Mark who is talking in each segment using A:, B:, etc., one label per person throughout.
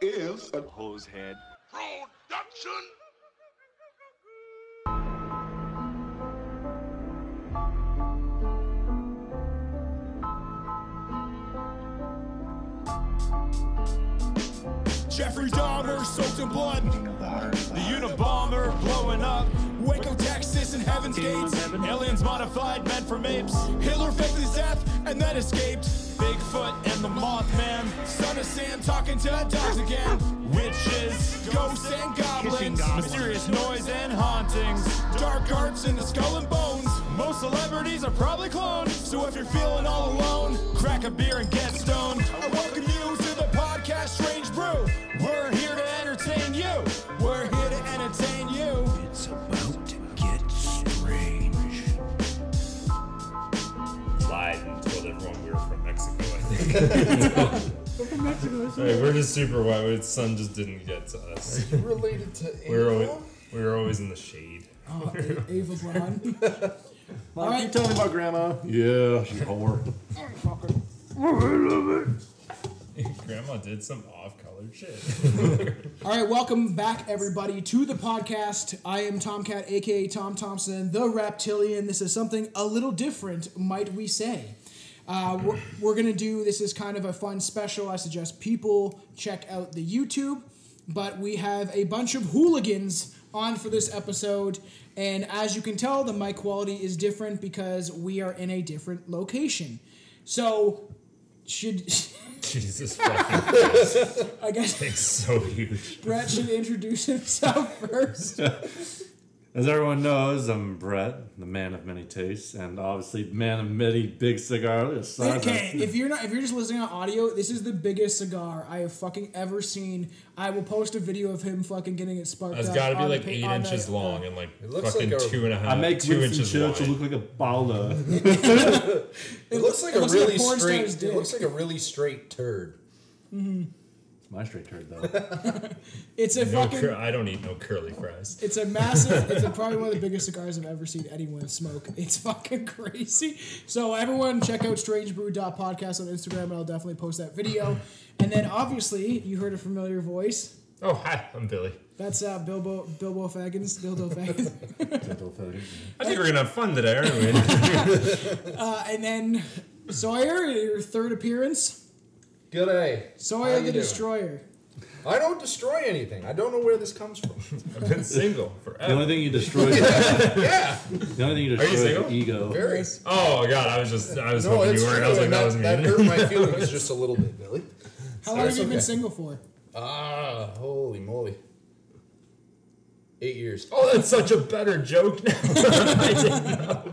A: Mills.
B: Hose head.
C: Production.
D: Jeffrey Dahmer soaked in blood. The Unabomber blowing up. Waco, Texas, and Heaven's Gates. Aliens modified men from apes. Hitler faked his death and then escaped. Bigfoot and the Mothman. Son of Sam talking to dogs again. Witches, ghosts, and goblins. Mysterious noise and hauntings. Dark arts in the skull and bones. Most celebrities are probably cloned. So if you're feeling all alone, crack a beer and get stoned. I welcome you to the podcast Strange Brew. We're here to entertain you. We're here to entertain you.
E: It's about to get strange.
F: lied and told everyone we were from Mexico. I think. Like, we're just super white. It's sun just didn't get to us.
G: related to
F: We were always,
G: Ava?
F: we were always in the shade.
G: Oh, A- Ava Braun.
A: All right. Keep telling me about Grandma.
F: Yeah.
A: Whore.
F: Grandma did some off-colored shit.
G: All right, welcome back, everybody, to the podcast. I am Tomcat, aka Tom Thompson, the reptilian. This is something a little different, might we say. Uh, we're we're going to do this is kind of a fun special. I suggest people check out the YouTube. But we have a bunch of hooligans on for this episode. And as you can tell, the mic quality is different because we are in a different location. So, should
F: Jesus fucking
G: I guess
F: thing's so huge.
G: Brett should introduce himself first.
H: As everyone knows, I'm Brett, the man of many tastes, and obviously the man of many big cigars.
G: Okay, if you're not if you're just listening on audio, this is the biggest cigar I have fucking ever seen. I will post a video of him fucking getting it sparked
F: It's
G: up.
F: got to be
G: on the
F: like
G: pa-
F: eight
G: on
F: inches
G: the-
F: long and like
I: looks
F: fucking
I: like a-
F: two and a half.
H: I make
F: two
H: Winston
F: inches
H: Churchill
F: wide.
H: look like a baller.
G: It,
I: looks like a
G: a
I: really
G: porn
I: straight.
G: star's dick.
I: It looks like a really straight turd.
H: My straight turd though.
G: It's a
F: No
G: fucking.
F: cur- I don't eat no curly fries.
G: It's a massive. It's a, probably one of the biggest cigars I've ever seen anyone smoke. It's fucking crazy. So everyone, check out strangebrew.podcast on Instagram, and I'll definitely post that video. And then obviously, you heard a familiar voice.
F: Oh hi, I'm Billy.
G: That's uh, Bilbo Bilbo Faggins, Bilbo Faggins.
F: I think we're gonna have fun today, aren't we?
G: And then Sawyer, your third appearance.
I: Good day.
G: Sawyer
I: How
G: the
I: you doing?
G: Destroyer.
I: I don't destroy anything. I don't know where this comes from.
F: I've been single
H: the only
F: forever.
H: thing you destroyed.
I: yeah.
H: The only thing you
F: Are you
H: destroyed
F: single?
H: is ego.
I: Very.
F: Oh god, I was just I was
I: No,
F: hoping
I: it's
F: you
I: true.
F: weren't. I was like
I: and
F: that
I: that,
F: was me.
I: that hurt my feelings just a little bit, Billy.
G: How long have you
I: okay.
G: been single for?
I: Ah, holy moly. Eight years.
F: Oh, that's such a better joke now. I didn't know.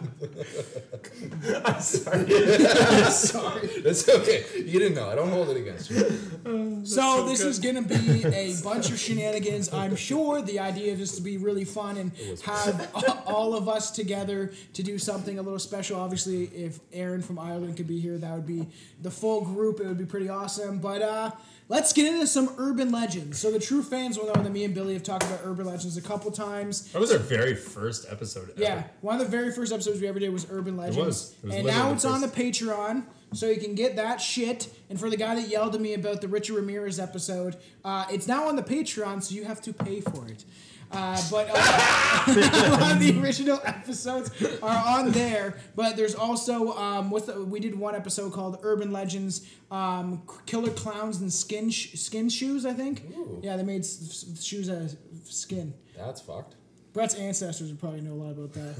F: I'm sorry.
I: That's okay. You didn't know. I don't hold it against
G: So,
I: you.
F: so
G: this
F: good.
G: is gonna be a bunch of shenanigans. I'm sure the idea is just to be really fun and have a- all of us together to do something a little special. Obviously, if Aaron from Ireland could be here, that would be the full group. It would be pretty awesome. But uh, let's get into some urban legends. So the true fans will know that me and Billy have talked about urban legends a couple times.
F: That was our very first episode ever.
G: Yeah, one of the very first episodes we ever did was Urban Legends.
F: was. It was
G: and
F: literally
G: now
F: the
G: it's on the
F: first.
G: Patreon, so you can get that shit. And for the guy that yelled at me about the Richard Ramirez episode, uh, it's now on the Patreon, so you have to pay for it. Uh, but uh, a lot of the original episodes are on there. But there's also um, what's the, we did one episode called Urban Legends, um, Killer Clowns and Skin Sh- Skin Shoes. I think. Yeah, they made s- s- shoes out of skin.
I: That's fucked.
G: Brett's ancestors would probably know a lot about that.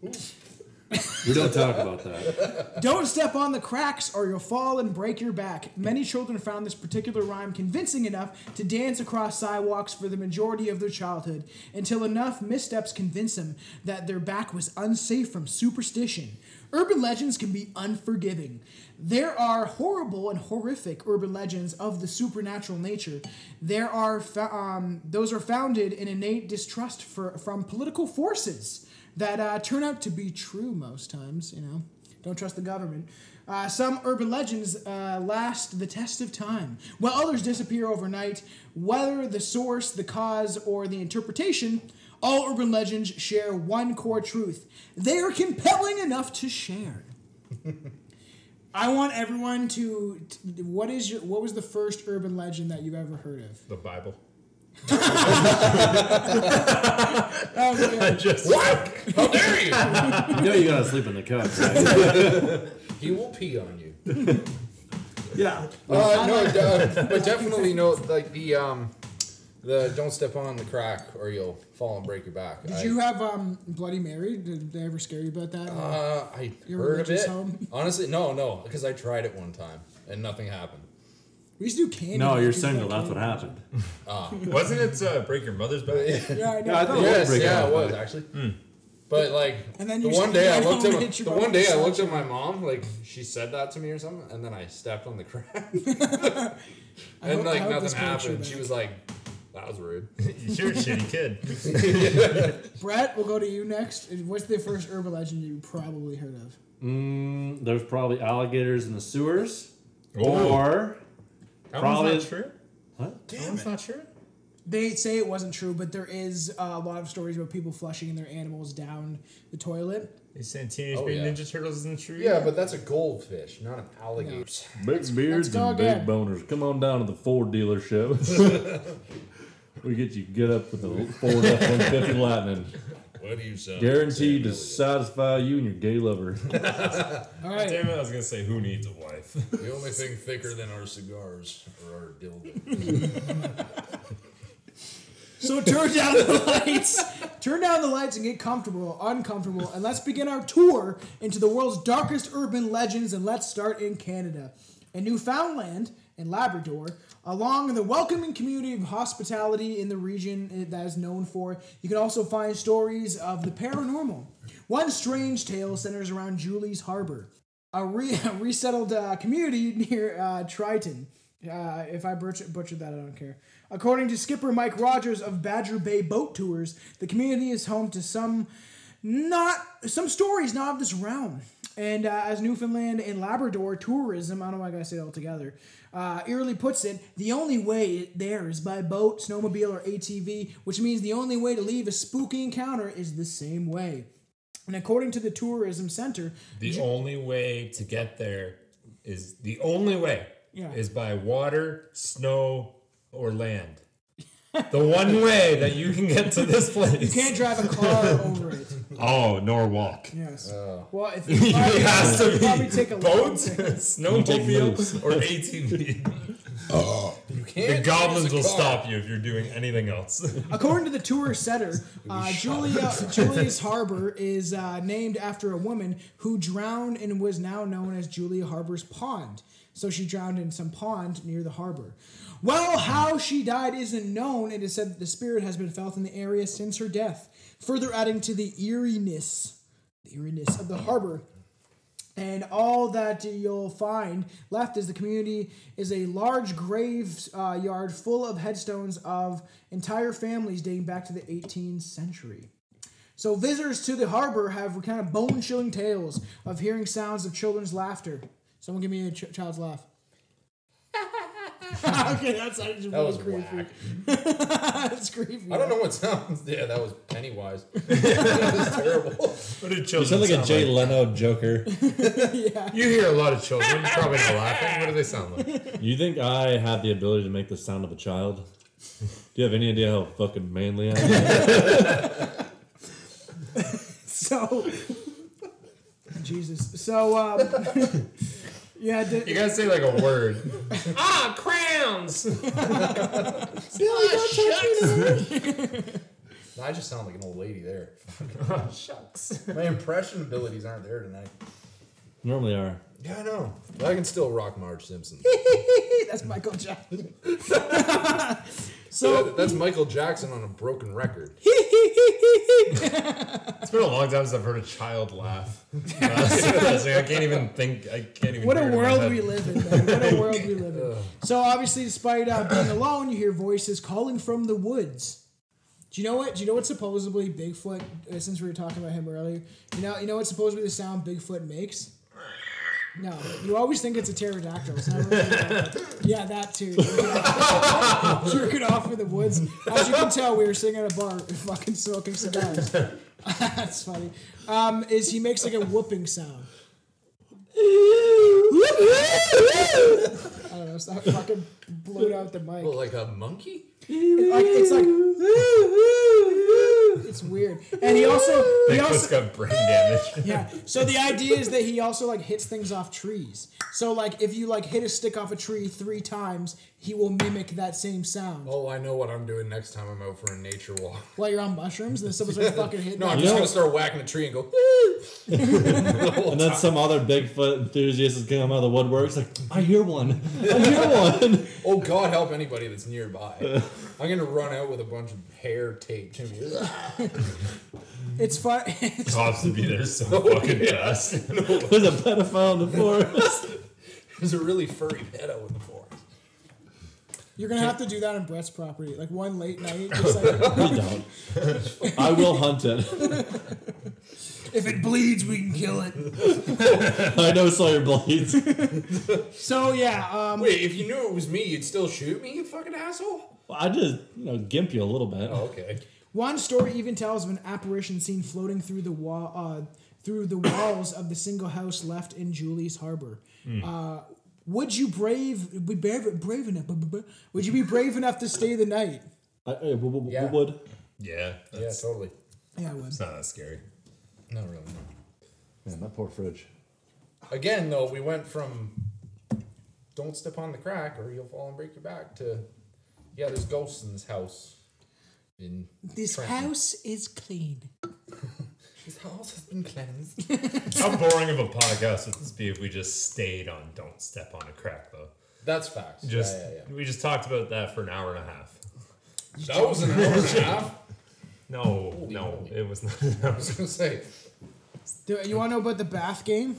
H: We don't talk about that.
G: Don't step on the cracks or you'll fall and break your back. Many children found this particular rhyme convincing enough to dance across sidewalks for the majority of their childhood until enough missteps convinced them that their back was unsafe from superstition. Urban legends can be unforgiving. There are horrible and horrific urban legends of the supernatural nature. There are fo- um, those are founded in innate distrust for, from political forces that uh, turn out to be true most times. You know. Don't trust the government. Uh, some urban legends uh, last the test of time, while others disappear overnight. Whether the source, the cause, or the interpretation, all urban legends share one core truth they are compelling enough to share. I want everyone to, t- What is your? What was the first urban legend that you've ever heard of?
B: The Bible.
G: That was good.
F: Just
I: What? How dare you?
H: You know you gotta sleep on the couch, right?
I: he will pee on you.
G: yeah.
I: Uh, no, uh, but definitely no. Like the um, the don't step on the crack or you'll fall and break your back.
G: Did
I: I,
G: you have um Bloody Mary? Did they ever scare you about that?
I: Uh, I
G: Your
I: heard of
G: religious
I: it.
G: home?
I: Honestly, no, no, because I tried it one time and nothing happened.
G: we used to do candy.
H: No, you're
G: Things like
H: single. That's
G: candy.
H: what happened.
F: wasn't it uh, break your mother's back?
G: Yeah, I know.
H: Yeah, I thought-
I: Yes,
H: break
I: yeah,
H: up,
I: it Hmm. was actually. But like,
G: And then
I: the
G: you
I: one
G: should-
I: day I
G: you
I: looked
G: don't
I: at
G: hit
I: the
G: your
I: one
G: mom
I: day I
G: yourself.
I: looked at my mom like she said that to me or something, and then I stepped on the crack,
G: I hope-
I: and
G: I
I: like
G: hope this
I: nothing
G: breaks your
I: happened. She
G: back.
I: was like, "That was rude."
F: You're a shitty kid.
G: Brett, we'll go to you next. What's the first urban legend you probably heard of?
H: Mm, there's probably alligators in the sewers.
F: Oh.
H: Or
F: That
H: Probably-
F: one's not true.
H: What?
F: Damn, that one's not true.
G: They say it wasn't true, but there is uh, a lot of stories about people flushing their animals down the toilet.
F: They saying Teenage
I: Oh,
F: Mutant
I: yeah.
F: Ninja Turtles isn't true.
I: Yeah, but that's a goldfish, not an alligator.
H: Big beards
G: dog
H: and big
G: ad.
H: boners. Come on down to the Ford dealership. we get you get up with the Ford F one fifty Lightning,
I: What do you say?
H: guaranteed to satisfy you and your gay lover.
G: All right.
F: Damn it, I was gonna say who needs a wife.
I: The only thing thicker than our cigars are our dildo.
G: So turn down the lights. Turn down the lights and get comfortable, uncomfortable, and let's begin our tour into the world's darkest urban legends. And let's start in Canada, in Newfoundland and Labrador, along the welcoming community of hospitality in the region that is known for. You can also find stories of the paranormal. One strange tale centers around Julie's Harbor, a, re- a resettled uh, community near uh, Triton. Uh, if I butcher, butchered that, I don't care. According to skipper Mike Rogers of Badger Bay Boat Tours, the community is home to some not some stories not of this realm. And uh, as Newfoundland and Labrador tourism, I don't know why I gotta say it all together, uh, eerily puts it, the only way there is by boat, snowmobile, or ATV, which means the only way to leave a spooky encounter is the same way. And according to the tourism center,
F: The only way to get there is the only way
G: Yeah.
F: is by water, snow, or land. the one way that you can get to this place.
G: you can't drive a car over it.
F: Oh, nor walk.
G: Yes. well, if
F: It
G: you probably,
F: has to
G: it'd probably take
F: be
G: a
F: boat,
G: boat.
H: moose.
F: snowmobile, or ATV.
I: You
F: the
I: can't.
F: goblins will stop you if you're doing anything else.
G: According to the tour setter, uh, Julia, Julia's Harbor is uh, named after a woman who drowned and was now known as Julia Harbor's Pond. So she drowned in some pond near the harbor. Well, how she died isn't known. It is said that the spirit has been felt in the area since her death, further adding to the eeriness, the eeriness of the harbor. And all that you'll find left is the community is a large grave uh, yard full of headstones of entire families dating back to the 18th century. So visitors to the harbor have kind of bone-chilling tales of hearing sounds of children's laughter. Someone give me a ch- child's laugh. okay, that's I just
I: That was
G: creepy.
I: whack.
G: That's creepy.
I: I don't know what sounds. Yeah, that was Pennywise. that was terrible.
F: What do children
B: Sound like a
F: sound
B: Jay Leno Joker.
F: You hear a lot of children probably not laughing. What do they sound like?
H: you think I have the ability to make the sound of a child? Do you have any idea how fucking manly I am?
G: So, Jesus. So, um, yeah. The,
F: You gotta say like a word. ah, crowns.
I: No, I just sound like an old lady there.
F: Shucks.
I: My impression abilities aren't there tonight.
H: Normally are.
I: Yeah, I know. But I can still rock Marge Simpson.
G: That's Michael Jackson.
I: That- That's Michael Jackson on a broken record.
F: It's been a long time since I've heard a child laugh. That's depressing. I can't even think. I can't even.
G: what
F: hear
G: a
F: it in my
G: world
F: head.
G: we live in, man. What a world we live in. So obviously, despite uh, being alone, you hear voices calling from the woods. Do you know what? Do you know what supposedly Bigfoot? Uh, since we were talking about him earlier, you know, you know what supposedly the sound Bigfoot makes. No, you always think it's a pterodactyl. It's not really a pterodactyl. yeah, that too. Jerking off in the woods. As you can tell, we were sitting at a bar, fucking smoking cigars. That's funny. Um, is he makes like a whooping sound? Woo! I don't know. It's not fucking blew out the mic.
I: Well, like a monkey?
G: Like, it's like it's weird. And he also he
F: Nicholas
G: also
F: got brain damage.
G: yeah. So the idea is that he also like hits things off trees. So like if you like hit a stick off a tree three times, he will mimic that same sound.
I: Oh, I know what I'm doing next time I'm out for a nature walk.
G: While you're on mushrooms, then someone starts fucking hitting.
I: No, I'm
G: that.
I: just
H: know-
I: gonna start whacking a tree and go.
H: And then some other Bigfoot enthusiast is gonna come out of the woodworks like, I hear one. I hear one.
I: Oh God, help anybody that's nearby! I'm gonna run out with a bunch of hair taped to me.
G: It's fun. it's
F: Cops would be there so fucking fast.
H: There's a pedophile in the forest.
I: There's a really furry pedo in the forest.
G: You're gonna have to do that on Brett's property, like one late night. Just like,
H: We don't. I will hunt it.
G: if it bleeds, we can kill it.
H: I know Sawyer Blades.
G: So yeah, um,
I: Wait, if you knew it was me, you'd still shoot me, you fucking asshole.
H: I just, you know, gimp you a little bit.
I: Oh, okay.
G: one story even tells of an apparition seen floating through the wall, uh, through the walls of the single house left in Julie's Harbor. Uh, would you brave, be brave, brave enough? bu- bu- bu- Would you be brave enough to stay the night?
H: I, I w- w- w-
I: Yeah.
H: would.
F: Yeah, that's
I: Yeah, totally.
G: Yeah, I would.
F: not that scary.
I: Not really.
H: Man, that poor fridge.
I: Again, though, we went from "Don't step on the crack or you'll fall and break your back" to "Yeah, there's ghosts in this house." In
G: This
I: Trenton.
G: house is clean.
I: this house has been cleansed.
F: How boring of a podcast would this be if we just stayed on "Don't Step on a Crack" though?
I: That's facts. Yeah,
F: Just
I: yeah, yeah.
F: we just talked about that for an hour and a half.
I: That was an hour and a half.
F: No, no,
I: moly.
F: it was not. An hour.
I: I was gonna say
G: Do- You want to know about the bath game?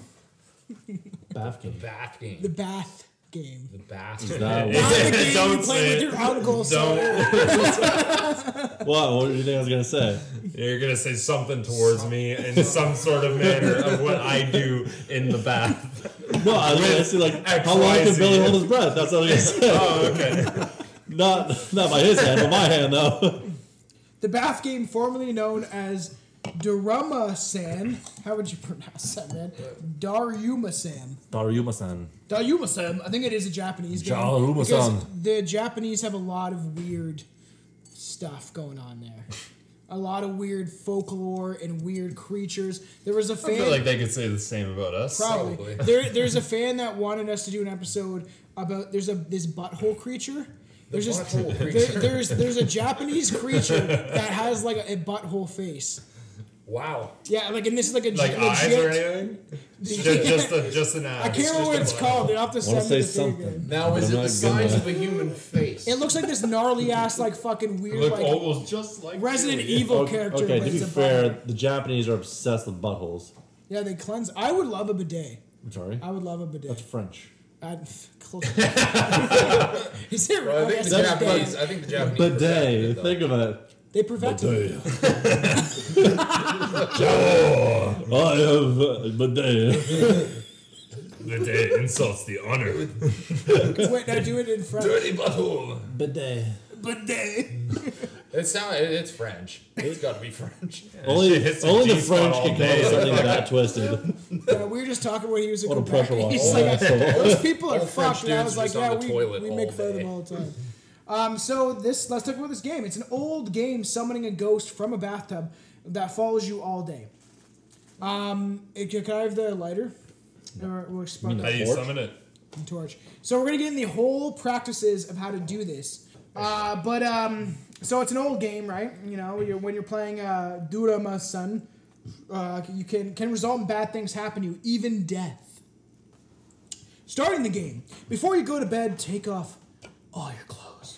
H: Bath game.
I: bath game.
G: The bath game.
I: The bath.
H: That
G: Not
H: was-
G: the game you
F: Don't
G: play
F: say
G: with
F: it.
G: your uncle. So
F: Don't.
H: what? What did you think I was gonna say?
F: You're gonna say something towards me in some sort of manner of what I do in the bath.
H: No, I was gonna say like,
F: X,
H: how long
F: Y,
H: can
F: Z.
H: Billy hold his breath? That's what I was gonna say.
F: Oh, okay.
H: Not, not by his hand, but my hand though.
G: The bath game, formerly known as Daruma San. How would you pronounce that, man? Daruma San.
H: Daruma-san.
G: Daruma San. I think it is a Japanese game.
H: Daruma-san.
G: because The Japanese have a lot of weird stuff going on there. A lot of weird folklore and weird creatures. There was a
F: I
G: fan.
F: feel like they could say the same about us.
G: Probably.
I: Probably.
G: There, there's a fan that wanted us to do an episode about there's a this butthole creature. There's this
I: butthole
G: There, there's there's a Japanese creature that has like a, a butthole face.
I: Wow.
G: Yeah, like and this is like a
F: Like
G: legit,
F: eyes or anything? Just, just, a, just an eye.
G: I can't remember what it's called. They have to send
H: say
G: me the thing
H: something.
G: again.
I: Now is
H: I'm
I: it
H: not
I: the
H: good
I: size
H: at-
I: of a human face?
G: It looks like this gnarly ass like fucking weird
F: Look
G: like
F: almost just like
G: Resident
F: Julia.
G: Evil character.
H: Okay,
G: but
H: to be
G: it's a
H: fair,
G: butthole.
H: the Japanese are obsessed with buttholes.
G: yeah, they cleanse. I would love a bidet.
H: I'm sorry.
G: I would love a
H: That's
G: bidet.
H: French.
G: I'd, close. is it
I: Well, I
G: right?
I: think the
G: That's
I: Japanese.
G: bidet.
I: I think the Japanese. perfected
H: Bidet.
I: it,
H: Think of it.
G: They prevented it.
H: I have a bidet.
F: The day insults the honor.
G: Wait, now do it in French.
I: though. Dirty butthole.
H: Bidet.
I: It sound, it, It's French. It's got to be French.
H: Only,
F: hits the
H: only the
F: G-spot
H: French
F: all
H: can come up
F: day.
H: with something that twisted.
G: Yeah, we were just talking when he was a
H: What a
G: good
H: pressure washer.
G: He's like, those people are
I: All French
G: fucked. And I was
I: dudes are
G: like,
I: just on
G: yeah,
I: the
G: we,
I: toilet
G: we
I: all
G: make fun of them
I: day.
G: all the time. Um, so this, let's talk about this game. It's an old game summoning a ghost from a bathtub that follows you all day. Um, it- can I have the lighter? Or we'll spark
F: How do you summon it?
G: the torch. So we're gonna get in the whole practices of how to do this. Uh, but um, so it's an old game, right? You know, you're, when you're playing uh, Durama Sun, uh, you can can result in bad things happen to you, even death. Starting the game before you go to bed, take off all your clothes.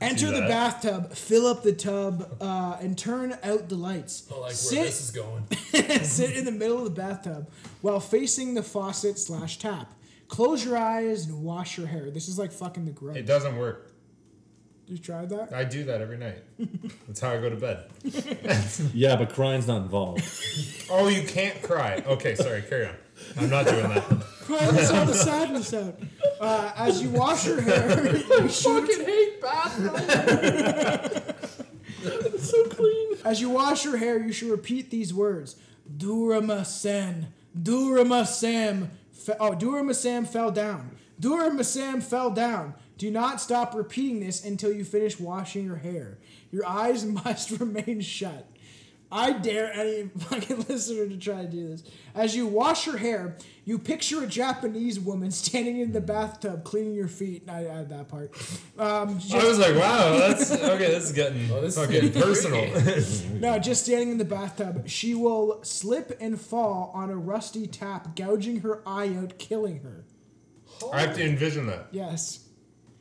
G: Enter the
F: that.
G: bathtub, fill up the tub, uh, and turn out the lights.
I: I like where
G: Sit-
I: this is going.
G: sit in the middle of the bathtub while facing the faucet slash tap. Close your eyes and wash your hair. This is like fucking the grudge.
F: It doesn't work.
G: you tried that?
F: I do that every night. That's how I go to bed.
H: Yeah, but crying's not involved.
F: Oh, you can't cry. Okay, sorry, carry on. I'm not doing that.
G: Cry this all the sadness out. Uh, as you wash your hair, you shoot.
I: hate bathrooms.
G: As you wash your hair, you should repeat these words: Durama sen, Durama sam, Fe- oh, Durham Massam fell down. Durham Massam fell down. Do not stop repeating this until you finish washing your hair. Your eyes must remain shut. I dare any fucking listener to try to do this. As you wash your hair, you picture a Japanese woman standing in the bathtub cleaning your feet. I add that part. Um,
F: I
G: just-
F: was like, wow, that's okay. This is getting
I: Oh, this is
F: fucking
I: getting
F: personal.
G: No, just standing in the bathtub. She will slip and fall on a rusty tap, gouging her eye out, killing her.
F: I have to envision that,
G: Yes.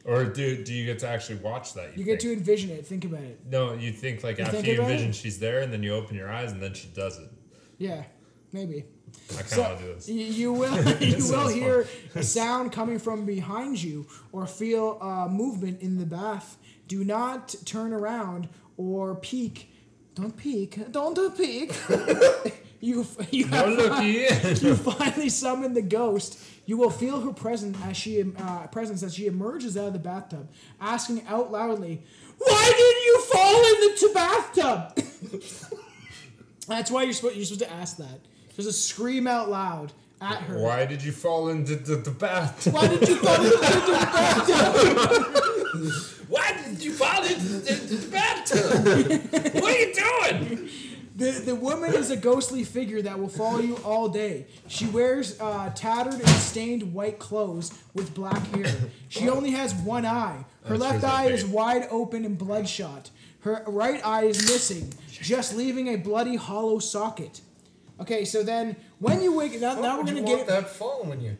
F: or do do you get to actually watch that?
G: You get to
F: think?
G: envision it. Think about it.
F: No, you think like after
G: think
F: you
G: about
F: envision
G: it?
F: she's there, and then you open your eyes, and then she does it.
G: Yeah, maybe.
F: I kind of
G: So,
F: want to do this.
G: y- you will you will
F: sounds
G: hear a sound coming from behind you or feel uh, movement in the bath. Do not turn around or peek. Don't peek. Don't peek. you you have
F: Don't look here.
G: you finally summon the ghost. You will feel her presence as she uh, presence as she emerges out of the bathtub, asking out loudly, "Why did you fall in the t- bathtub?" That's why you're supposed you're supposed to ask that. You're supposed to scream out loud at her.
F: Why did you fall into the, the bath?
G: Why did you fall in the bathtub?
F: Why did you fall into the, the bathtub? what are you doing?
G: The, the woman is a ghostly figure that will follow you all day. She wears uh, tattered and stained white clothes with black hair. She only has one eye. Her
F: That's
G: left
F: her
G: eye
F: left
G: is
F: eye.
G: wide open and bloodshot. Her right eye is missing, just leaving a bloody hollow socket. Okay, so then when you wake now, now we're
I: would
G: gonna
I: you want
G: get
I: that phone when you.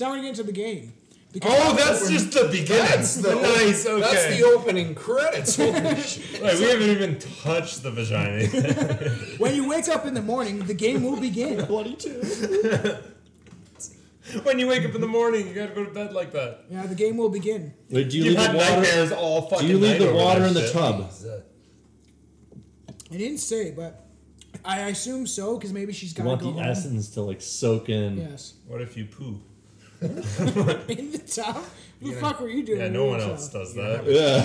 G: now we're gonna get into the game. Because
F: Oh, that's just the beginning.
I: That's the
F: nice. Okay.
I: That's the opening credits.
F: Wait, we haven't even touched the vagina. yet.
G: when you wake up in the morning, the game will begin.
A: Bloody two.
F: when you wake up in the morning, you gotta go to bed like that.
G: Yeah, the game will begin.
H: Wait, do you
F: You've
H: leave
F: had
H: the water?
F: nightmares all
H: Do
F: fucking
H: you leave
F: night
H: the
F: over
H: water
F: that
H: in the
F: shit.
H: tub?
G: I didn't say, but I assume so because maybe she's
H: You
G: gotta
H: want
G: go
H: the
G: home.
H: essence to like soak in.
G: Yes.
F: What if you poo?
G: In the tub? Who the fuck were you doing?
F: Yeah,
G: in
F: no
G: the
F: one
G: tub?
F: else does that. Yeah.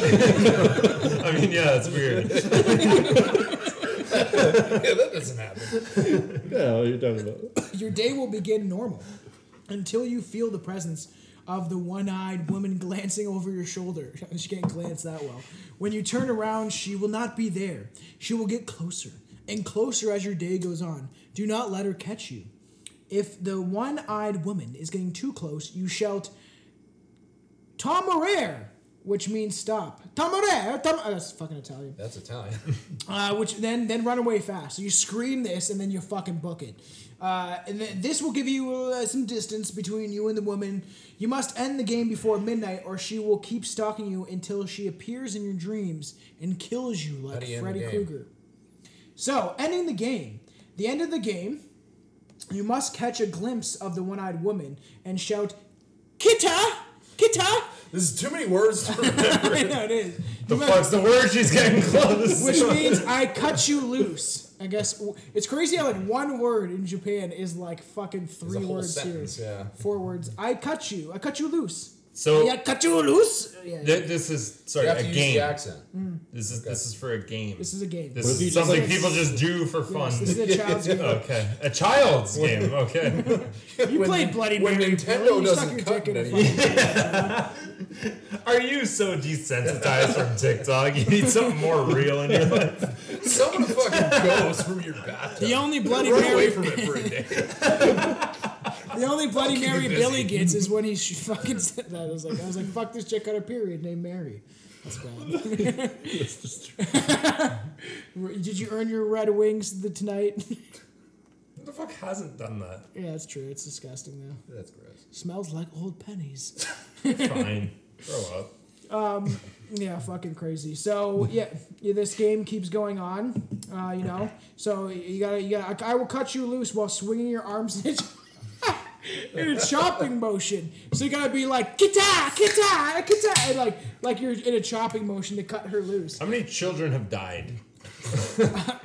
F: I mean, yeah, it's weird.
I: yeah, that doesn't happen.
H: Yeah, what are you talking about?
G: Your day will begin normal until you feel the presence of the one-eyed woman glancing over your shoulder. She can't glance that well. When you turn around, she will not be there. She will get closer and closer as your day goes on. Do not let her catch you. If the one-eyed woman is getting too close, you shout, "Tamarere," which means stop. Tamarere. Tam- oh, that's fucking Italian.
I: That's Italian.
G: Uh, which then then run away fast. So you scream this and then you fucking book it. Uh, and th- this will give you uh, some distance between you and the woman. You must end the game before midnight, or she will keep stalking you until she appears in your dreams and kills you like
I: do you end
G: Freddy
I: the game?
G: Krueger. So, ending the game. The end of the game, you must catch a glimpse of the one-eyed woman and shout, "Kita, Kita!"
I: There's too many words. For
G: I know it is.
F: The
G: You must-
F: fuck's the word? She's getting close.
G: which means I cut you loose. I guess w- it's crazy how like one word in Japan is like fucking three
I: whole
G: words
I: sentence,
G: here.
I: yeah.
G: Four words. I cut you. I cut you loose.
F: So
G: Yeah, cut you loose. Yeah.
F: th- this is sorry
I: you have
F: a
I: to use the
F: game.
I: accent.
F: This is this is for a game.
G: This is a game.
F: This
H: What if you
F: is
H: just,
F: something
G: like-
F: people just do for fun.
G: Yes, this is a child's game.
F: okay, a child's game. Okay,
G: You played Bloody
I: when
G: Mary.
I: Nintendo
G: Billy. You
I: doesn't
G: suck your
I: cut
G: dick in a
I: many.
G: fucking-
F: are you so desensitized from TikTok? You need something more real in your life.
I: Someone fucking goes from your bathtub.
G: The only Bloody
I: Run away
G: Mary,
I: from it for a day.
G: the only Bloody Mary
I: busy.
G: Billy gets is when he sh- fucking said that. I was like, I was like, fuck this chick on a period named Mary. That's bad. Did you earn your red wings the tonight?
F: Who the fuck hasn't done that?
G: yeah, that's true. It's disgusting though.
I: That's gross.
G: Smells like old pennies.
F: Fine, grow up.
G: yeah, fucking crazy. So yeah, yeah, this game keeps going on. Uh, you know, so you gotta, you gotta. I, I will cut you loose while swinging your arms in a- in a chopping motion. So you gotta be like kita, kita, kita, and like like you're in a chopping motion to cut her loose.
F: How many children have died?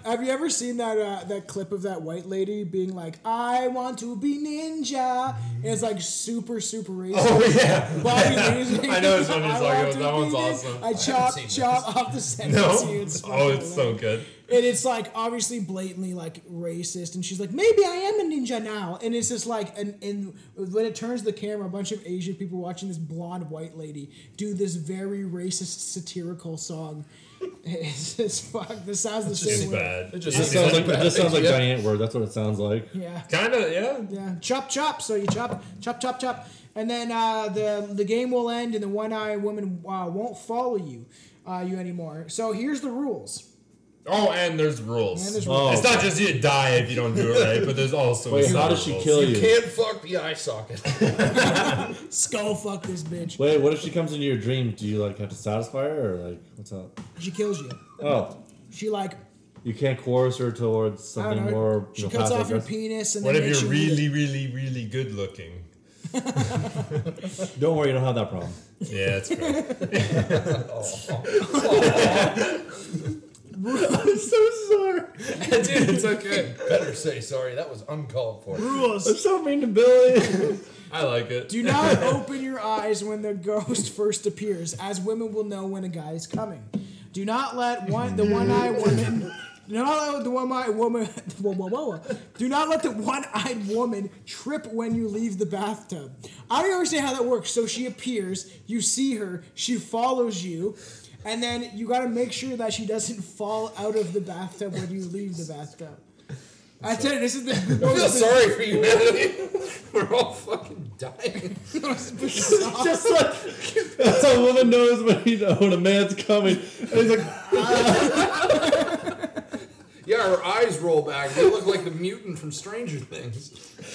G: Have you ever seen that uh, that clip of that white lady being like, "I want to be ninja," and it's like super super racist.
F: Oh yeah.
G: Bobby Lee.
F: I know this one you're
G: I
F: talking
G: want
F: about. That
G: to
F: one's
G: be
F: awesome.
G: I chop
I: seen
G: chop off the sentence.
F: No.
G: It's
F: oh, it's so good.
G: and it's like obviously blatantly like racist and she's like maybe i am a ninja now and it's just like and, and when it turns the camera a bunch of asian people watching this blonde white lady do this very racist satirical song it's just fuck this sounds the
F: It's
G: same way
F: bad. It
I: just
H: This sounds like, this sounds like giant word. That's what it sounds like.
G: yeah
F: kind of yeah.
G: yeah chop chop so you chop chop chop chop and then uh, the the game will end and the one-eyed woman uh, won't follow you uh, you anymore so here's the rules
F: Oh, and there's rules.
G: And there's
H: rules.
F: It's not just you die if you don't do it right, but there's also
H: Wait,
F: some
H: how does she
F: rules.
H: kill
I: You
H: you?
I: can't fuck the eye socket.
G: skull fuck this bitch
H: Wait, what if she comes into your dream? Do you like have to satisfy her, or like what's up?
G: she kills you
H: Oh,
G: she like
H: you can't coerce her towards
G: I
H: something
G: don't know.
H: more.
G: she
H: you know,
G: cuts off your
H: passive-aggressive?
G: penis and
F: What
G: then
F: if
G: makes
F: you're
G: you eat
F: really,
G: it.
F: really, really good looking?
H: Don't worry, you don't have that problem.
F: Yeah, that's fair.
H: I'm so sorry.
I: Dude, it's okay. Better say sorry. That was uncalled for.
H: I'm so mean to Billy.
F: I like it.
G: Do not open your eyes when the ghost first appears, as women will know when a guy is coming. Do not let one the one eyed woman. Do not let the one eyed woman. Whoa, whoa, whoa, whoa. Do not let the one eyed woman trip when you leave the bathtub. I don't understand how that works. So she appears, you see her, she follows you, and then you got to make sure that she doesn't fall out of the bathtub when you leave the bathtub. I tell you, this is the.
I: I feel sorry for you, man. We're all fucking dying.
H: Just like that's how a woman knows when, he, when a man's coming. And he's like,
I: Yeah, our eyes roll back. We look like the mutant from Stranger Things.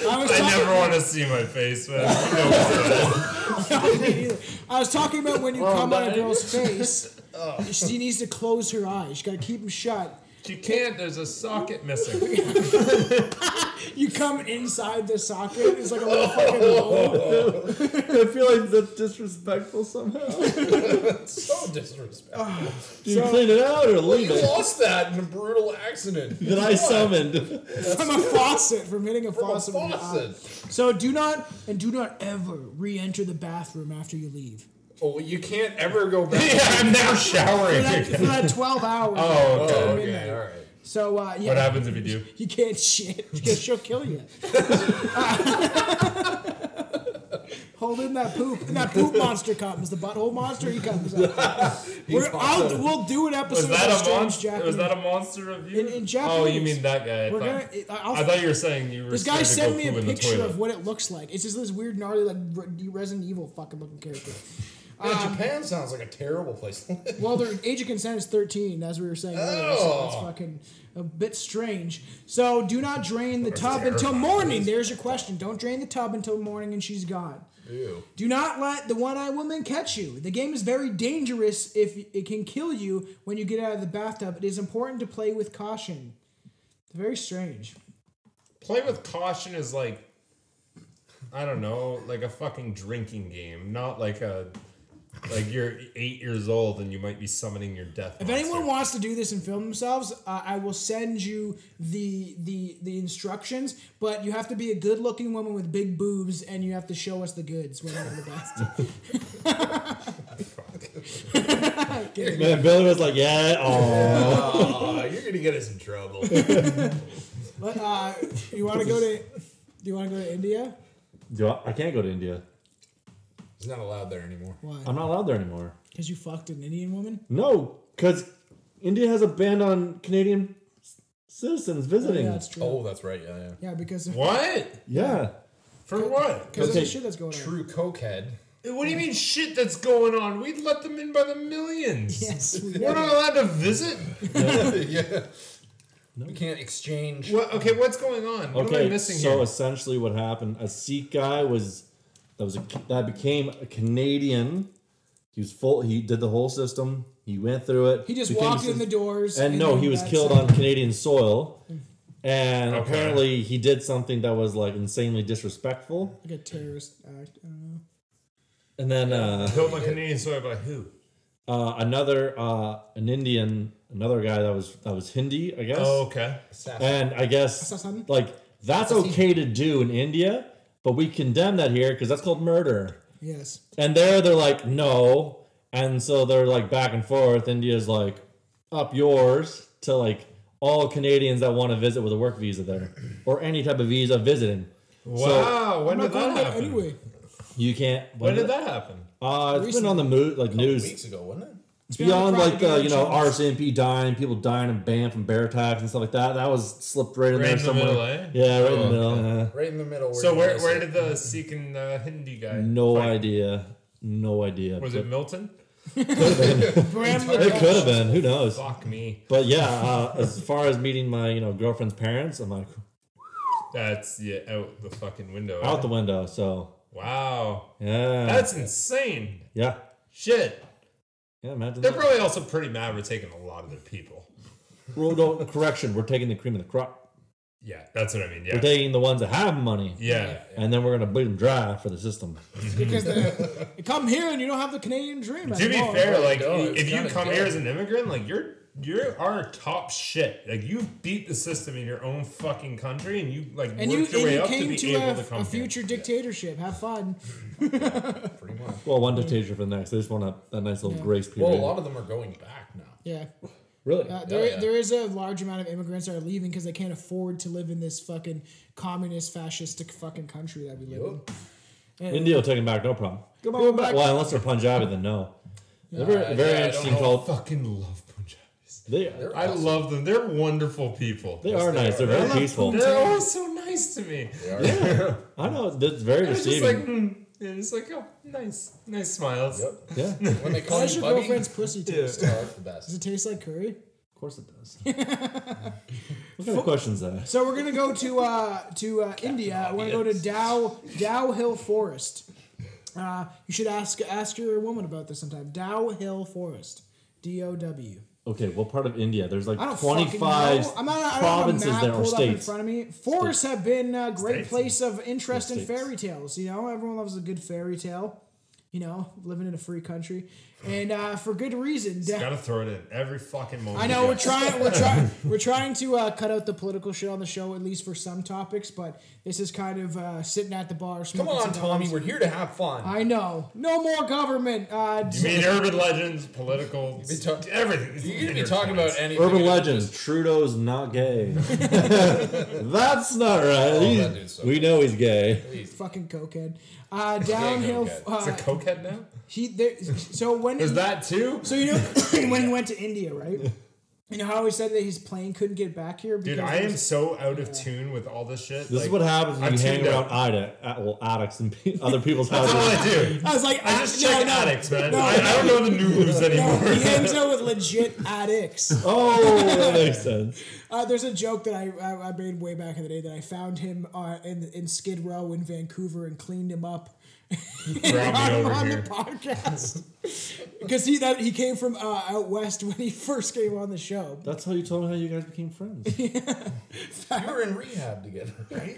G: I was
F: I
G: talking-
F: never want to see my face, man. You know what's up.
G: Me either. I was talking about when you come on a girl's face, she needs to close her eyes. You gotta keep them shut.
F: You can't. There's a socket missing.
G: You come inside the socket. It's like a little fucking hole.
H: I feel like that's disrespectful somehow.
I: So disrespectful.
H: Do you clean it out or leave
I: Oh, You
H: it?
I: lost that in a brutal accident.
H: That I summoned.
G: From a faucet, from hitting a
I: From a
G: faucet. with your eye.
I: faucet.
G: So do not and do not ever re-enter the bathroom after you leave.
I: Oh, you can't ever go back.
F: yeah, I'm now
G: For
F: showering.
G: that, for that twelve hours.
F: Oh, okay.
G: until midnight.
I: Okay, all right.
G: So uh, yeah.
F: What happens if you do?
G: You can't shit because she'll kill you. Hold in that poop. And that poop monster comes. The butthole monster, he comes out. We're, I'll, we'll do an episode
F: Was that
G: of
F: a
G: Strange
F: monster?
G: Japanese.
F: Was that a monster review?
G: In- in
F: Oh, you
G: Japanese.
F: mean that guy? I
G: We're
F: thought,
G: gonna- I- I'll-
F: I thought you were saying you were.
G: this guy
F: scared
G: sent
F: to
G: me
F: go
G: a
F: poo in the
G: picture
F: toilet.
G: of what it looks like. It's just this weird, gnarly, like re- Resident Evil fucking looking character.
I: Yeah,
F: Um,
I: Japan sounds like a terrible place to live.
G: Well, their age of consent is 13, as we were saying earlier, so it's fucking a bit strange. So do not drain the tub until
F: terrifying.
G: morning. There's your question. Don't drain the tub until morning and she's gone.
I: Ew.
G: Do not let the one eyed woman catch you. The game is very dangerous if it can kill you when you get out of the bathtub. It is important to play with caution. It's very strange.
F: Play with caution is like, I don't know, like a fucking drinking game, not like a. Like you're eight years old and you might be summoning your death.
G: If anyone wants to do this and film themselves, uh, I will send you the the the instructions. But you have to be a good looking woman with big boobs, and you have to show us the goods when we're in the bathtub.
H: Man, Billy was like, yeah, oh.
I: Aw, Uh, you're gonna get us in trouble.
G: But, uh, you want to go to? Do you want to go to India?
H: Do I, I can't go to India.
I: He's not allowed there anymore.
G: Why?
H: I'm not allowed there anymore.
G: Because you fucked an Indian woman.
H: No, because India has a ban on Canadian c- citizens visiting.
G: Yeah,
H: Yeah.
G: that's true.
I: Oh, that's right. Yeah, yeah.
G: Yeah, because of,
F: What? For what?
G: because of the
H: Okay.
G: shit that's going on.
I: True cokehead.
F: What do you mean shit that's going on? We'd let them in by the millions.
G: Yes, we
F: We're not allowed to visit?
I: yeah. We can't exchange.
F: What, okay, what's going on? What am I
H: Okay,
F: missing
H: so
F: here?
H: essentially what happened, a Sikh guy was, that was a, that became a Canadian. He was full, he did the whole system. He went through it.
G: He just
H: became
G: walked
H: a
G: in the
H: citizen.
G: doors.
H: And no,
G: then
H: he was
G: that's
H: killed
G: it.
H: on Canadian soil. And
F: Okay.
H: apparently he did something that was like insanely disrespectful.
G: like a terrorist act. Uh, I don't know.
H: And then uh,
F: Killed on Canadian soil by who?
H: uh, another uh, an Indian, another guy that was that was Hindi, I guess.
F: Oh, okay.
H: And I guess
G: Assassin?
H: like that's okay to do in India, but we condemn that here because that's called murder.
G: Yes.
H: And there they're like no, and so they're like back and forth. India's like up yours to like all Canadians that want to visit with a work visa there or any type of visa visiting.
F: Wow, when
G: I'm
F: did
G: not going
F: that
G: there
F: happen?
G: uh, anyway.
H: You can't.
F: When did that happen?
H: Uh, it's been on the mood like news.
I: Weeks ago, wasn't it?
H: It's
G: beyond
H: beyond
G: the
H: like the you know
G: propaganda
H: RCMP dying, people dying and banned from bear attacks and stuff like that. That was slipped right in
F: Right
H: there
F: in the
H: somewhere.
F: middle, eh?
H: Yeah, right in
F: Oh,
H: the middle. Uh, yeah.
I: Right in the middle.
F: So
I: you
F: where
I: guys
F: where did
I: said-
F: the Sikh and uh, Hindi guy?
H: No
F: fight?
H: idea. No idea.
F: Was
H: But
F: it Milton?
G: Grandma,
H: it could have been. Who knows?
F: Fuck me.
H: But yeah, uh, as far as meeting my you know girlfriend's parents, I'm like
F: That's yeah, out the fucking window. eh?
H: out the window. So
F: wow,
H: yeah,
F: that's insane.
H: yeah,
F: Shit,
H: yeah. Imagine
F: they're
H: that.
F: probably also pretty mad. We're taking a lot of their people.
H: Well, no, correction. We're taking the cream of the crop.
F: Yeah, that's what I mean.
H: We're
F: Yeah,
H: taking the ones that have money,
F: yeah.
H: and then we're gonna bleed them dry for the system.
G: because they, they come here and you don't have the Canadian dream.
F: To be
G: anymore.
F: fair, like
I: no, it's
F: if you
I: kinda
F: come
I: good.
F: here as an immigrant, like you're you are top shit. Like you beat the system in your own fucking country, and you like
G: and you,
F: worked
G: and
F: your way
G: you
F: up to
G: came
F: be
G: to,
F: able
G: a,
F: to come
G: a
F: here.
G: future dictatorship. Have fun.
H: Well, one dictator for the next. They just want a, a nice little grace period.
I: Well, a lot of them are going back now.
G: Yeah.
H: really?
G: Uh, there,
I: yeah.
G: there is a large amount of immigrants that are leaving because they can't afford to live in this fucking communist, fascistic fucking country that we live in.
H: India will take him back, no problem. Come on back. Well, unless they're Punjabi, then no. They're very, very
I: yeah, I
H: interesting
I: don't know.
H: cult.
F: fucking love Punjabis.
H: They,
F: I love them. They're wonderful people.
H: they are nice. They're very peaceful.
F: They're all so nice to me.
H: I know that's very
F: It's just like,
H: deceiving.
F: mm, and it's like, oh, nice, nice smiles.
I: Yep.
H: yeah, of
I: When they call
G: How's
I: you
G: your
I: buddy,
G: girlfriend's pussy taste?
I: oh, that's the best.
G: Does it taste like curry?
H: course it does. what kind of questions that?
G: So we're gonna go to uh, to uh, India. I want to go to Dow Dow Hill Forest. Uh, you should ask ask your woman about this sometime. Dow Hill Forest, D O W.
H: Okay, what part of India? There's like
G: I don't fucking
H: 25
G: know. I'm not, I don't have a
H: provinces
G: map
H: there or
G: pulled up in
H: states.
G: front of me. Forests have been a great
F: States.
G: place of interest
H: Yeah,
G: in
H: states.
G: fairy tales. You know, everyone loves a good fairy tale. You know, living in a free country, and uh, for good reason. Da-
F: Gotta throw it in every fucking moment.
G: I know
F: Yeah.
G: we're trying we're trying we're trying to uh, cut out the political shit on the show at least for some topics, but this is kind of uh, sitting at the bar.
I: Come
G: smoking
I: on,
G: cigars.
I: Tommy. We're here to have fun.
G: I know. No more government. Uh,
F: You mean urban legends, political,
I: talk-
F: everything. It's
I: You're gonna be talking about
F: intertwined.
I: anything.
H: Urban
I: You're gonna
H: legends. Trudeau's not gay. That's not right.
I: that dude's so
H: we know he's gay.
G: fucking cokehead. Uh, downhill.
I: cokehead.
G: Uh,
F: It's a cokehead now?
G: he there. So when
F: Is that too?
G: so you know when he went to India, right? You know how he said that his plane couldn't get back here.
F: Dude, I am so out of tune with all this shit.
H: This is what happens when
F: I'm
H: you hang
F: tuned
H: around
F: out.
H: ida, at, well, addicts and pe- other people's
F: That's all
H: houses.
F: I do.
G: I was like,
F: I just
G: ah,
F: check
G: no, no.
F: addicts, man. I, I don't know the news
G: No,
F: anymore.
G: he hangs out with legit addicts.
H: Oh, that makes sense.
G: Uh, there's a joke that I, I I made way back in the day that I found him uh, in in Skid Row in Vancouver and cleaned him up.
F: Grab
G: Got
F: me
G: him
F: over
G: on
F: here.
G: the podcast because he that he came from uh, out west when he first came on the show.
H: That's how you told me how you guys became friends.
I: You were in rehab together, right?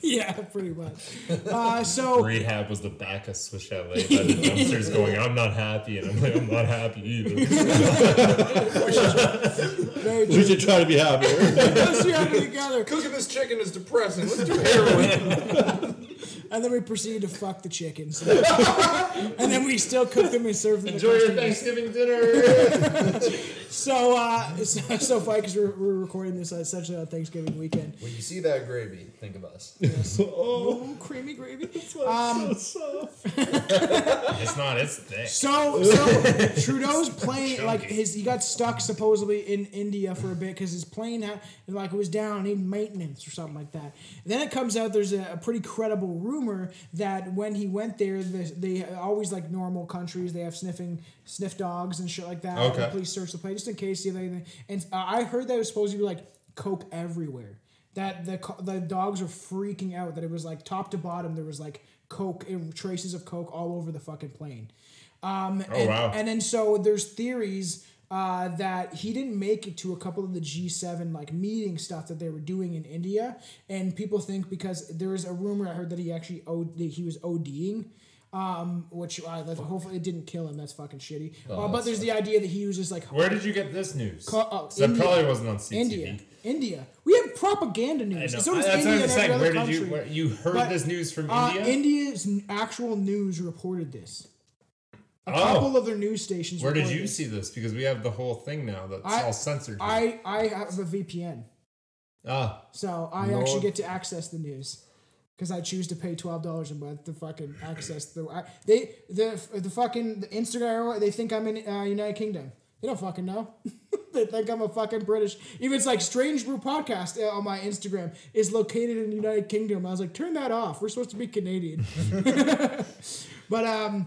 G: yeah, pretty much. Uh, so
F: Rehab was the back of Swiss Chalet by the dumpsters going, I'm not happy. And I'm like, I'm not happy either.
G: very
H: we
G: true.
H: should try to be happier.
G: Those two have it together,
I: Cooking this chicken is depressing. Let's do heroin.
G: and then we proceeded to fuck the chickens, and then we still cook them and serve them. to
F: Enjoy your
G: customers.
F: Thanksgiving dinner.
G: So uh, it's it's so funny because we're, we're recording this essentially on Thanksgiving weekend.
I: when you see that gravy, think of us.
G: Oh, creamy gravy.
F: it's not, it's thick.
G: So, so Trudeau's plane, like his, he got stuck supposedly in India for a bit because his plane, had, like, it was down in maintenance or something like that. then it comes out there's a, a pretty credible rumor that when he went there, the, they always like normal countries they have sniffing sniff dogs and shit like that. and
F: Okay.
G: Police search the plane just in case. see if anything. And uh, I heard that it was supposed to be like coke everywhere. That the co- the dogs were freaking out. That it was like top to bottom. There was like coke and traces of coke all over the fucking plane. Um, and,
F: Oh, wow.
G: and then so there's theories uh, that he didn't make it to a couple of the G7 like meeting stuff that they were doing in India, and people think because there is a rumor I heard that he actually od that he was ODing. Um, which I like, hopefully it didn't kill him. That's fucking shitty. uh, but there's the idea that he was just like
F: Oh, Where did you get this news?
G: oh,
F: 'Cause that
G: India.
F: probably wasn't on CTV.
G: India, India. We have propaganda
F: I know.
G: news.
F: That's
G: So does
F: what I'm
G: India and every
F: saying.
G: other
F: Where did
G: country.
F: you, where, you heard
G: But,
F: this news from
G: uh,
F: India?
G: India's n- actual news reported this. A
F: Oh.
G: couple of their news stations.
F: Where did
G: reported
F: you
G: it.
F: see this? Because we have the whole thing now that's
G: I-
F: all censored. here.
G: I I have a VPN,
F: ah,
G: so I
I: No.
G: actually get to access the news because I choose to pay twelve dollars a month to fucking access the I, they the the fucking the Instagram. They think I'm in uh, United Kingdom. They don't fucking know. they think I'm a fucking British. Even it's like Strange Brew podcast uh, on my Instagram is located in the United Kingdom. I was like, turn that off. We're supposed to be Canadian. but um.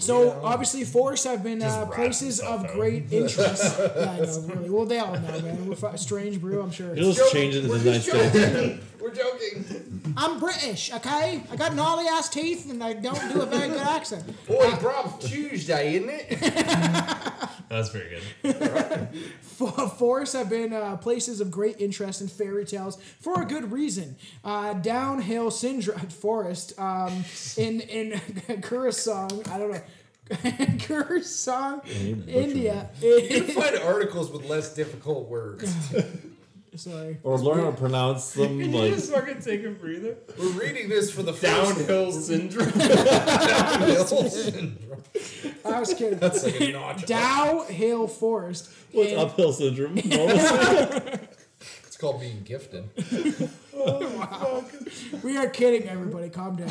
G: So obviously, forests have been uh,
F: wrap
G: places
F: yourself
G: of
F: out.
G: great interest. yeah, I know, really. Well, they all know, man. We're fu- strange brew, I'm sure.
H: It'll just change it to the United States.
I: We're joking.
G: I'm British, okay? I got gnarly ass teeth, and I don't do a very good accent.
I: Boy, Bravo Tuesday, isn't it?
F: that's very good.
G: For- Forests have been uh, places of great interest in fairy tales for a good reason. Uh, downhill syndrome forest um, in in Curacao, I don't know. Curacao, India.
I: Find articles with less difficult words.
G: Sorry.
H: Or learn how to pronounce them
F: Can you
H: like
F: just fucking take a breather?
I: We're reading this for the first
F: Downhill syndrome.
I: downhill.
G: I was kidding.
I: That's like a notch.
G: Downhill forest.
H: what's
G: in-
H: uphill syndrome. No,
I: It's called being gifted.
G: We are kidding, everybody. Calm down.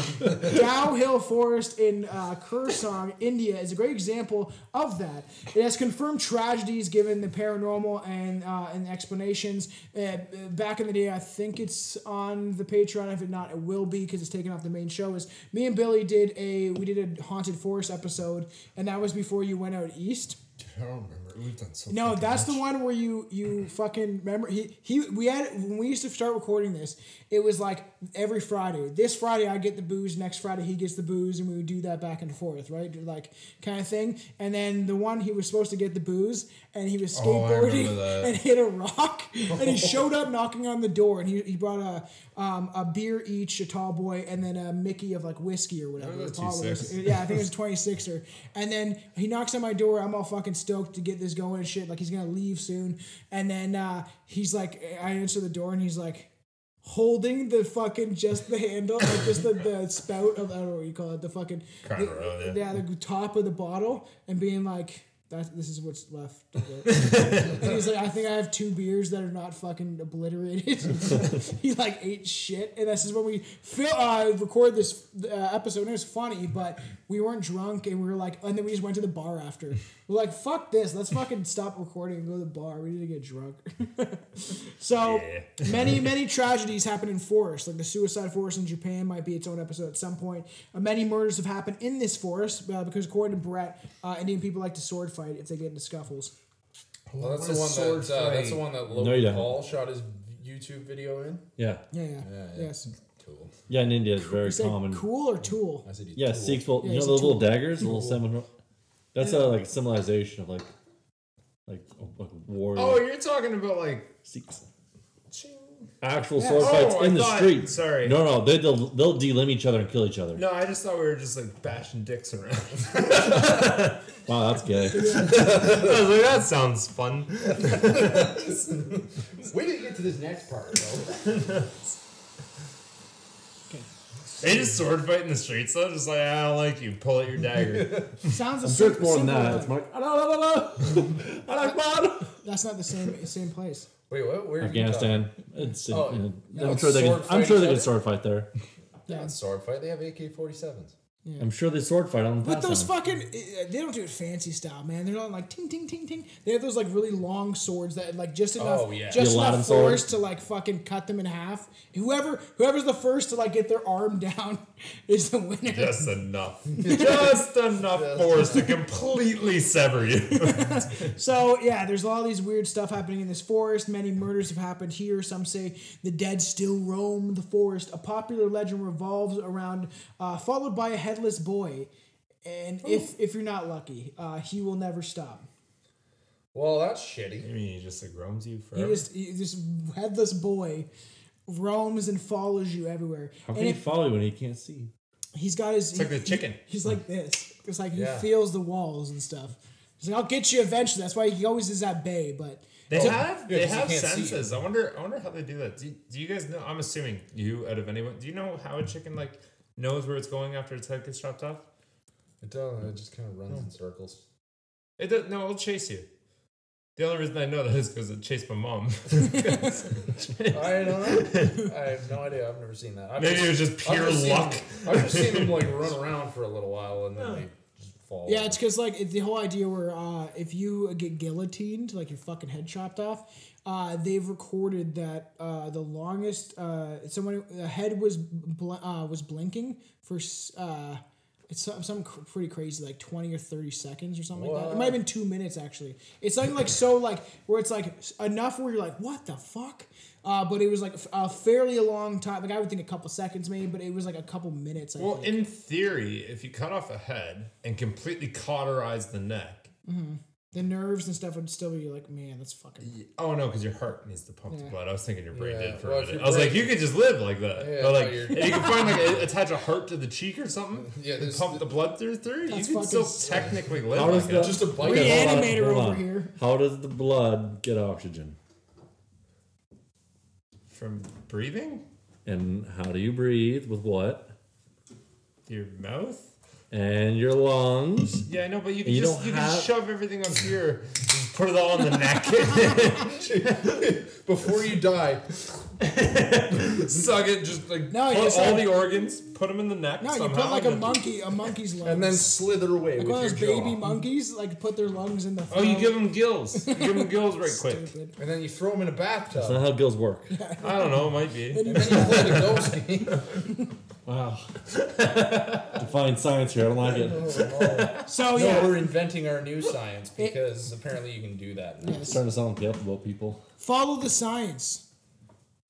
G: Dow Hill Forest in uh, Kursong, India, is a great example of that. It has confirmed tragedies given the paranormal and uh, and explanations. Uh, uh, back in the day, I think it's on the Patreon. If it not, it will be because it's taken off the main show. Is me and Billy did a we did a haunted forest episode, and that was before you went out east.
F: I don't remember. We've done so.
G: No,
F: fucking
G: that's
F: much.
G: the one where you you fucking remember he he we had when we used to start recording this, it was like every Friday. This Friday I get the booze, next Friday he gets the booze, and we would do that back and forth, right? Like kind of thing. And then the one he was supposed to get the booze, and he was
F: Oh, I remember
G: skateboarding
F: that.
G: and hit a rock, and he showed up knocking on the door, and he, he brought a um, a beer each, a tall boy, and then a Mickey of like whiskey or whatever.
F: was a
G: Apollo or
F: 26.
G: something. Yeah, I think it was a 26er. And then he knocks on my door. I'm all fucking stoked to get this going and shit. Like, he's going to leave soon. And then uh, he's like, I answer the door and he's like, holding the fucking just the handle, like just the, the spout of, I don't know what you call it, the fucking,
F: Cotton-row,
G: the,
F: yeah.
G: yeah, the top of the bottle and being like, that, this is what's left. of it." and he's like, I think I have two beers that are not fucking obliterated. he like ate shit, and this is when we fil- uh, record this uh, episode. And it was funny, but we weren't drunk, and we were like, and then we just went to the bar after. We're like, fuck this, let's fucking stop recording and go to the bar. We need to get drunk. so many many tragedies happen in forests, like the suicide forest in Japan might be its own episode at some point. Uh, many murders have happened in this forest uh, because according to Brett, uh, Indian people like to sword fight if they get into scuffles.
I: Well, that's
F: What a
I: the one
F: sword
I: that uh, that's
F: fight.
I: the one that
H: No, you
I: Logan
H: don't.
I: Paul shot his YouTube video in.
H: yeah,
G: Yeah, yeah,
I: yeah.
G: yes.
I: Cool.
H: yeah, in India it's very
G: Is that
H: common.
G: cool or tool?
I: I said he
H: Yeah,
I: tool.
H: six volt.
G: Yeah,
H: you know
G: it's a
H: those little
G: tool.
H: daggers, little seven. That's a like symbolization of like, like a- like a warrior.
F: Oh, you're talking about like
H: Six. Actual
G: Yeah.
H: sword
G: Oh,
H: fights
F: I
H: in the
F: thought-
H: street.
F: sorry.
H: No, no, they, they'll they'll delim each other and kill each other.
F: no. I just thought we were just like bashing dicks around.
H: Wow, that's gay.
F: I was like, that sounds fun.
I: Wait till you get to this next part, though.
F: They just sword fight in the streets though. Just like "Ah, I don't like you. Pull out your dagger.
G: Sounds a
H: Sure, it's
G: sim-
H: more
G: simple
H: than that.
G: one.
H: It's more like, I don't know, I like bottom.
G: That's not the same same place.
I: Wait, what? Where are you
H: Afghanistan. It's,
I: Oh,
H: you know,
I: yeah,
H: I'm sure they
I: sword
H: can. I'm
I: fight
H: sure
I: each
H: they can
I: other?
H: sword fight there.
I: talking?
G: Yeah.
I: Not sword fight. They have AK-47s.
H: I'm sure they sword fight on the
G: But those
H: Pathfinder.
G: fucking, uh, they don't do it fancy style, man. They're not like ting ting ting ting. They have those like really long swords that like just enough,
I: Oh, yeah.
G: just
H: The Aladdin
G: enough
H: sword.
G: force to like fucking cut them in half. Whoever whoever's the first to like get their arm down is the winner.
F: Just enough. Just enough force to completely sever you.
G: So yeah, there's all these weird stuff happening in this forest. Many murders have happened here. Some say the dead still roam the forest. A popular legend revolves around, uh, followed by a headless boy, and if if you're not lucky, uh, he will never stop.
I: Well, that's shitty.
F: I mean, he just like roams you
G: He
F: forever.
G: just he, this headless boy roams and follows you everywhere,
H: How
G: and
H: can he
G: if
H: follow you when he can't see?
G: he's got his
F: It's like the chicken.
G: he's like this. It's like he
I: Yeah.
G: feels the walls and stuff. He's like, I'll get you eventually. That's why he always is at bay, but.
F: They have
I: Yeah,
F: they
I: 'cause you
F: have
I: can't see
F: senses. I wonder I wonder how they do that. Do, do you guys know? I'm assuming you out of anyone. Do you know how a chicken like knows where it's going after its head gets chopped off?
I: It does. It just kind of runs in circles.
F: It does, no, it'll chase you. The only reason I know that is because it chased my mom.
I: I don't know. I have no idea. I've never seen that. I've
F: Maybe it was just
I: I've
F: pure
I: seen
F: luck.
I: them- I've just seen them like run around for a little while and
F: Oh.
I: then they just fall.
G: Yeah, it's because like it's the whole idea where uh, if you get guillotined, like your fucking head chopped off, uh, they've recorded that uh, the longest uh, someone a head was bl- uh, was blinking for s- uh, it's some, some cr- pretty crazy like twenty or thirty seconds or something like that. It might have been two minutes actually. It's something like so like where it's like s- enough where you're like what the fuck. Uh, but it was like f- a fairly a long time. Like I would think a couple seconds maybe, but it was like a couple minutes. I
F: Well,
G: think.
F: in theory, if you cut off a head and completely cauterize the neck,
G: the nerves and stuff would still be like, man, that's fucking.
F: oh no, because your heart needs to pump the blood. I was thinking your brain
I: Yeah,
F: did for
I: well,
F: a
I: if
F: minute.
I: your
F: I was like,
I: brain-
F: you could just live like that.
I: Yeah,
F: but like,
I: no, you're-
F: if you could find like a, attach a heart to the cheek or something,
I: Yeah,
F: and
I: there's
F: pump
I: the-
F: the, blood through through. You
G: That's
F: could still
G: fucking-
F: technically live.
H: How
F: Like
H: does
F: that.
H: the
I: Just a bike.
H: hold on,
G: Reanimator
H: hold
G: over
H: on.
G: here.
H: How does the blood get oxygen?
F: from breathing
H: And how do you breathe with what?
F: your mouth.
H: And your lungs.
F: Yeah, I know, but you can
H: And you
F: just
H: don't
F: you
H: have-
F: can shove everything up here, just put it all on the neck,
I: Before you die,
F: suck it, just like
G: No, you
F: put
G: just
F: all
G: like-
F: the organs, put them in the neck.
G: No, you
F: somehow,
G: put like a
F: and then-
G: monkey, a monkey's lungs.
I: and then slither away
G: like
I: with
G: one of
I: your
G: those baby
I: jaw.
G: monkeys, like put their lungs in the.
F: Oh, you
G: throat.
F: give them gills. You give them gills right quick.
G: Stupid.
I: and then you throw them in a bathtub.
H: That's not how gills work.
F: I don't know, it might be.
I: and then you play the ghost game.
H: Wow. Define science here. I don't like it.
G: So
I: No,
G: yeah,
I: we're inventing our new science because apparently you can do that. Now.
G: yes.
H: Starting to sound like the alphabet people.
G: follow the science.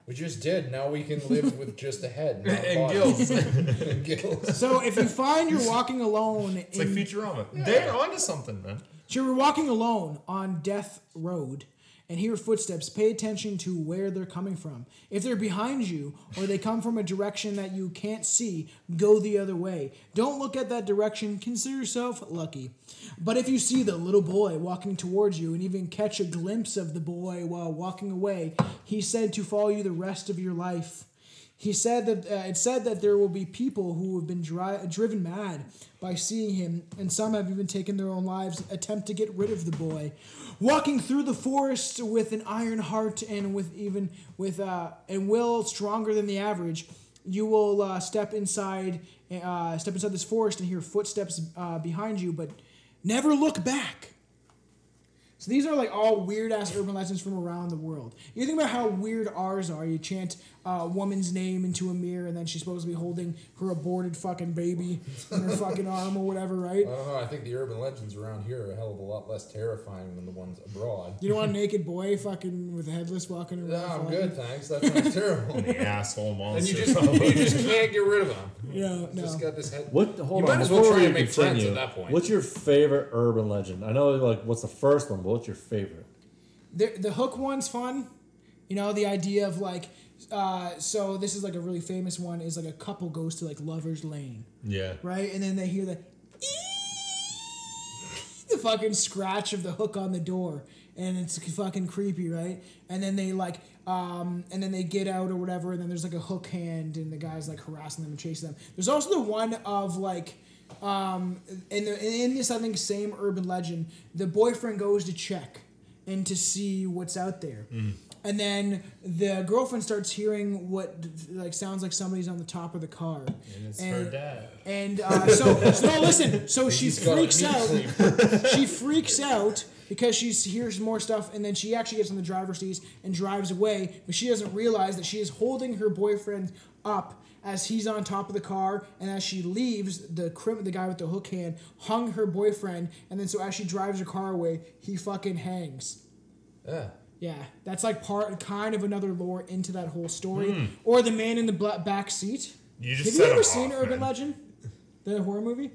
I: We just did. Now we can live with just a head, not a
F: And
I: body.
F: gills. It's
I: And gills.
G: So if you find you're walking alone, in,
F: like Futurama. They're onto something, man.
G: so you're walking alone on death road. And hear footsteps. Pay attention to where they're coming from. If they're behind you or they come from a direction that you can't see, go the other way. Don't look at that direction. Consider yourself lucky. But if you see the little boy walking towards you and even catch a glimpse of the boy while walking away, he said to follow you the rest of your life. He said that uh, it said that there will be people who have been dri- driven mad by seeing him, and some have even taken their own lives in attempt to get rid of the boy. Walking through the forest with an iron heart and with even with uh, and will stronger than the average, you will uh, step inside uh, step inside this forest and hear footsteps uh, behind you, but never look back. So these are like all weird ass urban legends from around the world. You think about how weird ours are. You chant uh, a woman's name into a mirror, and then she's supposed to be holding her aborted fucking baby in her fucking arm or whatever, right?
I: I don't know. Uh-huh, I think the urban legends around here are a hell of a lot less terrifying than the ones abroad.
G: You don't want a naked boy fucking with a headless walking around.
I: No, I'm
G: fucking-
I: good, thanks. That sounds terrible.
F: The asshole
I: And you
F: monster.
I: just, you just can't get rid of them.
G: Yeah, no.
I: Just got this head.
H: What? Hold
I: You
H: on.
I: might as well
H: before
I: try
H: you
I: and make friends
H: continue,
I: at that point.
H: What's your favorite urban legend? I know, like, what's the first one, but what's your favorite?
G: the, the hook one's fun. You know, the idea of like, uh, so this is like a really famous one is like a couple goes to like Lover's Lane,
F: yeah.
G: right? And then they hear the the fucking scratch of the hook on the door, and it's fucking creepy, right? And then they like, um, and then they get out or whatever, and then there's like a hook hand, and the guy's like harassing them and chasing them. There's also the one of like, um, in the in this I think same urban legend, the boyfriend goes to check and to see what's out there.
F: Mm.
G: And then the girlfriend starts hearing what like sounds like somebody's on the top of the car. And
F: It's her dad.
G: and uh, so, so no, listen. So she freaks out. She freaks out because she hears more stuff, and then she actually gets on the driver's seat and drives away. But she doesn't realize that she is holding her boyfriend up as he's on top of the car, and as she leaves, the crim- the guy with the hook hand hung her boyfriend, and then so as she drives her car away, he fucking hangs.
I: Yeah.
G: Yeah, that's like part, kind of another lore into that whole story. Or the man in the bla- back seat.
F: Hmm. You just
G: Have
F: set
G: you ever
F: him
G: seen
F: off,
G: Urban
F: man.
G: Legend, the horror movie?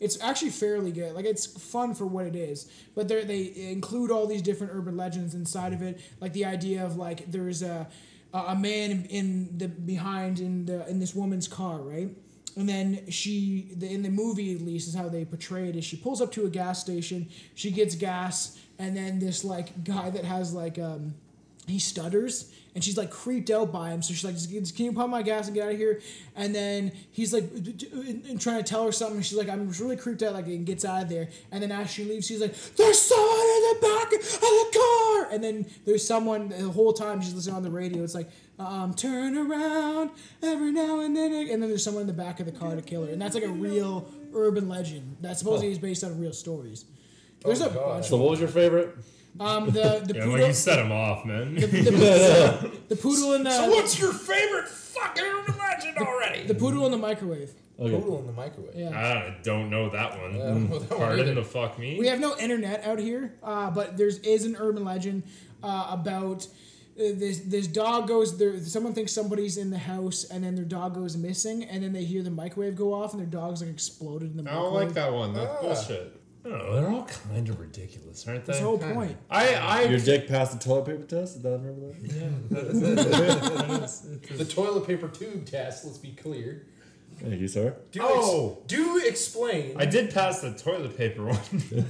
G: It's actually fairly good. Like it's fun for what it is, but they they include all these different urban legends inside of it. Like the idea of like there's a a man in the behind in the in this woman's car, right? And then she, the, in the movie at least, is how they portray it. Is she pulls up to a gas station, she gets gas, and then this like guy that has like um, he stutters and she's like creeped out by him so she's like "Just- just- can you pump my gas and get out of here and then he's like d- d- and and trying to tell her something she's like i'm just really creeped out like and gets out of there and then as she leaves she's like there's someone in the back of the car and then there's someone the whole time she's listening on the radio it's like um, turn around every now and then and then there's someone in the back of the car to kill her and that's like a real urban legend that supposedly is based on real stories there's a bunch
H: So what was your favorite?
G: um the the
F: Yeah,
G: poodle,
F: like you set him off, man.
G: the poodle and the
I: What's your favorite fucking urban legend already?
G: The poodle in the microwave.
H: Okay.
I: Poodle in the microwave.
G: Yeah.
F: I don't know that one.
I: don't know that one
F: Pardon
I: either.
F: the fuck me.
G: We have no internet out here, uh, but there's is an urban legend uh, about uh, this this dog goes there. Someone thinks somebody's in the house, and then their dog goes missing, and then they hear the microwave go off, and their dog's like exploded in the
F: I
G: microwave.
F: don't like that one. That's bullshit. I don't know. They're all kind of ridiculous, aren't
G: That's
F: they?
G: the whole point.
F: I, I,
H: Your dick passed the toilet paper test? Did I remember that?
I: The toilet paper tube test, let's be clear.
H: Thank you, sir.
I: Do
F: Oh.
I: ex- do explain.
F: I did pass the toilet paper one.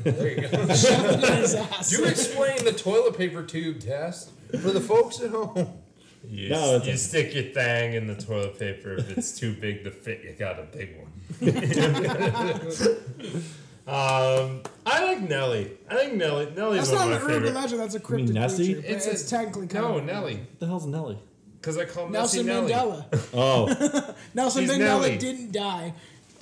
I: there you go.
G: His ass.
I: do explain the toilet paper tube test for the folks at home.
F: You,
H: No, it's
F: you
H: a-
F: stick your thing in the toilet paper. If it's too big to fit, you got a big one. um, I like Nelly. I think Nelly. Nelly's
G: That's
F: one
G: not an
F: of my
G: urban
F: favorite.
G: legend. That's a cryptid
H: Nessie?
G: creature. but It's,
F: a-
G: technically kind
F: no
G: of-
F: Nelly
H: What the hell's Nelly?
F: because I call Nelson
G: Nelson
F: Nelly.
G: Mandela.
H: Oh,
G: Nelson
F: He's
G: Mandela
F: Nelly.
G: didn't die.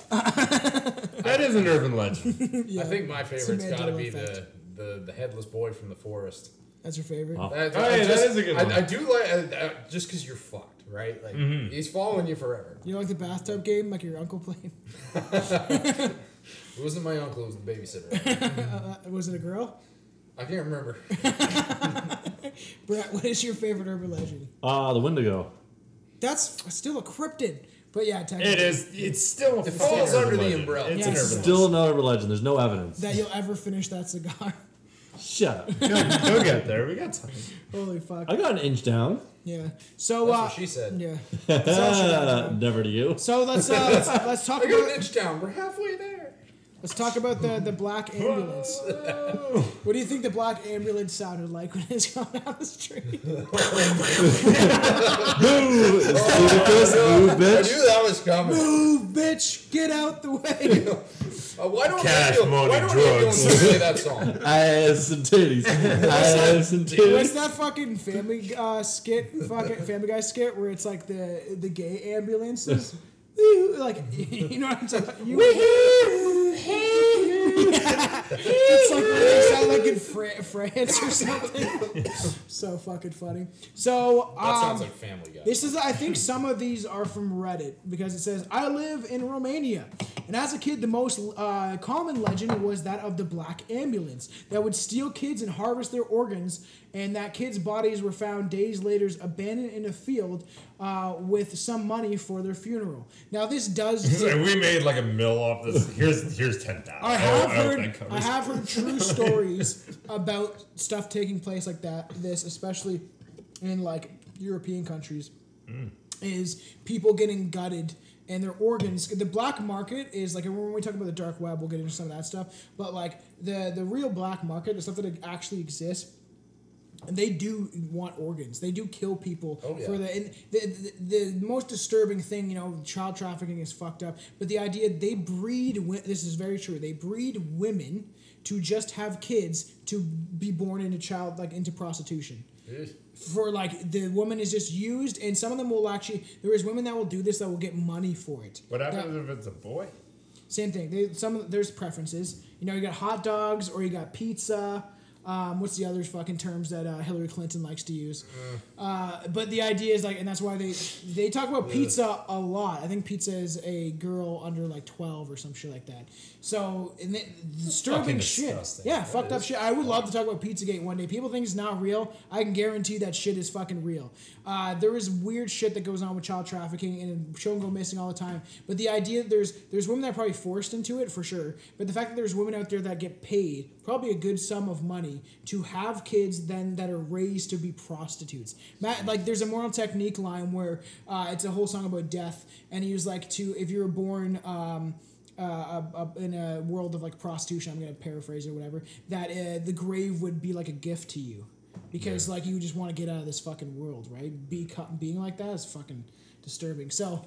F: That is an urban legend.
I: I think my favorite's
G: Samantha
I: got to be the,
G: effect.
I: the the headless boy from the forest.
G: That's your favorite.
I: That,
F: Oh,
I: I
F: yeah, that
I: just-
F: is a good
I: I,
F: one.
I: I do like uh, uh, just because you're fucked, right? Like he's following you forever.
G: You know, like the bathtub game, like your uncle played.
I: It wasn't my uncle; it was the babysitter.
G: Uh, was it a girl?
I: I can't remember.
G: Brett, what is your favorite urban legend?
H: ah, the Wendigo.
G: That's f- still a cryptid, but yeah, technically
F: it is. It's still. A
I: It falls
F: fucking
I: under
F: urban
I: the
F: legend.
I: umbrella.
F: It's
G: Yes.
F: an urban
H: Still another legend. There's no evidence.
G: that you'll ever finish that cigar.
H: Shut up.
F: legend. We'll get there. We got time.
G: Holy fuck!
H: I got an inch down.
G: Yeah. So
I: That's
G: uh,
I: what she said.
G: Yeah. That's all she
H: Uh,
G: got.
H: never to you.
G: so let's uh, let's, let's talk
I: I got
G: about
I: an inch down. We're halfway there.
G: let's talk about the the black ambulance. What do you think the black ambulance sounded like when it's gone down the street?
H: Ludicrous move,
I: I
H: bitch.
I: knew that was coming.
G: Move, bitch! Get out the way.
I: Uh, why don't
F: Cash
I: ambul-
F: money
I: why don't
F: drugs.
I: ambulances play that song?
H: Ass and titties. Ass and titties.
G: What's that fucking family uh, skit? Fucking Family Guy skit where it's like the the gay ambulances. Ooh, like you know what I'm talking. You, it's like they sound like in Fra- France or something. so fucking funny. So
I: That
G: um,
I: sounds like Family Guy.
G: this is, I think, some of these are from Reddit because it says, "I live in Romania." And as a kid, the most uh, common legend was that of the black ambulance that would steal kids and harvest their organs, and that kids' bodies were found days later abandoned in a field uh, with some money for their funeral. Now, this does.
F: So we made like a mill off this. Here's here's ten thousand.
G: I have heard
F: that
G: I
F: covers.
G: have heard true stories about stuff taking place like that. This especially in like European countries Hmm. is people getting gutted and their organs. The black market is like and when we talk about the dark web, we'll get into some of that stuff. But like the the real black market, the stuff that actually exists. And they do want organs. They do kill people
I: yeah.
G: for the and the, the the most disturbing thing, you know, child trafficking is fucked up. But the idea they breed wi- this is very true. They breed women to just have kids to be born into child like into prostitution for like the woman is just used and some of them will actually there is women that will do this that will get money for it
F: What happens
G: That-
F: if it's a boy?
G: same thing they, some of there's preferences you know you got hot dogs or you got pizza um, what's the other fucking terms that uh, Hillary Clinton likes to use uh, but the idea is like and that's why they they talk about pizza a lot I think pizza is a girl under like 12 or some shit like that so and they, disturbing shit
F: disgusting.
G: yeah fucked up shit I would love to talk about Pizzagate one day people think it's not real I can guarantee that shit is fucking real uh, there is weird shit that goes on with child trafficking and children go missing all the time but the idea that there's there's women that are probably forced into it for sure but the fact that there's women out there that get paid probably a good sum of money to have kids then that are raised to be prostitutes Matt, like there's a moral technique line where uh, it's a whole song about death and he was like to if you were born um, uh, up- up in a world of like prostitution, I'm gonna paraphrase or whatever. That uh, the grave would be like a gift to you, because like you just want to get out of this fucking world, right? Be co- being like that is fucking disturbing. So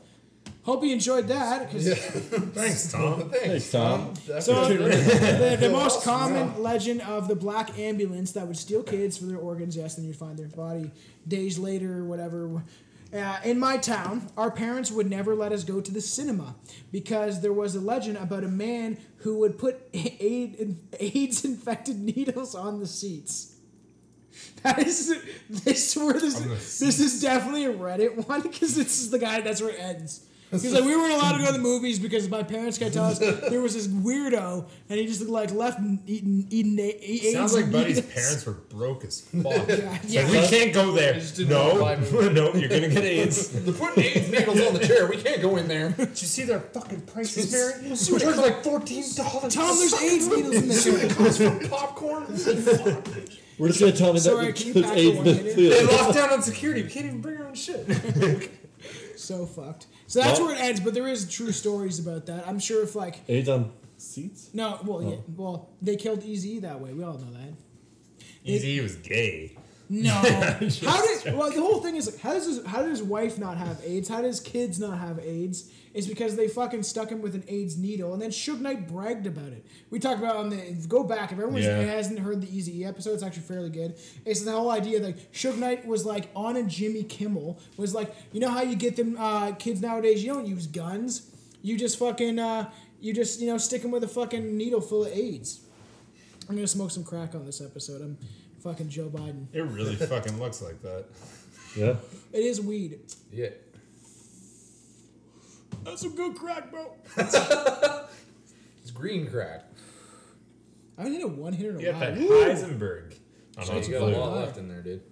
G: hope you enjoyed that. 'cause
F: Thanks, Tom.
H: Thanks, Tom.
G: So the, the most common legend of the black ambulance that would steal kids for their organs, yes, and you'd find their body days later or whatever. Uh, in my town, our parents would never let us go to the cinema because there was a legend about a man who would put AIDS, AIDS infected needles on the seats. That is this where this, this is definitely a Reddit one because this is the guy that's where it ends. He's like, we weren't allowed to go to the movies because my parents got to tell us there was this weirdo, and he just looked like left eating eating eating.
F: Sounds like Buddy's parents were broke as fuck.
G: Yeah.
F: Like, we can't go there.
I: just didn't
F: No,
I: want to buy
F: no, you're gonna get AIDS. Did
I: They're putting AIDS needles on the chair. We can't go in there.
F: you see their fucking prices,
I: Jesus.
F: Mary? It was like fourteen dollars.
G: Tom, there's AIDS needles in
I: See
G: there.
I: what it costs for popcorn?
H: We're just gonna tell him
G: Sorry,
H: that
G: can you
H: there's
G: pack the
H: AIDS
G: one in?
F: They
H: in
F: locked down on security. We can't even bring our own shit.
G: So fucked. So that's
H: Well-
G: where it ends. But there is true stories about that. I'm sure if like
H: AIDS on seats.
G: no, well,
F: Oh.
G: yeah, well, they killed Easy that way. We all know that.
F: Easy E was gay.
G: No. how did well the whole thing is like how does his, how does his wife not have AIDS? How does kids not have AIDS? It's because they fucking stuck him with an AIDS needle, and then Suge Knight bragged about it. We talked about on the go back if everyone
F: Yeah.
G: hasn't heard the Easy E episode, it's actually fairly good. It's the whole idea like Suge Knight was like on a Jimmy Kimmel was like you know how you get them uh, kids nowadays you don't use guns you just fucking uh, you just you know stick them with a fucking needle full of AIDS. I'm gonna smoke some crack on this episode. I'm fucking Joe Biden.
F: It really fucking looks like that.
H: Yeah.
G: It is weed.
I: Yeah.
G: That's some good crack, bro.
I: It's green crack.
G: I haven't hit a one hitter in
F: You
G: a
F: got that
G: while.
F: Heisenberg. on
I: So
F: all
I: you
F: the
I: got a
F: blue.
I: lot left in there, dude.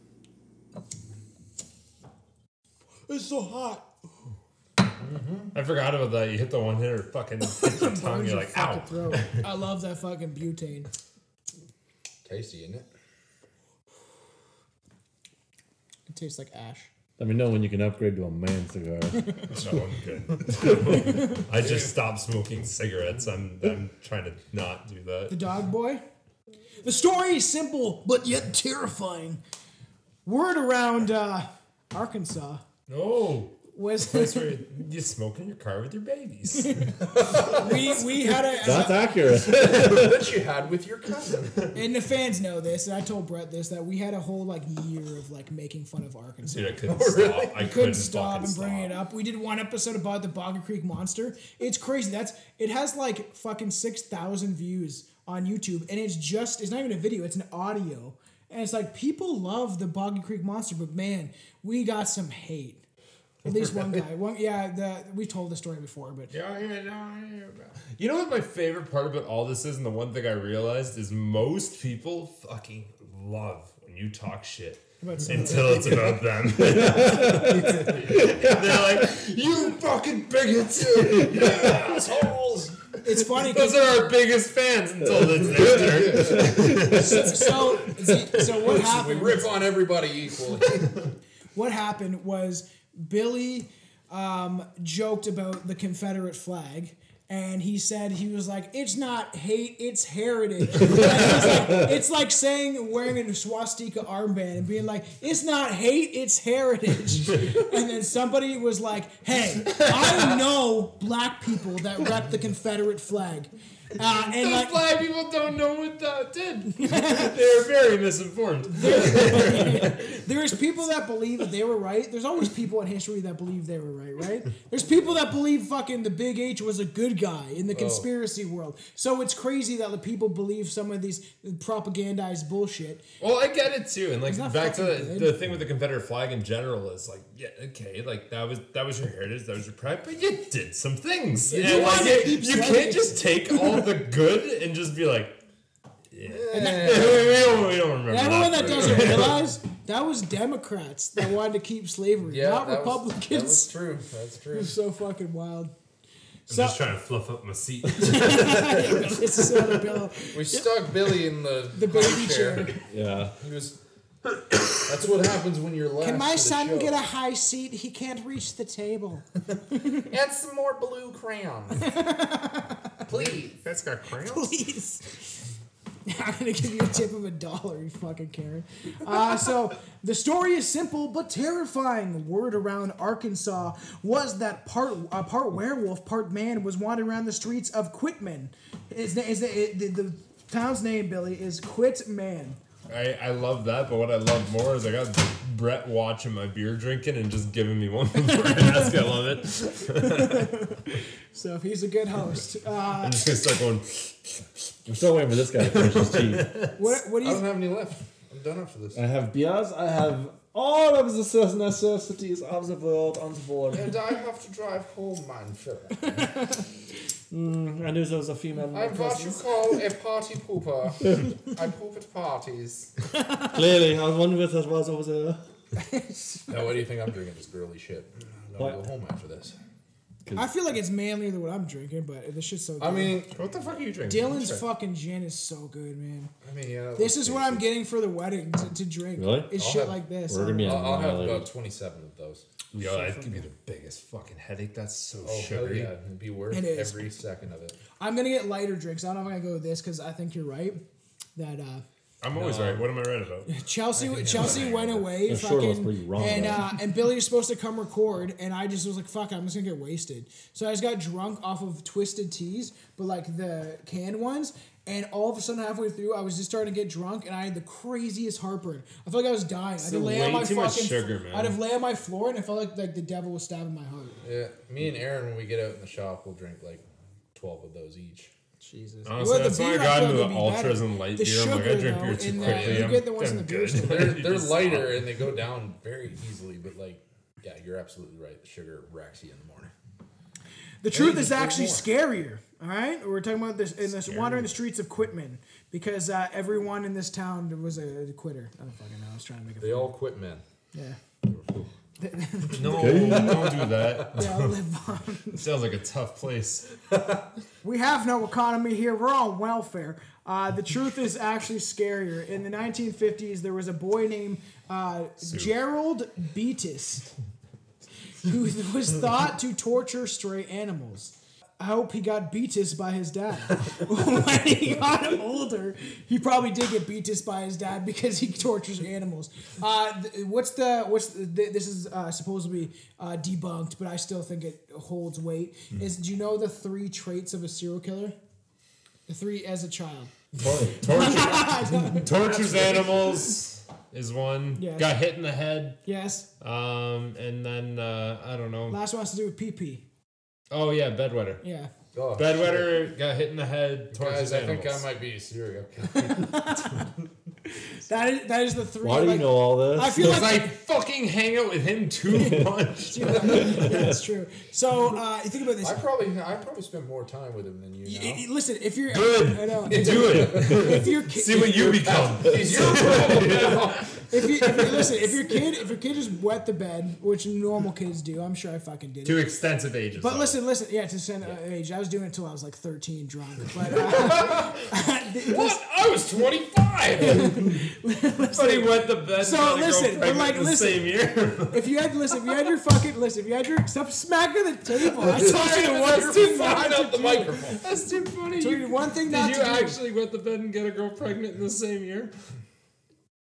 G: It's so hot.
F: I forgot about that. You hit the one hitter, fucking hit your tongue.
G: Burns
F: You're
G: your
F: like,
G: fucking
F: ow.
G: throat. I love that fucking butane.
I: Tasty, isn't it?
G: It tastes like ash.
H: Let me know when you can upgrade to a man cigar.
F: No, I'm good. I just stopped smoking cigarettes. I'm I'm trying to not do
G: The
F: that.
G: dog boy. The story is simple but yet terrifying. Word around uh, Arkansas
F: No.
G: was
F: That's where you smoke in your car with your babies.
G: we we had a uh,
H: That's accurate.
I: That you had with your cousin.
G: and the fans know this and I told Brett this that we had a whole like year of like making fun of Arkansas.
F: Dude, I couldn't stop. I couldn't,
G: Oh, couldn't stop
F: fucking
G: and bring
F: stop.
G: it up. We did one episode about the Bogger Creek Monster. It's crazy. That's it has like fucking six thousand views on YouTube, and it's just it's not even a video. It's an audio, and it's like people love the Bogger Creek Monster, but man, we got some hate. At least one guy. One, yeah, the, we told the story before, but
F: You know what my favorite part about all this is, and the one thing I realized is most people fucking love when you talk shit until it's about them. and they're like, "You fucking bigots! You assholes!"
G: it's funny. 'cause-
F: Those are our biggest fans until it's their turn.
G: so, so, so what
I: We
G: happened?
I: rip on everybody equally.
G: what happened was Billy um, joked about the Confederate flag. And he said he was like, it's not hate, it's heritage. And he's like- it's like saying wearing a swastika armband and being like, it's not hate, it's heritage. and then somebody was like, hey, I know black people that rep the Confederate flag. Uh, and
F: Those
G: like,
F: black people don't know what that did. They're very misinformed.
G: There's people that believe that they were right. There's always people in history that believe they were right, right? There's people that believe fucking the Big H was a good guy in
I: Oh.
G: the conspiracy world. So it's crazy that the people believe some of these propagandized bullshit.
F: Well, I get it too, and like
G: not
F: back to
G: fucking
F: the,
G: good.
F: the thing with the Confederate flag in general is like, yeah, okay, like that was that was your heritage, that was your pride, but you did some things.
G: You
F: and like,
G: wanna
F: you,
G: keep
F: you
G: saying-
F: can't just take all the good and just be like, yeah, we, don't, we don't remember.
G: Everyone
F: that
G: that
F: for-
G: doesn't realize that was Democrats that wanted to keep slavery,
I: Yeah,
G: not
I: that was- that
G: Republicans.
I: was true. That's true.
G: so fucking wild.
F: I'm
G: So
F: just trying to fluff up my seat.
G: it's so the bill.
I: We stuck Billy in the,
G: The
I: high
G: baby chair.
H: Yeah.
I: He was. That's what happens when you're last.
G: Can
I: to
G: my
I: the show.
G: son get a high seat? He can't reach the table.
I: And some more blue crayons, please.
F: That's got crayons.
G: Please. I'm gonna give you a tip of a dollar, you fucking Karen. Uh, so the story is simple but terrifying. The word around Arkansas was that part uh, part werewolf, part man was wandering around the streets of Quitman. Is is the, the, the town's name Billy is Quitman.
F: I, I love that, but what I love more is I got Brett watching my beer drinking and just giving me one before I ask. I love it.
G: So if he's a good host. Uh,
F: I'm just gonna start going.
H: I'm still waiting for this guy to finish his tea.
G: what what do
I: I
G: you
I: don't have any left. I'm done after this.
H: I have beers. I have all of the necess- necessities of the world on the board.
I: And I have to drive home, man, Philip.
H: I knew there was a female. in my
I: I'm what you
H: presence.
I: call a party pooper. I poop at parties.
H: Clearly, I was wondering if that was over there.
I: Now, what do you think I'm drinking? This girly shit. I'm gonna
H: What?
I: go home after this.
G: I feel like it's manlier than what I'm drinking, but this shit's so good.
I: I mean,
F: What the fuck are you drinking?
G: Dylan's fucking gin is so good, man.
I: I mean, yeah.
G: This is what I'm getting for the wedding to, to drink.
H: Really?
G: It's
I: I'll
G: shit
I: have-
G: like this.
H: We're gonna be
I: I'll, I'll have
H: annihilated.
I: about 27 of those.
F: Yo, that could be the biggest fucking headache. That's so
I: Oh, hell
F: sugary.
I: yeah. It'd be worth
G: It is.
I: every second of it.
G: I'm gonna get lighter drinks. I don't know if I'm gonna go with this because I think you're right. That uh,
F: I'm always right. What am I right about?
G: Chelsea Chelsea went away,
H: Yeah, sure, that's
G: fucking,
H: pretty wrong,
G: and
H: though.
G: uh, and Billy was supposed to come record, and I just was like, "Fuck, I'm just gonna get wasted." So I just got drunk off of Twisted Teas, but like the canned ones. And all of a sudden, halfway through, I was just starting to get drunk, and I had the craziest heartburn. I felt like I was dying. I had to lay
F: way
G: on my
F: too
G: fucking.
F: much sugar, man.
G: I'd have lay on my floor, and I felt like like the devil was stabbing my heart.
I: Yeah. Me and Aaron, when we get out in the shop, we'll drink like 12 of those each.
G: Jesus.
F: Honestly,
G: the
F: that's why I
G: beer
F: got
G: feel
F: into
G: like
F: the
G: would be
F: ultras
G: better.
F: and light
G: The
F: beer. I'm like,
G: sugar,
F: I drink
G: though,
F: beer too
G: in the-
F: quickly.
G: You
F: I'm
G: get the ones in the
F: damn
G: beer
F: good.
G: store.
I: They're,
F: You
I: they're
F: just
I: lighter
F: stop.
I: and they go down very easily, but like, yeah, you're absolutely right. The sugar wrecks you in the morning.
G: The truth
I: you
G: is
I: drink
G: actually
I: more.
G: scarier. All right, we're talking about this in this wandering the streets of Quitman because uh, everyone in this town was a, quitter. I don't fucking know. I was trying to make a.
I: They all quit, man.
G: Yeah.
F: No, don't do that.
G: Yeah, I'll live on.
F: sounds like a tough place.
G: We have no economy here. We're on welfare. Uh, the truth is actually scarier. In the 1950s, there was a boy named uh, Gerald Beatis who was thought to torture stray animals. I hope he got Beatus by his dad. when he got older, he probably did get Beatus by his dad because he tortures animals. Uh, th- what's the what's the, th- this is uh, supposed to be uh, debunked, but I still think it holds weight.
H: Hmm.
G: Is do you know the three traits of a serial killer? The three as a child.
F: Tor- torture,
G: I don't-
F: tortures animals is one.
G: Yes.
F: Got hit in the head.
G: yes.
H: Oh.
F: Um, and then uh, I don't know.
G: Last one has to do with pee pee.
F: Oh yeah, bedwetter.
G: Yeah.
I: Oh,
F: Bedwetter got hit in the head.
I: shit.
F: Tortures
I: Guys, I
F: animals.
I: think I might be a serial killer.
G: That is that is the three.
H: Why do you
G: like-
H: know all
G: I
H: this?
G: feel
F: Cause
G: like
F: I fucking hang out with him too much.
G: that's true. So uh, you think about this.
I: I probably I probably spend more time with him than you.
G: Y-
I: Now.
G: y- Listen, if you're
F: Good.
G: I know.
F: Do it.
G: if your kid,
F: See what you become.
I: He's your problem now.
G: if you, if you listen, if your kid, if your kid just wet the bed, which normal kids do, I'm sure I fucking did.
F: Too
G: it.
F: extensive ages.
G: But
F: though.
G: listen, listen, yeah, to send uh, age, I was doing it until I was like 13, drunk. But uh,
F: What? I was 25. but he went the best.
G: So, listen, but, like,
F: the
G: listen.
F: same year.
G: if you had, listen, if you had your fucking, listen, if you had your, stop smacking the table. I told
F: Sorry,
G: you
F: it
G: one
F: was
G: thing
F: too
G: not
F: far
G: to
F: up the
G: do.
F: microphone. That's too funny.
G: Told you one thing not
F: Did you
G: to do.
F: actually went to bed and get a girl pregnant in the same year?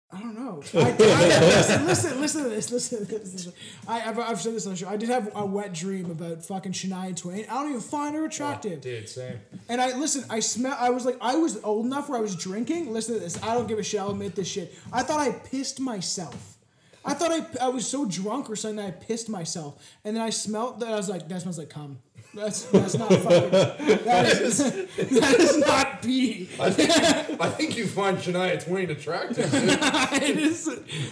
G: I don't know. I, I, listen, listen, listen to this. Listen to this. listen. I, I've, I've said this on the show. I did have a wet dream about fucking Shania Twain. I don't even find her attractive.
I: Dude, same.
G: And I listen. I smell. I was like, I was old enough where I was drinking. Listen to this. I don't give a shit. I'll admit this shit. I thought I pissed myself. I thought I, I was so drunk or something that I pissed myself. And then I smelled that. I was like, that smells like cum. That's that's not fucking. That is, that is not pee.
I: I think, I think you find Shania Twain attractive. dude.
G: It is.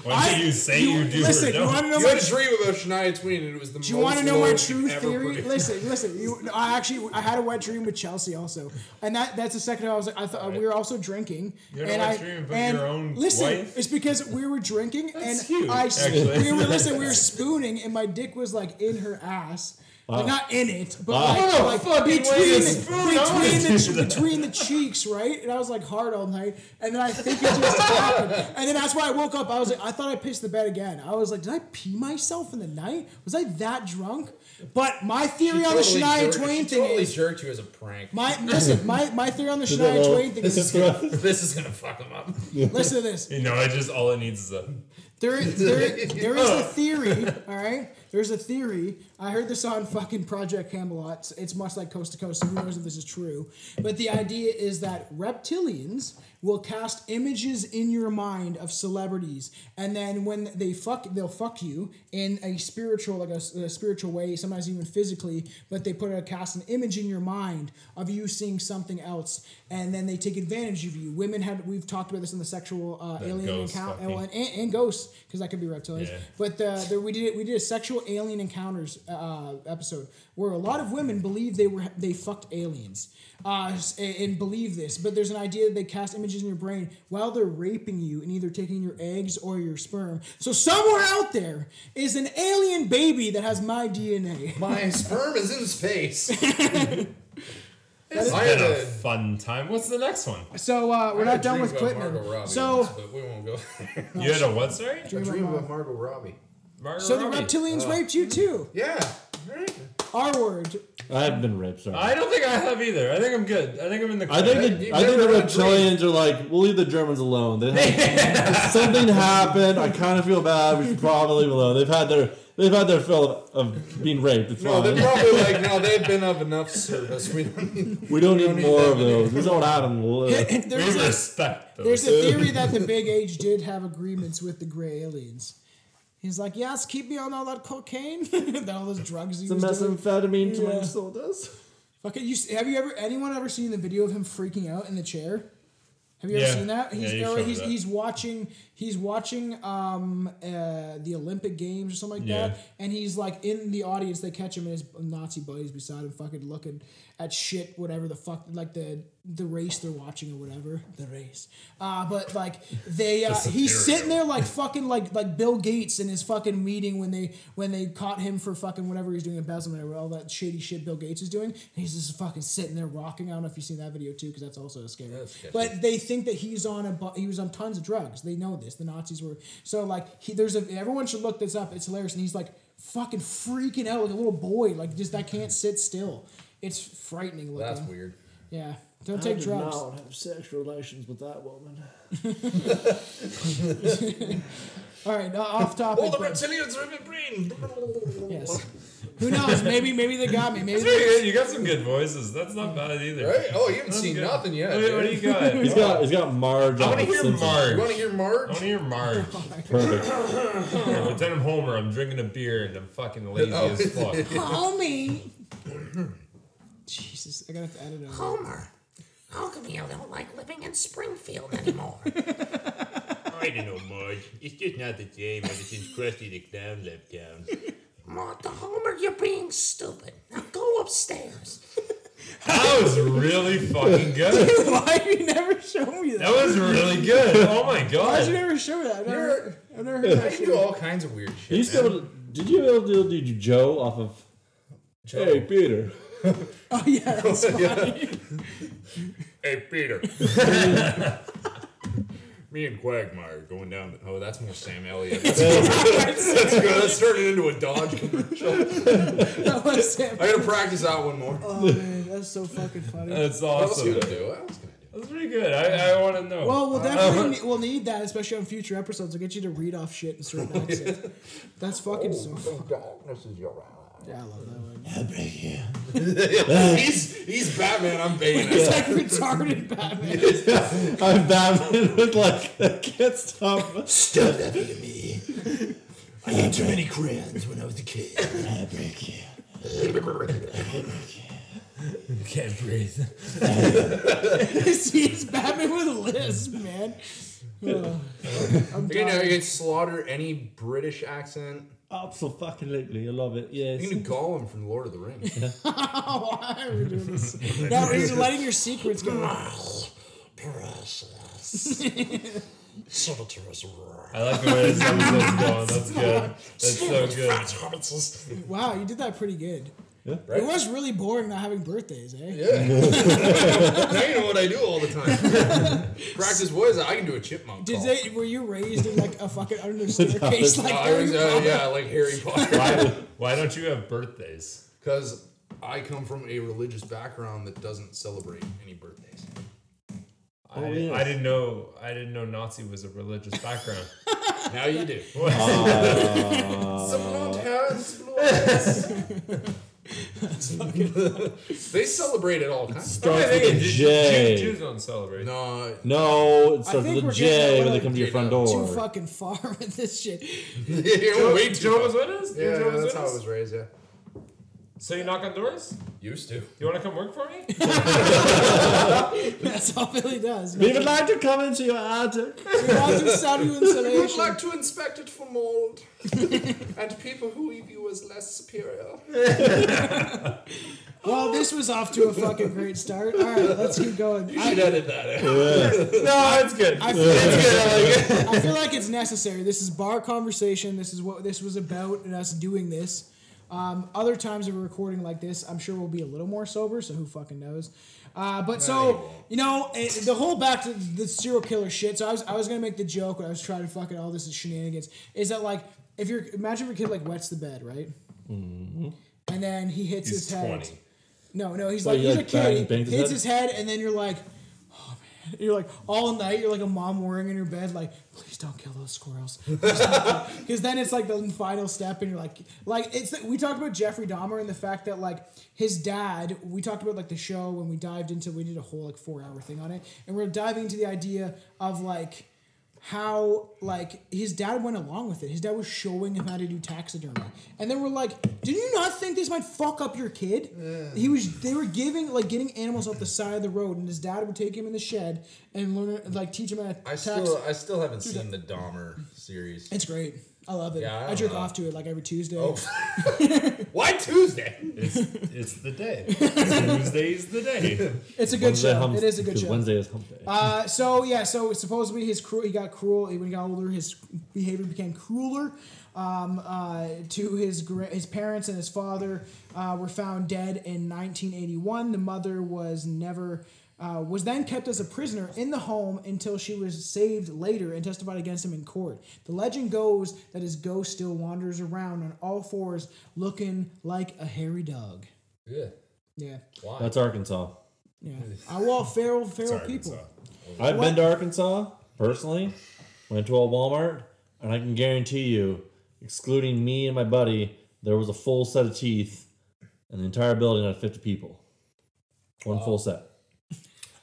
F: Once you say you do or
G: listen,
F: don't.
G: you want to know
I: You
G: my
I: had a dream about Shania Twain, and it was the
G: Do you
I: most
G: want to know my
I: love
G: true
I: you've ever
G: theory?
I: produced.
G: Listen, listen. You, no, I actually, I had a wet dream with Chelsea also, and that that's the second I was like, I thought we were also drinking,
F: had a
G: and
F: wet
G: I
F: dream about
G: and
F: your own
G: listen,
F: wife?
G: it's because we were drinking and
F: huge,
G: I s-
F: actually.
G: we were listen, we were spooning, and my dick was like in her ass. Like, not in it, but
H: Ah.
G: like, like between,
I: this
G: between, the, between the cheeks, right? And I was like hard all night, and then I think it just happened. And then that's why I woke up. I was like, I thought I pissed the bed again. I was like, did I pee myself in the night? Was I that drunk? But my theory on the Shania
I: jerked,
G: Twain
I: she
G: thing
I: totally
G: is
I: jerked you as a prank.
G: my listen. My my theory on the
H: Did that
G: Shania
H: all-
G: Twain thing
H: this
G: is
H: is what-
I: this is gonna fuck him up.
G: listen to this.
F: You know, I just all it needs is a.
G: There, there, there is a theory, all right? There's a theory. I heard this on fucking Project Camelot. It's, it's much like Coast to Coast, so who knows if this is true. But the idea is that reptilians will cast images in your mind of celebrities, and then when they fuck, they'll fuck you in a spiritual, like a, s- a spiritual way, sometimes even physically. But they put a cast an image in your mind of you seeing something else, and then they take advantage of you. Women have we've talked about this in the sexual uh, alien
F: ghost
G: encounter
F: fucking.
G: and, and ghosts because that could be reptilians.
F: Yeah.
G: But the, the, we did we did a sexual alien encounters uh, episode where a lot of women believe they were they fucked aliens uh, s- and, and believe this. But there's an idea that they cast images in your brain while they're raping you and either taking your eggs or your sperm. So somewhere out there is an alien baby that has my DNA.
I: My sperm is in space.
F: It's
I: I
F: been
I: had
F: a
I: a-
F: fun time. What's the next one?
G: So uh, we're
I: I had
G: not done
I: a dream
G: with
I: about Margot
G: Quitman.
I: Robbie
G: So.
I: once, but we won't go.
F: You had a what, sorry?
I: I dream about Margot Robbie.
F: Margot
G: so the
F: Robbie.
G: reptilians raped you too.
I: Yeah. Right.
G: R word.
H: I haven't been raped, sorry.
F: I don't think I have either. I think I'm good. I think I'm in the.
H: I think
F: clear.
H: the,
I: You've
H: I think the
I: never had a dream.
H: reptilians are like, we'll leave the Germans alone. They had, something happened. I kind of feel bad. We should probably leave them alone. They've had their they've had their fill of, of being raped. It's
I: No,
H: fine.
I: they're probably like, no, they've been of enough service. We don't need.
H: we don't need
I: need
H: more
I: that
H: of those. We don't have them.
F: we
G: There's a-
F: respect those.
G: There's a theory that the big age did have agreements with the gray aliens. He's like, yes, keep me on all that cocaine, that all those drugs he
H: The
G: was doing.
H: methamphetamine to
G: Yeah.
H: my soldiers.
G: Fucking, you s- have you ever anyone ever seen the video of him freaking out in the chair? Have you ever
F: Yeah.
G: seen that?
F: Yeah,
G: He's
F: you
G: or
F: showed me
G: he's,
F: that.
G: he's watching he's watching um uh, the Olympic Games or something like
F: Yeah.
G: that, and he's like in the audience. They catch him and his Nazi buddies beside him, fucking looking at shit, whatever the fuck, like the the race they're watching or whatever the race. Uh, but like they uh, he's
F: theory.
G: sitting there like fucking like like Bill Gates in his fucking meeting when they when they caught him for fucking whatever he's doing embezzlement or all that shady shit Bill Gates is doing. And he's just fucking sitting there rocking. I don't know if you've seen that video too, because that's also scary. But they think that he's on a bu- he was on tons of drugs. They know this. The Nazis were so like he there's a everyone should look this up. It's hilarious. And he's like fucking freaking out like a little boy. Like just I can't sit still. It's frightening looking.
I: That's weird.
G: Yeah. Don't take drugs.
H: have sexual relations with that woman.
G: All right, uh, off topic.
I: All the
G: but-
I: reptilians are in my brain.
G: Yes. Who knows? Maybe maybe they got me. Maybe
F: Pretty
G: they,
F: good. You got some good voices. That's not bad either.
I: Right? Oh, you haven't
F: That's
I: seen
F: good.
I: nothing yet.
F: What, what do you got?
H: He's got he's got Marge.
F: I
H: on
F: want to
H: The
F: hear
H: Simpsons.
I: You want to
F: Marge.
I: hear
F: I
I: Marge?
F: want to hear Marge.
H: Perfect.
F: Pretend I'm Homer. I'm drinking a beer and I'm fucking lazy
I: Oh.
F: as fuck.
G: call me. Jesus, I gotta have to edit it. out.
B: Homer, how come you don't like living in Springfield anymore?
J: I don't know, Marge. It's just not the same ever since Krusty the Clown left town.
B: Martha, Homer, you're being stupid. Now go upstairs.
F: That was really fucking good.
G: Why you never show me
F: That
G: that?
F: was really good. Oh my
G: Why did you
F: god.
G: never show me that? I've never,
I: You're-
G: I've never heard
I: I
G: that.
I: can
G: shit.
I: do all kinds of weird
H: Did you
I: shit.
H: still did you ever do, do Joe off of Hey Peter?
G: Oh yeah, that's fine.
J: Hey, Peter. Me and Quagmire going down.
I: Oh, that's more Sam Elliott. That's good. That's turning into a Dodge commercial.
G: that was Sam.
I: I gotta practice that one more. What
G: Oh man, that's so fucking funny.
F: That's
I: else
F: awesome.
I: gonna
F: That
I: do? What else can I do?
F: was pretty good. I, I want to know.
G: Well, we'll definitely ne- we'll need that, especially on future episodes. I'll get you to read off shit in certain accents. That's fucking so. Fun.
I: Darkness is your ally.
G: Yeah, I love that one.
I: He's he's Batman. I'm Bane.
G: It's like retarded Batman.
H: I'm Batman with like I can't stop.
E: Stop that to me. I had too many crayons when I was a kid. I break you.
F: can't breathe.
G: He's Batman with a lisp, man. Ugh. I'm
I: You know,
G: dying.
I: you can slaughter any British accent.
H: Absolutely, I love it. Yes.
I: You can do Gollum from Lord of the Rings.
G: Why are we doing this? No, he's letting your secrets go.
F: I like the way this episode's going. That's good. That's so good.
G: Wow, you did that pretty good. It was really boring not having birthdays, eh?
I: now you know what I do all the time. Practice was I can do a chipmunk.
G: Did
I: call.
G: they? Were you raised in like a fucking under staircase like
I: Uh, I
G: Harry
I: was, uh,
G: Potter?
I: yeah, like Harry Potter.
F: Why don't you have birthdays?
I: Because I come from a religious background that doesn't celebrate any birthdays. Oh,
F: I,
H: yes.
F: I didn't know. I didn't know Nazi was a religious background.
I: Now you do. Someone has blessed. they celebrate it all kinds.
H: Starts with a
F: Jew-
H: J.
F: Jews don't celebrate.
I: No,
H: No, it
G: I
H: starts
G: think
H: with
G: we're getting
H: a J when
G: a
H: they come to your
I: little
H: front
G: Too
H: door.
G: fucking far with this shit.
I: you're way too.
F: Jehovah's Witness? You're
I: yeah,
F: Jehovah's
I: that's how I
F: Witness?
I: was raised. Yeah,
F: So you knock on doors?
I: used to.
F: You want to come work for me?
G: That's all Billy does.
H: We would like to come into your attic.
G: Lots of sound
I: Would
G: insulation.
I: like to inspect it for mold and people who we view as less superior.
G: Well, this was off to a fucking great start. All right, let's keep going. I,
I: Edit that out.
F: no, it's good.
G: I feel, like, I feel like it's necessary. This is bar conversation. This is what this was about, and us doing this. Um, other times of recording like this, I'm sure we'll be a little more sober. So who fucking knows? Uh, but so you know it, the whole back to the serial killer shit. So I was I was gonna make the joke when I was trying to fucking all this is shenanigans. Is that like if you're imagine if your kid like wets the bed right, and then he hits
F: He's
G: his head.
F: 20.
G: No, no, he's
H: Well,
G: like
H: you,
G: he's
H: like,
G: a
H: bang-
G: kid.
H: banged
G: hits
H: his head?
G: his head, and then you're like, oh, you're like all night. You're like a mom worrying in your bed, like, please don't kill those squirrels. Because then it's like the final step, and you're like, like it's. we talked about Jeffrey Dahmer and the fact that like his dad. We talked about like the show when we dived into. We did a whole like four hour thing on it, and we're diving into the idea of like how like his dad went along with it. His dad was showing him how to do taxidermy, and then we're like, "Did you not think this might fuck up your kid?" He was. They were giving like getting animals off the side of the road, and his dad would take him in the shed and learn like teach him how to
I: I
G: tax.
I: still, I still haven't seen the Dahmer series.
G: it's great. I love it.
I: Yeah, I
G: I,
I: don't
G: jerk
I: know. Oh,
G: off to it like every Tuesday.
I: Why Tuesday?
F: It's, it's the day. Tuesday's the day.
G: It's a good show.
H: hump-
G: it is a good
H: 'cause
G: show.
H: Wednesday is hump day.
G: Uh, so yeah, so supposedly his cruel, he got cruel when he got older. His behavior became crueler. Um, uh, to his gra- his parents and his father uh, were found dead in 1981. The mother was never uh, was then kept as a prisoner in the home until she was saved later and testified against him in court. The legend goes that his ghost still wanders around on all fours, looking like a hairy dog.
I: Yeah.
G: Yeah,
H: That's Arkansas.
G: yeah. I want feral feral people.
F: Arkansas.
H: I've been to Arkansas personally. Went to a Walmart, and I can guarantee you, excluding me and my buddy, there was a full set of teeth, and the entire building had fifty people. One full set.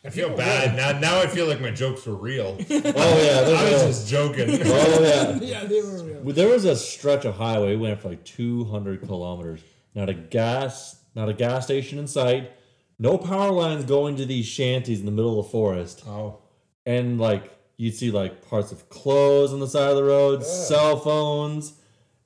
F: I feel bad now. Now I feel like my jokes were real.
H: Oh yeah,
F: I was
H: there's a-
F: just joking.
H: oh yeah.
G: Yeah, they were real.
H: Well, There was a stretch of highway we went for like 200 kilometers. Not a gas, not a gas station in sight. No power lines going to these shanties in the middle of the forest.
F: Oh,
H: And like you'd see like parts of clothes on the side of the road, cell phones,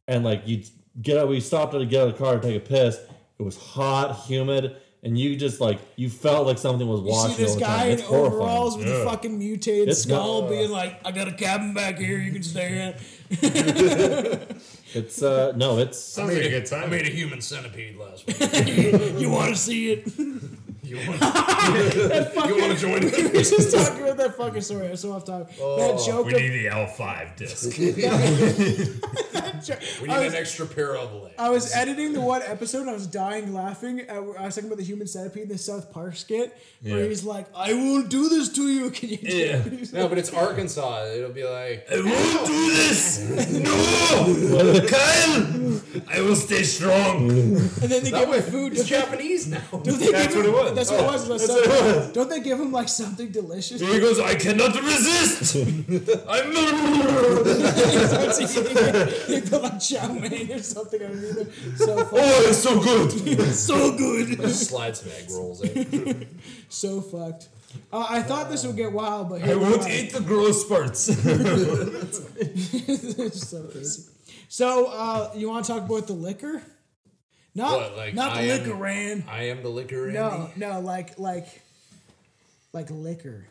H: and like you'd get out. We stopped to get out of the car to take a piss. It was hot, humid, and you just like you felt like something was
G: You
H: watching.
G: see this
H: all the time.
G: guy in
H: It's horrifying.
G: overalls with a fucking mutated
H: It's
G: skull
H: not-
G: being like, I got a cabin back here you can stay at.
H: It's uh no, it's
F: sounds like a good time.
I: I made a human centipede last week.
G: You want to see it?
I: You want, you want to join?
G: We We're just talking about that fucking story. I'm so off topic. that joke
F: Oh, We
G: of.
F: need the L5 disc.
I: We need an extra pair of legs.
G: I was editing the one episode and I was dying laughing. At, I was talking about the human centipede in the South Park skit where
F: Yeah.
G: he's like, I won't do this to you. Can you do
F: Yeah.
G: this?
I: No, but it's Arkansas. It'll be like
F: I won't do this. No, Kyle. I will stay strong.
G: And then they give him food.
I: it's Japanese now.
G: Don't they
F: That's
G: give him-
F: what it was. Oh.
G: That's what it was. that's
F: what it
G: something- Don't they give him like something delicious?
F: He goes. I cannot resist. I'm.
G: Starts eating it. they put like chow mein or something underneath it. So funny.
F: Oh, it's so good.
G: so good.
I: Slide some egg rolls. In.
G: So fucked. Uh, I thought this would get wild, but
F: I
G: here we
F: won't
G: are.
F: eat the gross parts.
G: It's so crazy. So, uh, you want to talk about the liquor? Not,
I: What, like,
G: not the
I: I am-
G: liquor, ran.
I: I am the liquor. Andy.
G: No, no, like, like, like liquor.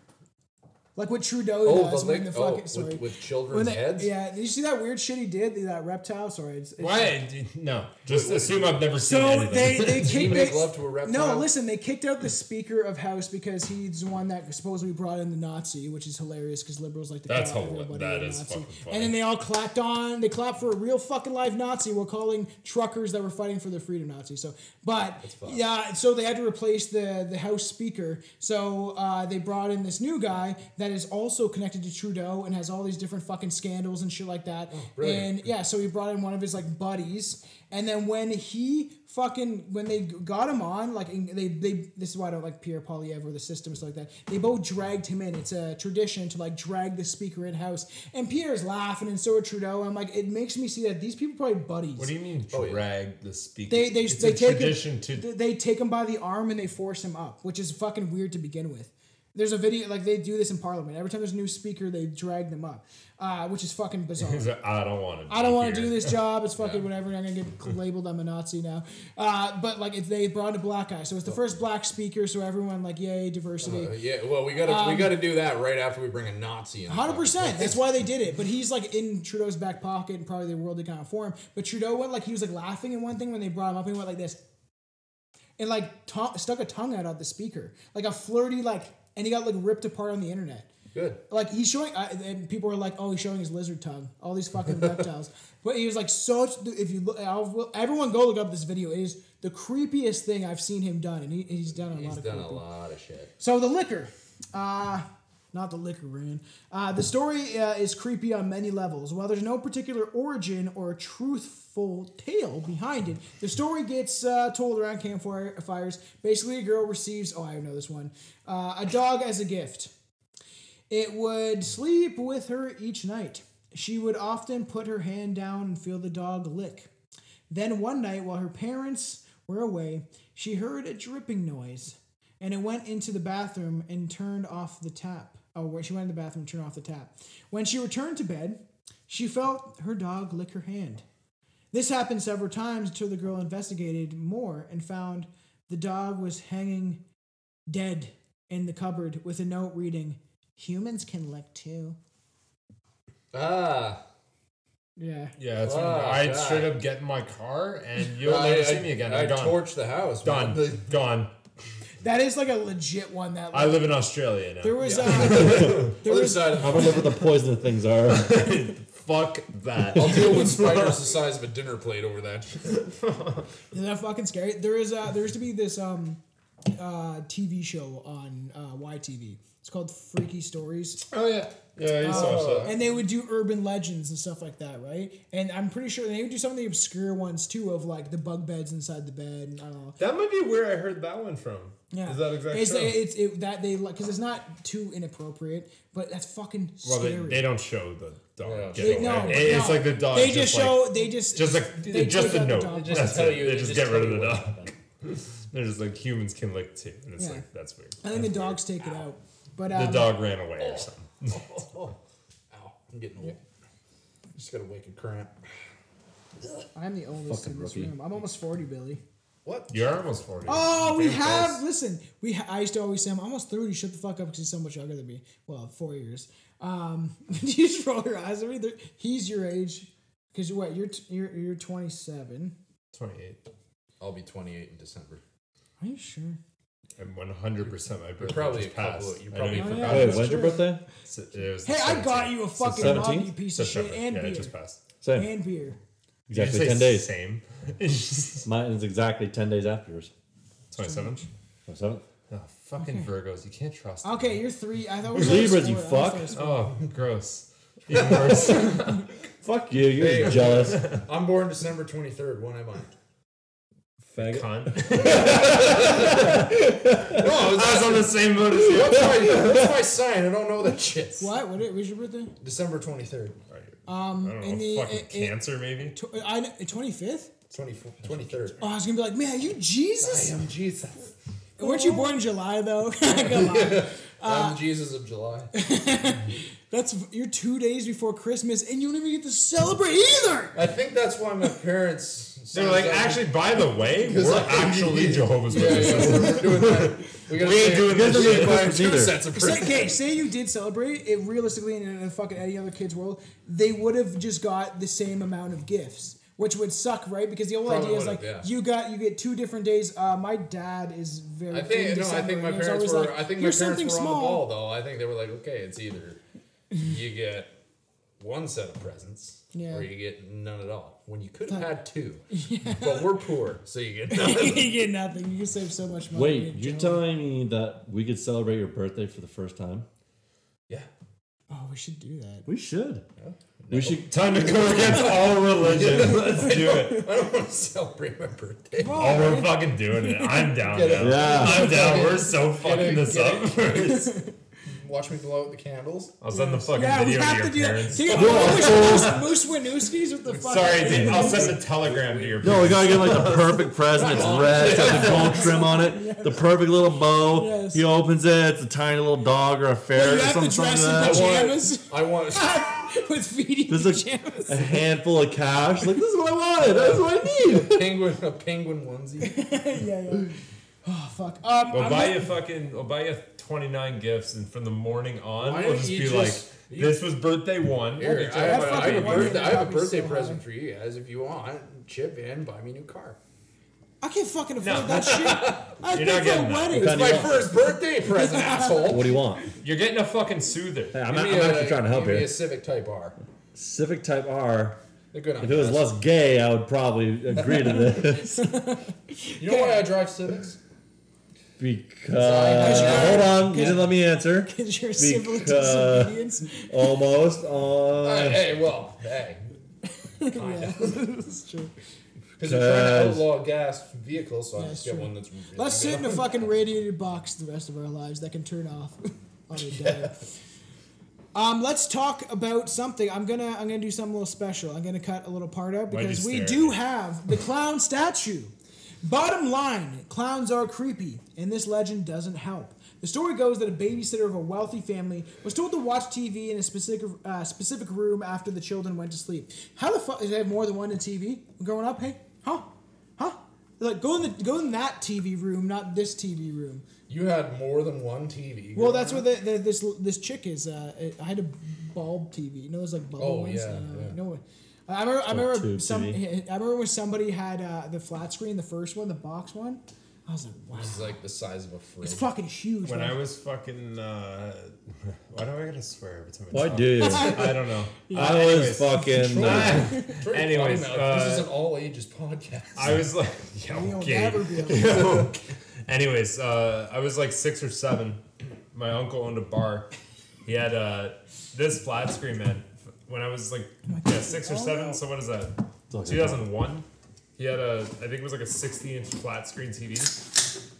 G: Like what Trudeau
I: Oh,
G: does
I: the
G: when
I: lick,
G: the fucking
I: oh,
G: sorry.
I: with, with
G: When
I: children's
G: they-
I: heads.
G: Yeah, did you see that weird shit he did? That reptile? Sorry, it's, it's
F: Why? No. Just assume I've never seen
G: So
F: anything.
G: they they
I: Did he
G: kicked
I: make
G: they-
I: love to a reptile?
G: No, listen, they kicked out the Speaker of House because he's the one that supposedly brought in the Nazi, which is hilarious because liberals like to
F: That's
G: call
F: hila-
G: everybody
F: that
G: a
F: is
G: Nazi.
F: fucking funny.
G: And then they all clapped on. They clapped for a real fucking live Nazi. while calling truckers that were fighting for their freedom Nazi. So, but yeah, so they had to replace the the House Speaker. So uh, they brought in this new guy that is also connected to Trudeau and has all these different fucking scandals and shit like that.
I: Oh, brilliant.
G: And yeah, so he brought in one of his like buddies, and then when he fucking when they got him on, like in- they they this is why I don't like Pierre Polyev or the system and stuff like that. They both dragged him in. It's a tradition to like drag the speaker in house, and Pierre's laughing, and so are Trudeau. I'm like, it makes me see that these people probably buddies.
F: What do you mean
I: Oh, yeah.
F: drag the speaker?
G: They they
F: it's
G: they
F: a
G: take
F: tradition
G: him,
F: to
G: they- they take him by the arm and they force him up, which is fucking weird to begin with. There's a video like they do this in Parliament. Every time there's a new speaker, they drag them up, uh, which is fucking bizarre.
F: He's like, I don't want to.
G: I don't want to do this job. It's fucking whatever. and I'm gonna get labeled. I'm a Nazi now. Uh, but like, it's, they brought in a black guy, so it's the first black speaker. So everyone like, yay, diversity.
I: Uh, yeah, well, we gotta we gotta do that right after we bring a Nazi in. the
G: Um, Hundred
I: fucking
G: percent.
I: place.
G: That's why they did it. But he's like in Trudeau's back pocket and probably the world economic forum. But Trudeau went like he was like laughing and one thing when they brought him up. He went like this, and like to- stuck a tongue out at the speaker, like a flirty like, and he got like ripped apart on the internet.
I: Good.
G: Like he's showing, I, and people are like, "Oh, he's showing his lizard tongue." All these fucking reptiles. But he was like, "So if you look, I'll, everyone go look up this video. It is the creepiest thing I've seen him done, and he, he's done a lot
I: He's
G: of
I: done
G: creepy.
I: a lot of shit.
G: So the liquor, uh, not the liquor brand. Uh, the story uh, is creepy on many levels. While there's no particular origin or truthful tale behind it, the story gets uh, told around campfires. Basically, a girl receives oh I know this one uh, a dog as a gift. It would sleep with her each night. She would often put her hand down and feel the dog lick. Then one night, while her parents were away, she heard a dripping noise and it went into the bathroom and turned off the tap. Oh, where she went in the bathroom, turned off the tap. When she returned to bed, she felt her dog lick her hand. This happened several times until the girl investigated more and found the dog was hanging dead in the cupboard with a note reading, Humans can lick too.
I: Ah,
G: Yeah.
F: Yeah, that's when
I: Oh,
F: I
I: God.
F: straight up get in my car and you'll
I: I-
F: never
I: I-
F: see me again.
I: I,
F: I'm gone.
I: torched the house. man.
F: Done. Gone.
G: That is like a legit one that
F: I live in Australia now.
G: there was uh, there
I: Other
G: was
I: side of the
H: I don't know what the poison of things are.
F: Fuck that.
I: I'll deal with spiders the size of a dinner plate over that.
G: Isn't that fucking scary? There is uh there used to be this um uh TV show on uh YTV. It's called Freaky Stories.
F: oh yeah. Yeah, you saw that.
G: And they would do urban legends and stuff like that, right? And I'm pretty sure they would do some of the obscure ones too of like the bug beds inside the bed and I don't know.
F: That might be where I heard that one from.
G: Yeah.
F: Is that exactly?
G: It's, it's it, that they like cuz it's not too inappropriate, but that's fucking
F: well,
G: scary.
F: they, they don't show the
I: Yeah.
F: dog.
I: They-
F: getting
G: no,
F: away. It- it's
G: no.
F: like the dog.
G: They just,
F: like-
G: show they just
F: just like
G: they
F: just
G: take
F: a
G: out the
F: note.
G: dog
F: That's
I: tell
F: it.
I: you-
F: they,
I: they
F: just,
I: just
F: get
I: tell
F: rid of
I: you
F: the
I: what
F: dog. They're just like humans can lick too, and it's
G: Yeah.
F: like that's weird.
G: I think the dogs take it out. But um,
F: The dog ran away or something.
I: Ow, I'm getting old. Just got a wicked cramp.
G: I'm the oldest in this room. I'm almost 40, Billy.
I: What?
F: You're almost forty.
G: Oh, we
F: Very
G: have.
F: close.
G: Listen, we. Ha- I used to always say, "I'm almost 30. Shut the fuck up, because he's so much younger than me." Well, four years. Um, you just roll your eyes at me. They're- He's your age, because you're what? You're t- you're you're 27.
F: Twenty-eight.
I: I'll be 28 in December.
G: Are you sure?
F: I'm 100 percent my birthday
I: probably
F: just
I: a couple-
F: passed.
I: you
F: I
I: probably
F: know
I: forgot.
F: forgot.
H: Wait,
F: it.
H: when's your birthday?
F: It's- it was the
G: Hey, I got
F: 17th.
G: you a fucking
H: Seventeenth?
G: mug, you piece of shit,
F: September.
G: and
F: yeah,
G: beer,
F: it just passed.
H: Same.
G: and beer.
F: Did you
H: Exactly
F: say
H: 10 days.
F: Same.
H: Mine is exactly 10 days after yours.
F: 27th.
H: Or seventh.
F: Oh, fucking Virgos, you can't trust. them.
G: Okay, you're three. I thought it was
H: Libras, you
G: four. I thought
H: fuck.
G: it was four.
F: Oh, gross. Even worse.
H: Fuck you. You're
I: Hey.
H: jealous.
I: I'm born December 23rd. When am I?
H: Faggot.
F: Cunt.
I: No, I was-
F: I was on the same boat as you. Oh,
I: that's, my, that's my sign. I don't know that shit.
G: What? What? It was your birthday?
I: December 23rd.
F: Um, I don't know,
G: in the-
F: fucking
G: it- it-
F: cancer, maybe.
G: Tw- I kn- 25th.
I: 24, 23rd.
G: Oh, I was gonna be like, man, are you Jesus?
I: am Jesus.
G: Weren't you born in July though? Come on.
I: I'm Jesus of July.
G: That's you're two days before Christmas, and you don't even get to celebrate either.
I: I think that's why my parents
F: They're like, actually, by the way, we're actually Jehovah's Witnesses.
I: we're doing that. We, gotta
F: We ain't
I: say-
F: doing this shit.
H: By two sets
G: Say- okay, say you did celebrate it realistically in a fucking any other kid's world, they would have just got the same amount of gifts, which would suck, right? Because the whole
I: Probably
G: idea is like
I: would've, yeah.
G: you got you get two different days. Uh, my dad is very.
I: I think
G: in
I: no. I
G: December,
I: think my
G: and it's
I: parents
G: always
I: were.
G: like,
I: I think my
G: "Here's
I: parents were
G: something
I: on
G: small.
I: the ball though. I think they were like, okay, it's either you get one set of presents,
G: Yeah.
I: or you get none at all. When you could have had two, but we're poor, so you get none.
G: you get nothing. You can save so much money.
H: Wait,
G: being
H: you're
G: Joe.
H: telling me that we could celebrate your birthday for the first time?
I: yeah.
G: Oh, we should do that.
H: We should. We should.
F: Time to go against all religion. Let's do
I: I
F: it.
I: don't want to celebrate my birthday.
F: Oh, we're fucking doing it. I'm down
I: Get it.
F: now.
H: Yeah.
F: I'm down. We're so fucking
I: it,
F: this
I: get
F: up.
I: Watch me blow out the candles.
F: I'll send the fucking
G: Yeah, we
F: video to
G: have
F: your
G: to do
F: parents.
G: that. Dude, we should Moose Winooski's with the fucking.
F: Sorry, dude. I'll send a telegram to your
H: No, we
F: parents.
H: gotta get like the perfect present. It's red, it's got the gold trim on it, the perfect little bow.
G: Yes.
H: He opens it, it's a tiny little dog or a ferret
G: You
H: or
G: have
H: something,
G: to dress
H: something like
G: in
H: that.
G: pajamas
I: I want.
G: with feeding
H: There's
G: pajamas.
H: a, a handful of cash. Like, this is what I wanted. This is what I need.
I: penguin a penguin onesie.
G: yeah, yeah. Oh fuck. Um,
F: We'll
G: I'm
F: buy
G: not-
F: you fucking. We'll buy you 29 gifts, and from the morning on,
I: Why
F: we'll
I: don't
F: just
I: you
F: be
I: just-
F: like, "This was birthday one."
I: Here, I have,
G: That
I: a, I have
G: fucking
I: a birthday, I have a
G: one-year-old
I: birthday
G: copy's so
I: present for you guys if you want. Chip in, buy me a new car.
G: I can't fucking afford
F: No.
G: that shit. I
F: You're
G: paid for
F: not getting
G: a
F: that.
G: wedding.
H: What kind
I: My
H: Yeah.
I: first birthday present, asshole.
H: What do you want?
F: You're getting a fucking soother.
H: I'm,
I: Give me a-
H: actually trying to help
I: give me
H: here.
I: a Civic Type R.
H: Civic Type R.
I: They're good on
H: If it was
I: gas.
H: less gay, I would probably agree to this.
I: You know why I drive Civics?
H: Because. Hold on, you didn't let me answer.
G: Is your
F: uh,
G: civil
H: Because-
G: disobedience?
H: Almost. Uh,
I: Uh, hey, well, hey. Kinda.
G: That's true.
I: Because they're trying to
H: Cause-
I: outlaw gas vehicles, so I
G: that's
I: just get
G: true.
I: one that's really
G: Let's sit
I: good.
G: in a fucking radiated box the rest of our lives that can turn off on a dime. Um, let's talk about something. I'm gonna I'm gonna do something a little special. I'm gonna cut a little part out
F: Why'd you
G: because we
F: stare at
G: do
F: me?
G: have the clown statue. Bottom line, clowns are creepy, and this legend doesn't help. The story goes that a babysitter of a wealthy family was told to watch TV in a specific uh, specific room after the children went to sleep. How the fuck? Did they have more than one in TV growing up? Hey, huh, huh? They're like go in the go in that TV room, not this TV room.
I: You had more than one TV.
G: Well, that's where the, the, this this chick is. Uh, I had a bulb TV. You know, those like bubble
I: Oh,
G: ones.
I: yeah,
G: Uh,
I: yeah.
G: No, I remember. I remember
H: tube
G: some.
H: TV.
G: I remember when somebody had uh, the flat screen, the first one, the box one. I was like, wow,
I: It's like the size of a fridge.
G: it's fucking huge.
F: When I
G: man.
F: was fucking, uh, why do I gotta swear every time? I
H: why
F: talk?
H: do you?
F: I don't know.
H: I was fucking.
I: Drink
F: Anyways,
I: potty mouth.
F: uh,
I: this is an all ages podcast.
F: I was like, yeah,
G: You'll
F: okay.
G: never be able to-
F: Anyways, uh, I was like six or seven. My uncle owned a bar. He had uh, this flat screen, man. When I was like
G: Oh
F: yeah, six or seven, so what is that? 2001. He had a, I think it was like a 60 inch flat screen TV.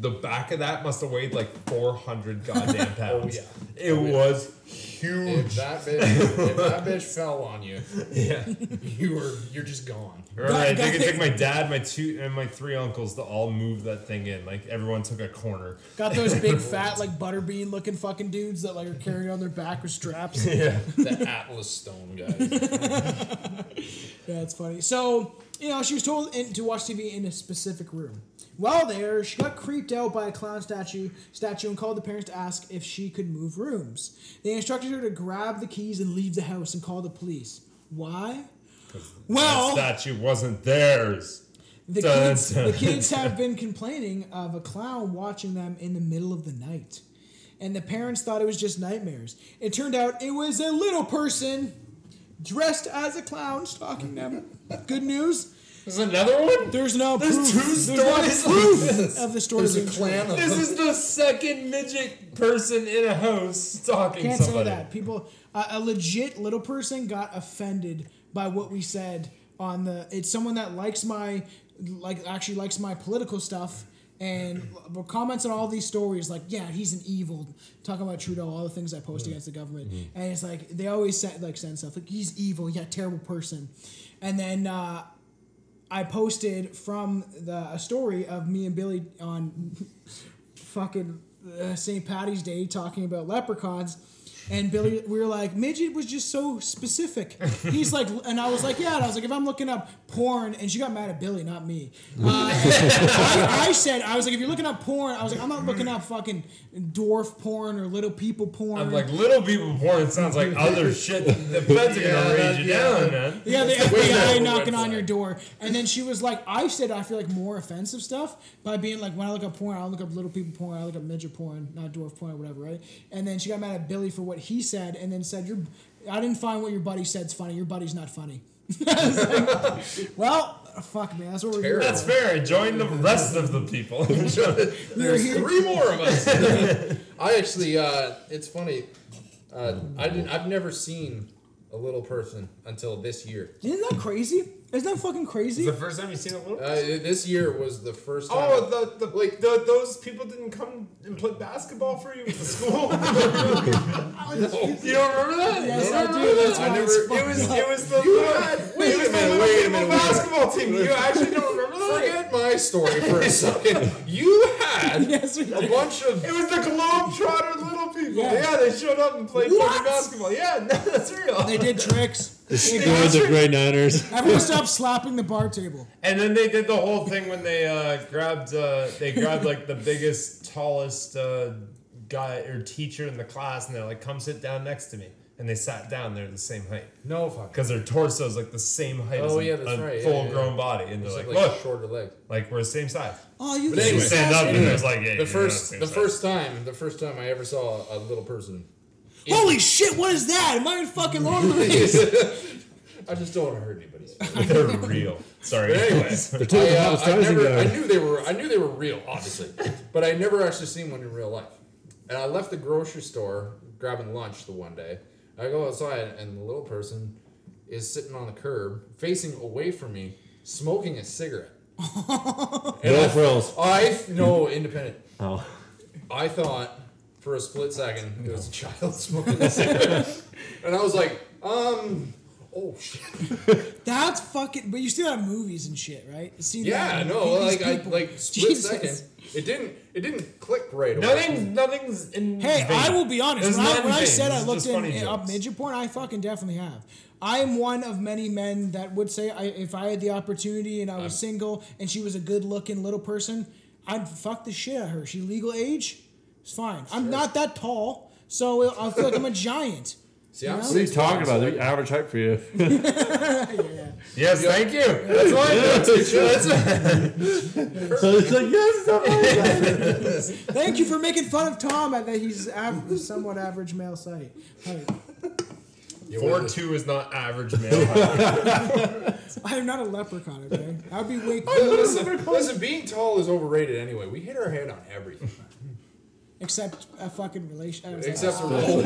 F: The back of that must have weighed like 400 goddamn pounds.
I: Oh, yeah.
F: It was huge.
I: If that bitch, if that bitch fell on you,
F: Yeah.
I: you were you're just gone.
F: Remember,
G: Got-
F: I think
G: got
F: it took
G: it.
F: my dad, my two, and my three uncles to all move that thing in. Like everyone took a corner.
G: got those big fat like butterbean looking fucking dudes that like are carried on their back with straps. yeah,
I: The Atlas Stone guys.
G: it's funny. So you know, she was told in, to watch TV in a specific room. While there, she got creeped out by a clown statue statue and called the parents to ask if she could move rooms. They instructed her to grab the keys and leave the house and call the police. Why? Well,
F: that statue wasn't theirs.
G: The
F: Dun,
G: kids,
F: dun,
G: the kids have been complaining of a clown watching them in the middle of the night. And the parents thought it was just nightmares. It turned out it was a little person dressed as a clown stalking them. Good news,
F: There's another one.
G: there's no proof.
F: two
G: there's no
F: stories
G: proof of the story.
I: There's a
G: being true.
I: clan of
F: This
I: them.
F: is the second midget person in a house stalking
G: Can't say
F: somebody.
G: that. People, uh, a legit little person got offended by what we said on the. It's someone that likes my, like actually likes my political stuff and l- comments on all these stories. Like, yeah, he's an evil. Talking about Trudeau, all the things I post against the government, and it's like they always send, like send stuff like he's evil, yeah, terrible person, and then. uh I posted from the a story of me and Billy on fucking uh, St. Patty's Day talking about leprechauns. And Billy, we were like, Midget was just so specific. He's like, and I was like, yeah. And I was like, if I'm looking up porn, and she got mad at Billy, not me. Uh, I, I said, I was like, if you're looking up porn, I was like, I'm not looking up fucking dwarf porn or little people porn.
F: I'm like little people porn sounds like other shit. The feds are gonna raid you down, man.
G: Yeah, the
F: better
G: FBI knocking on
F: website.
G: your door. And then she was like, I said I feel like more offensive stuff by being like, when I look up porn, I look up little people porn, I look up midget porn, not dwarf porn, or whatever, right? And then she got mad at Billy for what he said and then said, Your I didn't find what your buddy said's funny. Your buddy's not funny. I was like, well, fuck, man. That's what we're doing.
F: That's fair. Join the rest of the people.
I: There's three more of us. I actually, uh, it's funny. Uh, I didn't. I've never seen a little person until this year.
G: Isn't that crazy? Isn't that fucking crazy?
F: the first time you seen a little.
I: Uh, this year was the first time.
F: Oh, the, the like the, those people didn't come and play basketball for you at the school. You don't remember that?
G: Yes,
F: You
G: I do.
F: don't remember
G: That's
F: that?
G: why
I: never-
G: it's
I: it
F: It
G: fucked
F: was
G: up.
F: it was the
I: You
F: little-
I: had-
F: it
I: wait
F: was
I: a
F: the
I: minute,
F: little
I: wait
F: people
I: a minute, wait a minute.
F: basketball team. You actually don't remember that?
I: Forget my story for a second. You had
G: Yes, we
I: a
G: did.
I: bunch of
F: It was the Globetrotter little people.
G: Yeah.
F: Yeah, they showed up and played
G: What?
F: fucking basketball. Yeah, no, that's real.
G: They did tricks.
E: Going to Grey Niners.
G: Everyone stopped slapping the bar table.
F: And then they did the whole thing when they uh, grabbed uh, they grabbed like the biggest, tallest uh, guy or teacher in the class, and they're like, "Come sit down next to me." And they sat down. They're the same height
I: no fuck.
F: because their torso is like the same height as
I: Oh,
F: a,
I: yeah, that's
F: a
I: right. Yeah,
F: full-grown
I: yeah.
F: body, and they're
I: Like,
F: like,
I: like
F: "Look,
I: shorter legs.
F: like we're the same size."
G: Oh, you
I: But anyway,
F: You
G: just
F: stand up, and
G: said-
F: it's like, "Yeah."
I: The
F: you're
I: first,
F: not
I: the
F: same
I: first time, the first time I ever saw a little person.
G: Holy shit, what is that? Am I in fucking Lord of the Rings?
I: I just don't want to hurt anybody's. feelings.
F: size. they're real. Sorry.
I: But
F: Anyways,
I: anyways, I, uh, I, never, I knew they were I knew they were real, obviously, but I never actually seen one in real life. And I left the grocery store grabbing lunch the one day. I go outside and the little person is sitting on the curb, facing away from me, smoking a cigarette.
H: No frills.
I: I no independent.
H: Oh.
I: I thought for a split second it was a child smoking a cigarette, and I was like, um, oh shit.
G: That's fucking. But you see that in movies and shit, right? You See
I: Yeah,
G: that,
I: no,
G: these
I: like I
G: people.
I: like split
G: Jesus.
I: second. It didn't it didn't click right away.
F: nothing's nothing's in.
G: Hey,
F: vain.
G: I will be honest.
F: It's
G: When,
F: not
G: I,
F: in
G: when I
F: vain.
G: said I
F: It's
G: looked
F: just
G: in,
F: funny
G: in up
F: jokes.
G: midget porn, I fucking definitely have. I am one of many men that would say I, if I had the opportunity and I was single and she was a good looking little person, I'd fuck the shit out of her. She legal age, it's fine. I'm not that tall, so I feel like I'm a giant.
I: See, I'm
G: What are
H: What are
I: six
H: you talking
I: months,
H: about?
I: like-
H: The average height for you.
F: Yes, thank you. That's what I
H: so it's like, yes, it's not
G: Thank you for making fun of Tom at that he's average, somewhat average male site. Like,
F: Four two is not average male.
G: I am not a leprechaun, okay? I'd be way cooler
I: Listen, listen, being tall is overrated anyway. We hit our head on everything.
G: except a fucking relation. I was like,
I: Except for oh,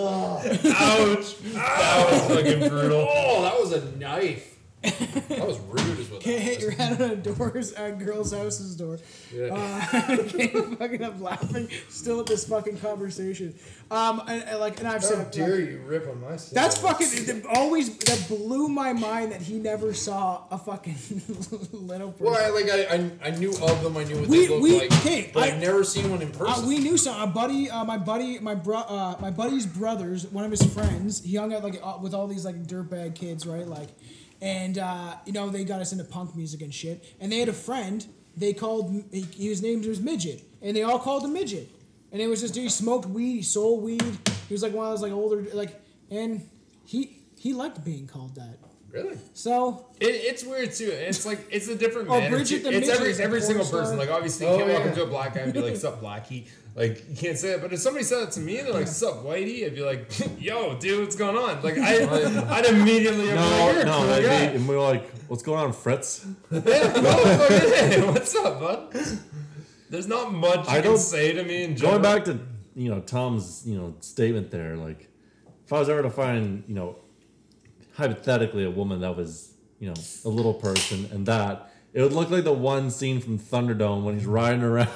F: Ouch! Ouch! Fucking brutal.
I: oh, that was a knife. That was rude as well.
G: Can't hit your head on a door's a girl's house's door. Can't fucking up laughing still at this fucking conversation. Um, and, and like, and I've
I: How
G: said,
I: dare you rip on my skin?
G: that's fucking that always that blew my mind that he never saw a fucking little person.
I: Well, I, like I, I, I knew of them. I knew what
G: We-
I: they looked
G: we-
I: like,
G: okay,
I: but
G: I-
I: I, have never seen one in
G: Uh,
I: person.
G: we knew some. A buddy, uh, my buddy, my bro, uh, my buddy's brothers, one of his friends. He hung out like uh, with all these like dirtbag kids, right? Like, and uh, you know they got us into punk music and shit. And they had a friend. They called he, his name was midget, and they all called him midget. And it was just dude, he smoked weed, he sold weed. He was like one of those like older like, and he he liked being called that.
I: really?
G: So
F: It, it's weird too. It's like it's a different
G: Oh,
F: man.
G: Bridget
F: it's
G: the
F: it's every
G: Midget
F: every
G: porn
F: single
G: star.
F: person. Like obviously you
I: Oh,
F: can't walk
I: yeah.
F: up to a black guy and be like, "Sup, blackie." Like you can't say it. But if somebody said it to me and they're like, "Sup, whitey," I'd be like, "Yo, dude, what's going on?" Like I, I'd immediately be like,
H: No,
F: "You're a
H: no,
F: cool
H: that'd
F: guy."
H: be- and we were like, what's going on, Fritz?
F: Yeah, no, fucking hey, what's up, bud? There's not much you
H: I
F: can
H: don't-
F: say to me. In general.
H: Going back to you know Tom's you know statement there, like if I was ever to find you know hypothetically a woman that was you know a little person and that it would look like the one scene from Thunderdome when he's riding around.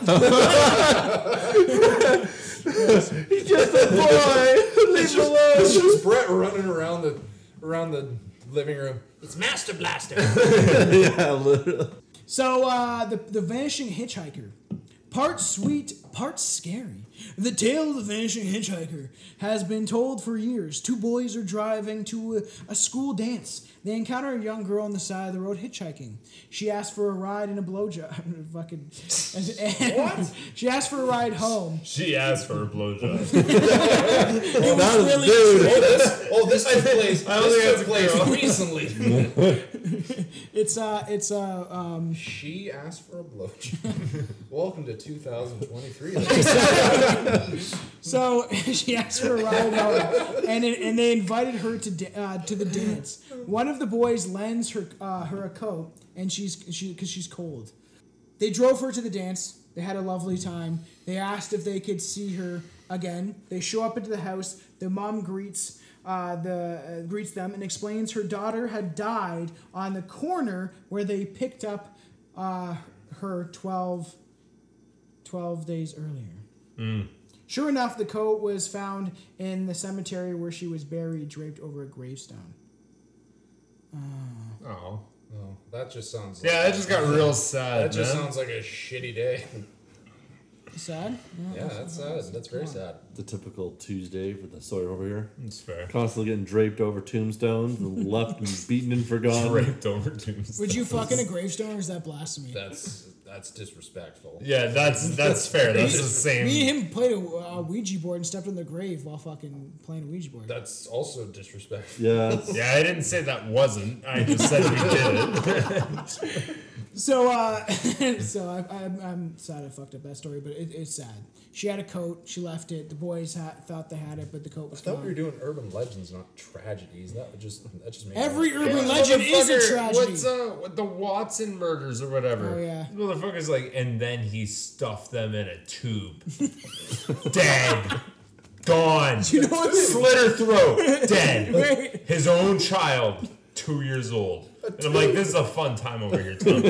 H: he's just a boy. Leave him
I: It's
H: alone.
I: just Brett running around the around the living room.
B: It's Master Blaster.
H: Yeah, literally.
G: so uh, the the vanishing hitchhiker. part sweet, part scary. The tale of the vanishing hitchhiker has been told for years. Two boys are driving to a, a school dance. They encounter a young girl on the side of the road hitchhiking. She asks for a ride and a blowjob. Fucking. what? She asks for a ride home.
F: She asked for a blowjob.
H: That is dude.
I: Oh, this took place.
F: I don't think
I: This
F: that's
I: took
F: a
I: place
F: girl.
I: recently.
G: It's uh, it's uh, um,
I: she asked for a blowjob. Welcome to 2023. ladies.
G: so she asked for a ride home, and it, and they invited her to da- uh, to the dance. One of the boys lends her uh, her a coat, and she's she because she's cold. They drove her to the dance. They had a lovely time. They asked if they could see her again. They show up into the house. The mom greets uh, the uh, greets them and explains her daughter had died on the corner where they picked up uh, her 12, 12 days earlier. Sure enough, the coat was found in the cemetery where she was buried, draped over a gravestone.
F: oh.
I: Oh, that just sounds.
F: Yeah, that just got real sad,
I: That just
F: man.
I: sounds like a shitty day.
G: Sad.
I: Yeah, that's sad. That's very sad.
H: The typical Tuesday for the Sawyer over here.
F: It's fair.
H: Constantly getting draped over tombstones and left and beaten and forgotten.
F: Draped over tombstones.
G: Would you fuck in a gravestone or is that blasphemy?
I: That's that's disrespectful.
F: Yeah, that's that's fair. That's the
G: Me
F: same.
G: and him played a uh, Ouija board and stepped on the grave while fucking playing a Ouija board.
I: That's also disrespectful.
H: Yeah, it's-
F: Yeah, I didn't say that wasn't. I just said we did it.
G: So, uh, so I, I, I'm sad I fucked up that story, but it, it's sad. She had a coat. She left it. The boys ha- thought they had it, but the coat was
I: I thought we were
G: gone.
I: doing urban legends, not tragedies. That would just that just makes
G: Every urban legend is a
F: Motherfucker,
G: tragedy.
F: What's uh, what the Watson murders or whatever?
G: Oh, yeah.
F: This motherfucker's like, and then he stuffed them in a tube. Dead. Gone.
G: You know what's-
F: Slit her throat. Dead.
G: Wait.
F: His own child, two years old. And I'm like, this is a fun time over here, Tom.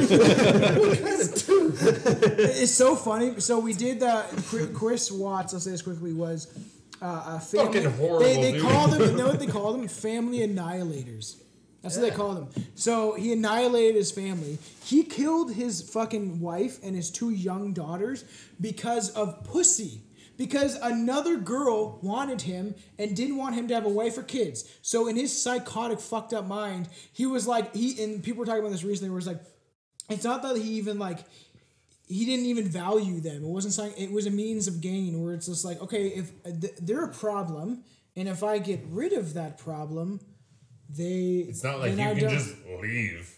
G: It's so funny. So we did the Chri- Chris Watts. I'll say this quickly. Was uh, a family,
F: Fucking horrible,
G: They, they
F: dude.
G: call them. You know what they call them? Family annihilators. That's what they call them. So he annihilated his family. He killed his fucking wife and his two young daughters because of pussy. Because another girl wanted him and didn't want him to have a wife or kids. So in his psychotic, fucked up mind, he was like, he and people were talking about this recently. Where it's like, it's not that he even like he didn't even value them. It wasn't something. It was a means of gain where it's just like, okay, if uh, th- they're a problem, and if I get rid of that problem, they.
F: It's not like
G: then I
F: you can
G: don't-
F: just leave.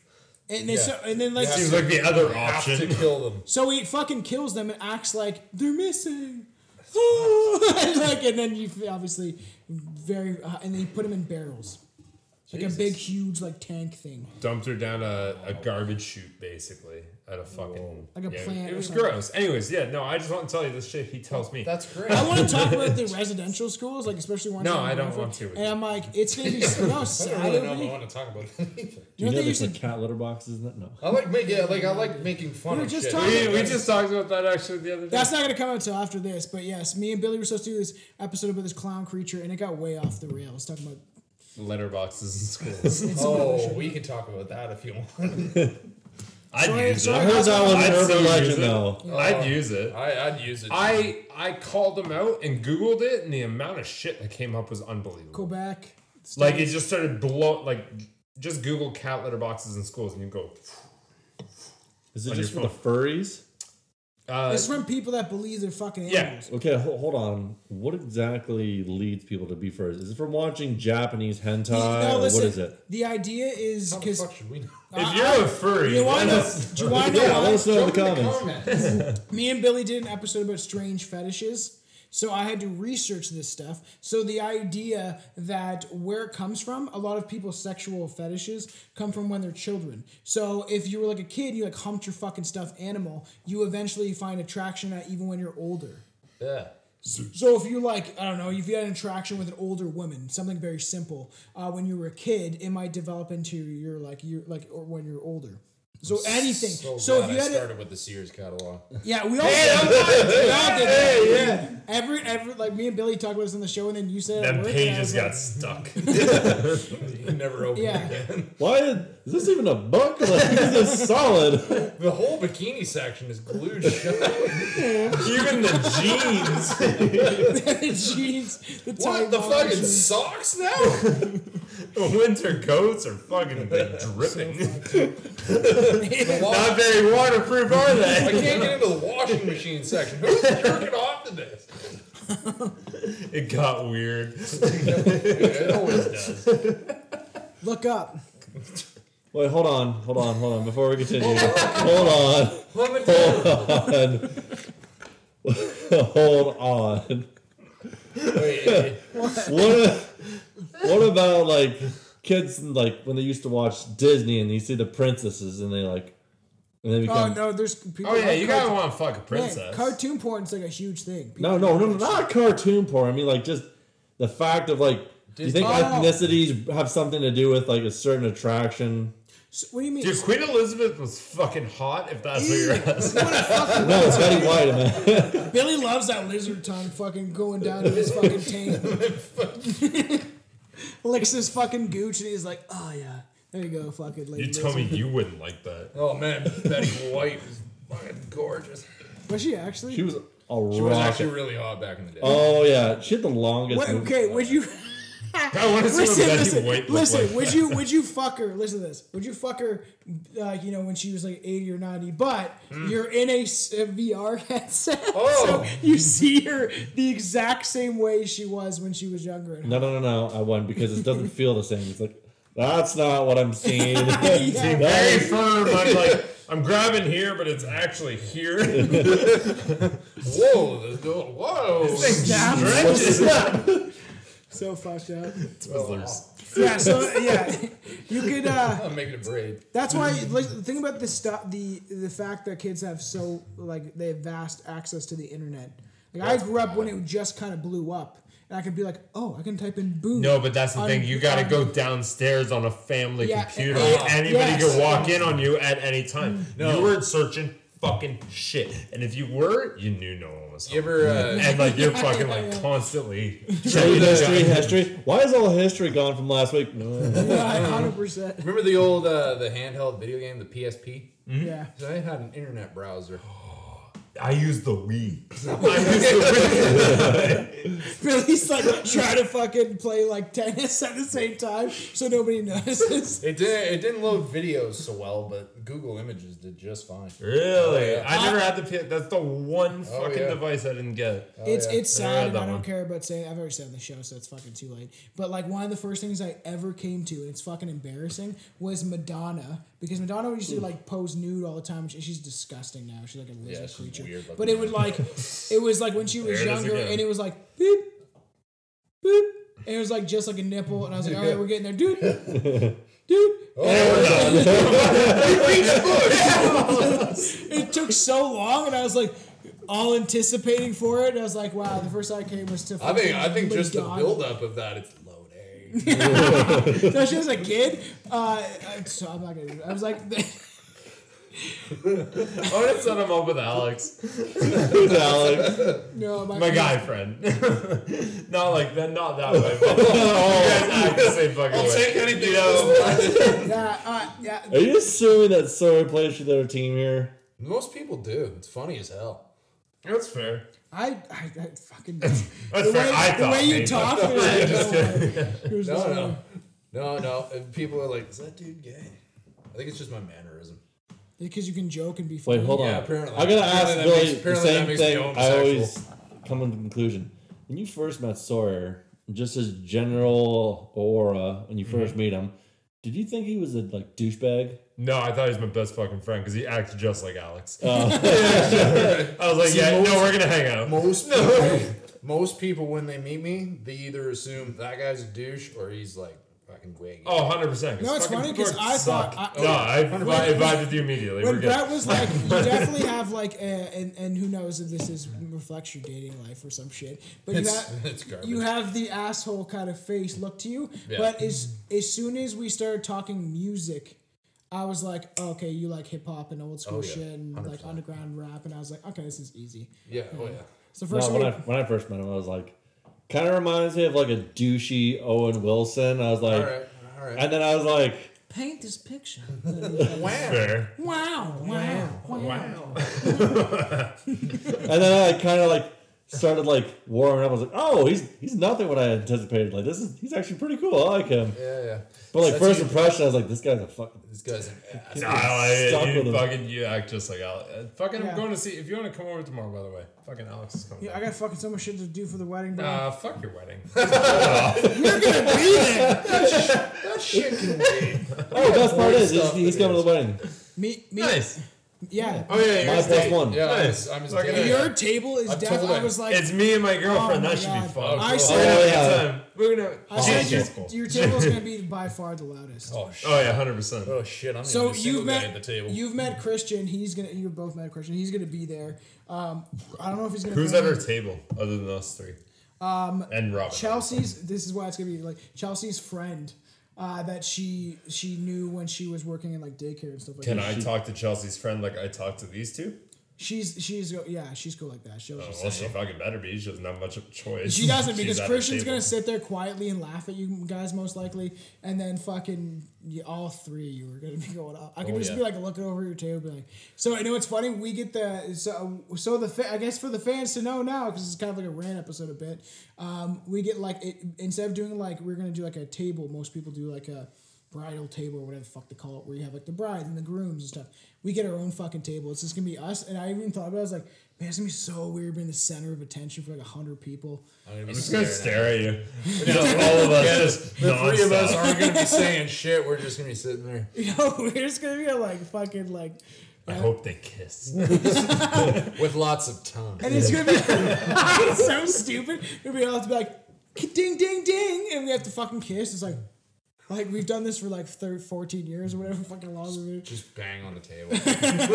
G: And, then so, and then like
F: Seems like the other
I: have to
F: option.
I: kill them.
G: so he fucking kills them and acts like they're missing. like and then you obviously very uh, and they put him in barrels, like a big huge like tank thing.
F: dumped her down a, a garbage chute basically at a fucking
G: Like a
F: yeah,
G: plant
F: It
G: or
F: was
G: something.
F: gross. Anyways, yeah, no, I just want to tell you this shit he tells me.
I: That's great.
G: I want to talk about the residential schools, like especially one.
F: No,
G: time in
F: I don't
G: Brantford.
F: want to with
G: And
F: you.
G: I'm like, it's gonna be so
I: I
G: sad.
I: don't really know
G: of me.
I: if I want to talk about that either.
H: you
G: know they
H: know there's
G: used
H: like
G: to-
H: cat litter boxes, isn't it? No.
I: I like making like I like making fun
G: We were
I: of
G: just
I: shit.
G: talking-
F: we, we just talked about that actually the other day.
G: That's not gonna come out until after this, but yes, me and Billy were supposed to do this episode about this clown creature, and it got way off the rails. Talking about
F: Letterboxes in schools.
I: Oh, we can talk about that if you want.
F: I'd
G: Sorry,
F: use
G: sorry.
H: I
F: it.
H: heard that was an
F: I'd still
H: urban
F: use
H: legend
F: it.
H: though.
F: I'd use it.
I: I, I'd use it.
F: I I called him out and Googled it, and the amount of shit that came up was unbelievable.
G: Quebec.
F: Like it just started blow. Like just Google cat litter boxes in schools, and you go.
H: Is it
F: On
H: just for
F: your
H: the furries?
F: Uh,
G: It's from people that believe they're fucking
F: Yeah.
G: animals.
H: Okay, ho- hold on. What exactly leads people to be furries? Is it from watching Japanese hentai?
G: No,
H: or
G: listen,
H: Uh, what is it?
G: The idea is
I: How the
G: because
I: fuck should we know?
F: if you're a furry,
G: you want
F: let
G: to,
F: us-
G: do you want to
H: Yeah,
G: know?
H: let
G: why?
H: us know in the comments.
G: Me and Billy did an episode about strange fetishes. So I had to research this stuff. So the idea that where it comes from, a lot of people's sexual fetishes come from when they're children. So if you were like a kid, you like humped your fucking stuffed animal, you eventually find attraction at even when you're older.
I: Yeah.
G: So if you like, I don't know, if you had an attraction with an older woman, something very simple, uh, when you were a kid, it might develop into your like you like or when you're older. So anything. So,
I: So,
G: if
I: glad
G: you
I: I
G: had a,
I: started with the Sears catalog.
G: yeah, we all we all did that. Every every like me and Billy talked about this on the show, and then you said it at
F: Them
G: work, and I was
F: pages got
G: like,
F: stuck.
I: You never opened
G: Yeah.
I: it again.
H: Why did, is this even a book? Like, this is solid.
I: The whole bikini section is glued shut.
F: Even the jeans.
G: the jeans. The
I: what
G: tight
I: the
G: boxers.
I: fucking socks now?
F: Winter coats are fucking dripping.
I: Wash-
F: Not very waterproof, are
I: I
F: they?
I: can't get into the washing machine section. Who's jerking off to this?
F: It got weird.
I: It always does.
G: Look up.
H: Wait, hold on, hold on, hold on. Before we continue, hold on,
I: Lemon pepper.
H: hold on.
I: Wait, wait,
H: What? What about like kids? Like when they used to watch Disney and you see the princesses and they like, and they
G: Oh
H: become.
G: no, there's people.
F: Oh yeah,
G: like
F: you
G: cartoon-
F: gotta want to fuck a
G: Man,
F: princess.
G: cartoon porn's like a huge thing. People-
H: No, no, no, not cartoon porn. I mean, like just the fact of like, do you think
G: Oh.
H: ethnicities have something to do with like a certain attraction?
G: So- what do you mean?
F: Dude, Queen Elizabeth was fucking hot. If that's what you're asking.
H: No, it's Betty White, man.
G: Billy loves that lizard tongue fucking going down to his fucking taint. Licks his fucking gooch and he's like, oh yeah, there you go, fuck it. lady
F: You tell me
G: lizard."
F: you wouldn't like that.
I: Oh man, Betty White was fucking gorgeous.
G: Was she actually?
H: She was a
I: She was actually
H: rocket.
I: really hot back in the day.
H: Oh yeah, she had the longest.
G: Wait,
H: move-
G: okay, would you?
F: I want to see
G: listen,
F: what Betty
G: listen,
F: White looked
G: listen.
F: like.
G: Would you would you fuck her? Listen to this. Would you fuck her? Uh, you know when she was like eighty or ninety, but
F: Hmm.
G: you're in a, s- a VR headset,
I: Oh.
G: so you see her the exact same way she was when she was younger. And
H: No, no, no, no. I won because it doesn't feel the same. It's like that's not what I'm seeing.
G: Yeah.
F: Very
H: That-
F: firm. I'm like, I'm grabbing here, but it's actually here.
I: Whoa, this girl- whoa.
G: so fucked up.
F: Twizzlers.
G: Yeah. So yeah, you could. Uh,
I: I'm making a braid.
G: That's why
F: Mm-hmm.
G: like, the thing about the stuff, the the fact that kids have so like they have vast access to the internet. Like I grew up when it just kind of blew up, and I could be like, oh, I can type in boom.
F: No, but that's the thing. You got to go downstairs on a family
G: Yeah,
F: computer.
G: yeah,
F: Anybody
G: yes.
F: could walk in on you at any time. You weren't searching fucking shit, and if you were, you knew no one was.
I: You
F: Home.
I: ever uh,
F: And like you're
G: Yeah,
F: fucking
G: yeah, yeah.
F: like constantly
H: True
F: checking
H: history,
F: history.
H: history. Why is all history gone from last week? No.
G: hundred percent.
I: remember the old uh, the handheld video game, the PSP?
F: Mm-hmm.
G: Yeah.
I: So I had an internet browser.
F: I use the Wii. I use the
G: Billy's like trying to fucking play like tennis at the same time, so nobody notices.
I: It didn't it didn't load videos so well, but Google Images did just fine.
F: Wii. Really?
I: yeah.
F: I never had the. P- that's the one
I: Oh,
F: fucking
I: yeah.
F: device I didn't get.
G: it's it's
F: Oh, I read
G: sad, and
F: that
G: I don't
F: one.
G: care about saying. I've already said it on the show, so it's fucking too late. But like one of the first things I ever came to, and it's fucking embarrassing, was Madonna because Madonna used to like pose nude all the time. She, she's disgusting now. She's like a lizard
I: she's
G: creature.
I: weird looking.
G: but it would like, it was like when she was
F: There it is
G: younger,
F: again.
G: and it was like beep, beep, and it was like just like a nipple, and I was like, all right, we're getting there, dude, dude. uh, it took so long, and I was like, all anticipating for it. And I was like, wow, the first I came was to.
I: I think I
G: fucking
I: think just the
G: Madonna.
I: buildup of that, it's load A.
G: No, she was a kid. Uh, I- so I'm not gonna. I was like,
F: Oh, I would have set him up with Alex,
H: Who's Alex?
G: no, my,
F: my guy friend. not like that. Not that way. But you guys
H: Oh.
F: act the same fucking way.
I: anything
G: Yeah, uh, yeah.
H: Are you assuming that Sawyer plays for their team here?
I: Most people do. It's funny as hell.
F: That's fair.
G: I, I, I fucking.
F: That's
G: the
F: fair.
G: way,
F: I
G: the
F: thought
G: way you
F: maybe.
G: talk, there's like, no way. There's
I: No,
G: no way.
I: no, no, no. And people are like, "Is that dude gay?" I think it's just my mannerism.
G: Because you can joke and be funny.
H: Wait, hold on.
I: Yeah, apparently.
H: I gotta ask
I: Apparently that
H: Billy
I: makes-
H: the
I: apparently that
H: same
I: makes me
H: thing. I
I: homosexual.
H: always come to the conclusion. When you first met Sawyer, just his general aura when you 1st
I: Mm-hmm.
H: meet him, did you think he was a like douchebag?
F: No, I thought he was my best fucking friend because he acts just like Alex.
G: Oh.
F: I was like, yeah, no, we're gonna hang out.
I: Most people, most people when they meet me, they either assume that guy's a douche or he's like fucking wig.
F: Oh, 100%.
G: No, it's
F: fucking
G: funny 'cause
F: dorks
G: I
F: suck.
G: thought- I-
F: no, I, I vibed with you immediately. We're
G: When
F: good.
G: Brett was like, you definitely have like, a, and and who knows if this is reflects your dating life or some shit. But you
I: It's-
G: have,
I: it's garbage.
G: you have the asshole kind of face look to you.
I: Yeah.
G: But as as soon as we started talking music, I was like, oh, okay, you like hip hop and old school
I: yeah.
G: shit and like underground rap, and I was like, okay, this is easy.
I: Yeah, oh yeah.
G: So
H: No,
G: first
H: when I
G: one,
H: when I first met him, I was like, kind of reminds me of like a douchey Owen Wilson. I was like,
I: All right, all right.
H: and then I was like,
G: paint this picture.
F: Fair.
G: wow, wow, wow.
H: and then I kind of like started like warming up. I was like, oh, he's he's nothing what I anticipated. Like this is he's actually pretty cool. I like him.
I: Yeah, yeah.
H: But like
I: That's
H: first
I: you-
H: impression, I was like, this guy's a fucking.
I: This guy's an ass.
F: Nah, I-
H: Stuck with
F: you
H: him.
F: fucking you act just like Alex. Uh, fucking,
G: Yeah.
F: I'm going to see if you want to come over tomorrow. By the way, fucking Alex is coming.
G: Yeah, I
F: down.
G: got fucking so much shit to do for the wedding, bro.
F: Nah, Uh, fuck your wedding.
I: That shit can wait.
H: Oh, best part
I: more
H: is he's,
I: stuff
H: he's
I: than
H: coming to the wedding.
G: me, me,
F: nice.
G: yeah.
I: Oh yeah,
H: My
I: you're
H: plus one.
I: Yeah, I
F: Nice.
I: was, I was
F: Fucking
I: dating-
G: Your table is
I: I'm
G: definitely.
I: totally-
G: I was like,
F: It's me and my
G: Oh
F: girlfriend.
G: my
F: that should be
G: God.
F: fun.
G: I
F: Oh,
G: said-
F: yeah.
H: Yeah.
F: Time. We're gonna.
G: I said
F: Jesus.
G: your, your table is gonna be by far the loudest.
I: Oh shit.
F: Oh yeah, hundred percent.
I: Oh shit. I'm
G: So
I: the single
G: you've
I: guy
G: met
I: at the table.
G: you've met Christian. He's gonna you both met Christian. He's gonna be there. Um, I don't know if he's gonna.
F: Who's at
G: bring-
F: our table other than us three? Um, and Robin.
G: Chelsea's. This is why it's gonna be like Chelsea's friend uh, that she she knew when she was working in like daycare and stuff like
F: Can
G: that.
F: I talk to Chelsea's friend like I talked to these two?
G: She's she's yeah she's cool like that. She'll
I: Oh,
G: just
F: Well, she fucking better be. She doesn't have much of a choice.
G: She doesn't
F: She's
G: because
F: at the
G: Christian's
F: table.
G: gonna sit there quietly and laugh at you guys most likely, and then fucking you, all three of you are gonna be going up. I
F: Oh,
G: can just be like looking over your table, be like, so you know what's funny? We get the so so the fa- I guess for the fans to know now because it's kind of like a rant episode a bit. Um, we get like it, instead of doing like we're gonna do like a table. Most people do like a bridal table or whatever the fuck they call it, where you have like the brides and the grooms and stuff. We get our own fucking table. It's just gonna be us. And I even thought about it, I was like, man, it's gonna be so weird being the center of attention for like a hundred people.
I: I'm
F: I'm just gonna stare at you. Just all of us. just
I: The three of us
F: nonstop.
I: aren't gonna be saying shit. We're just gonna be sitting there.
G: Yo, we're just Oh, gonna be like fucking like,
F: I hope they kiss.
I: with lots of tongue.
G: and it's gonna be it's so stupid. And we all have to be like, ding, ding, ding, and we have to fucking kiss. It's like, like we've done this for like thir 14 years or whatever fucking long we've been.
I: Just bang on the table.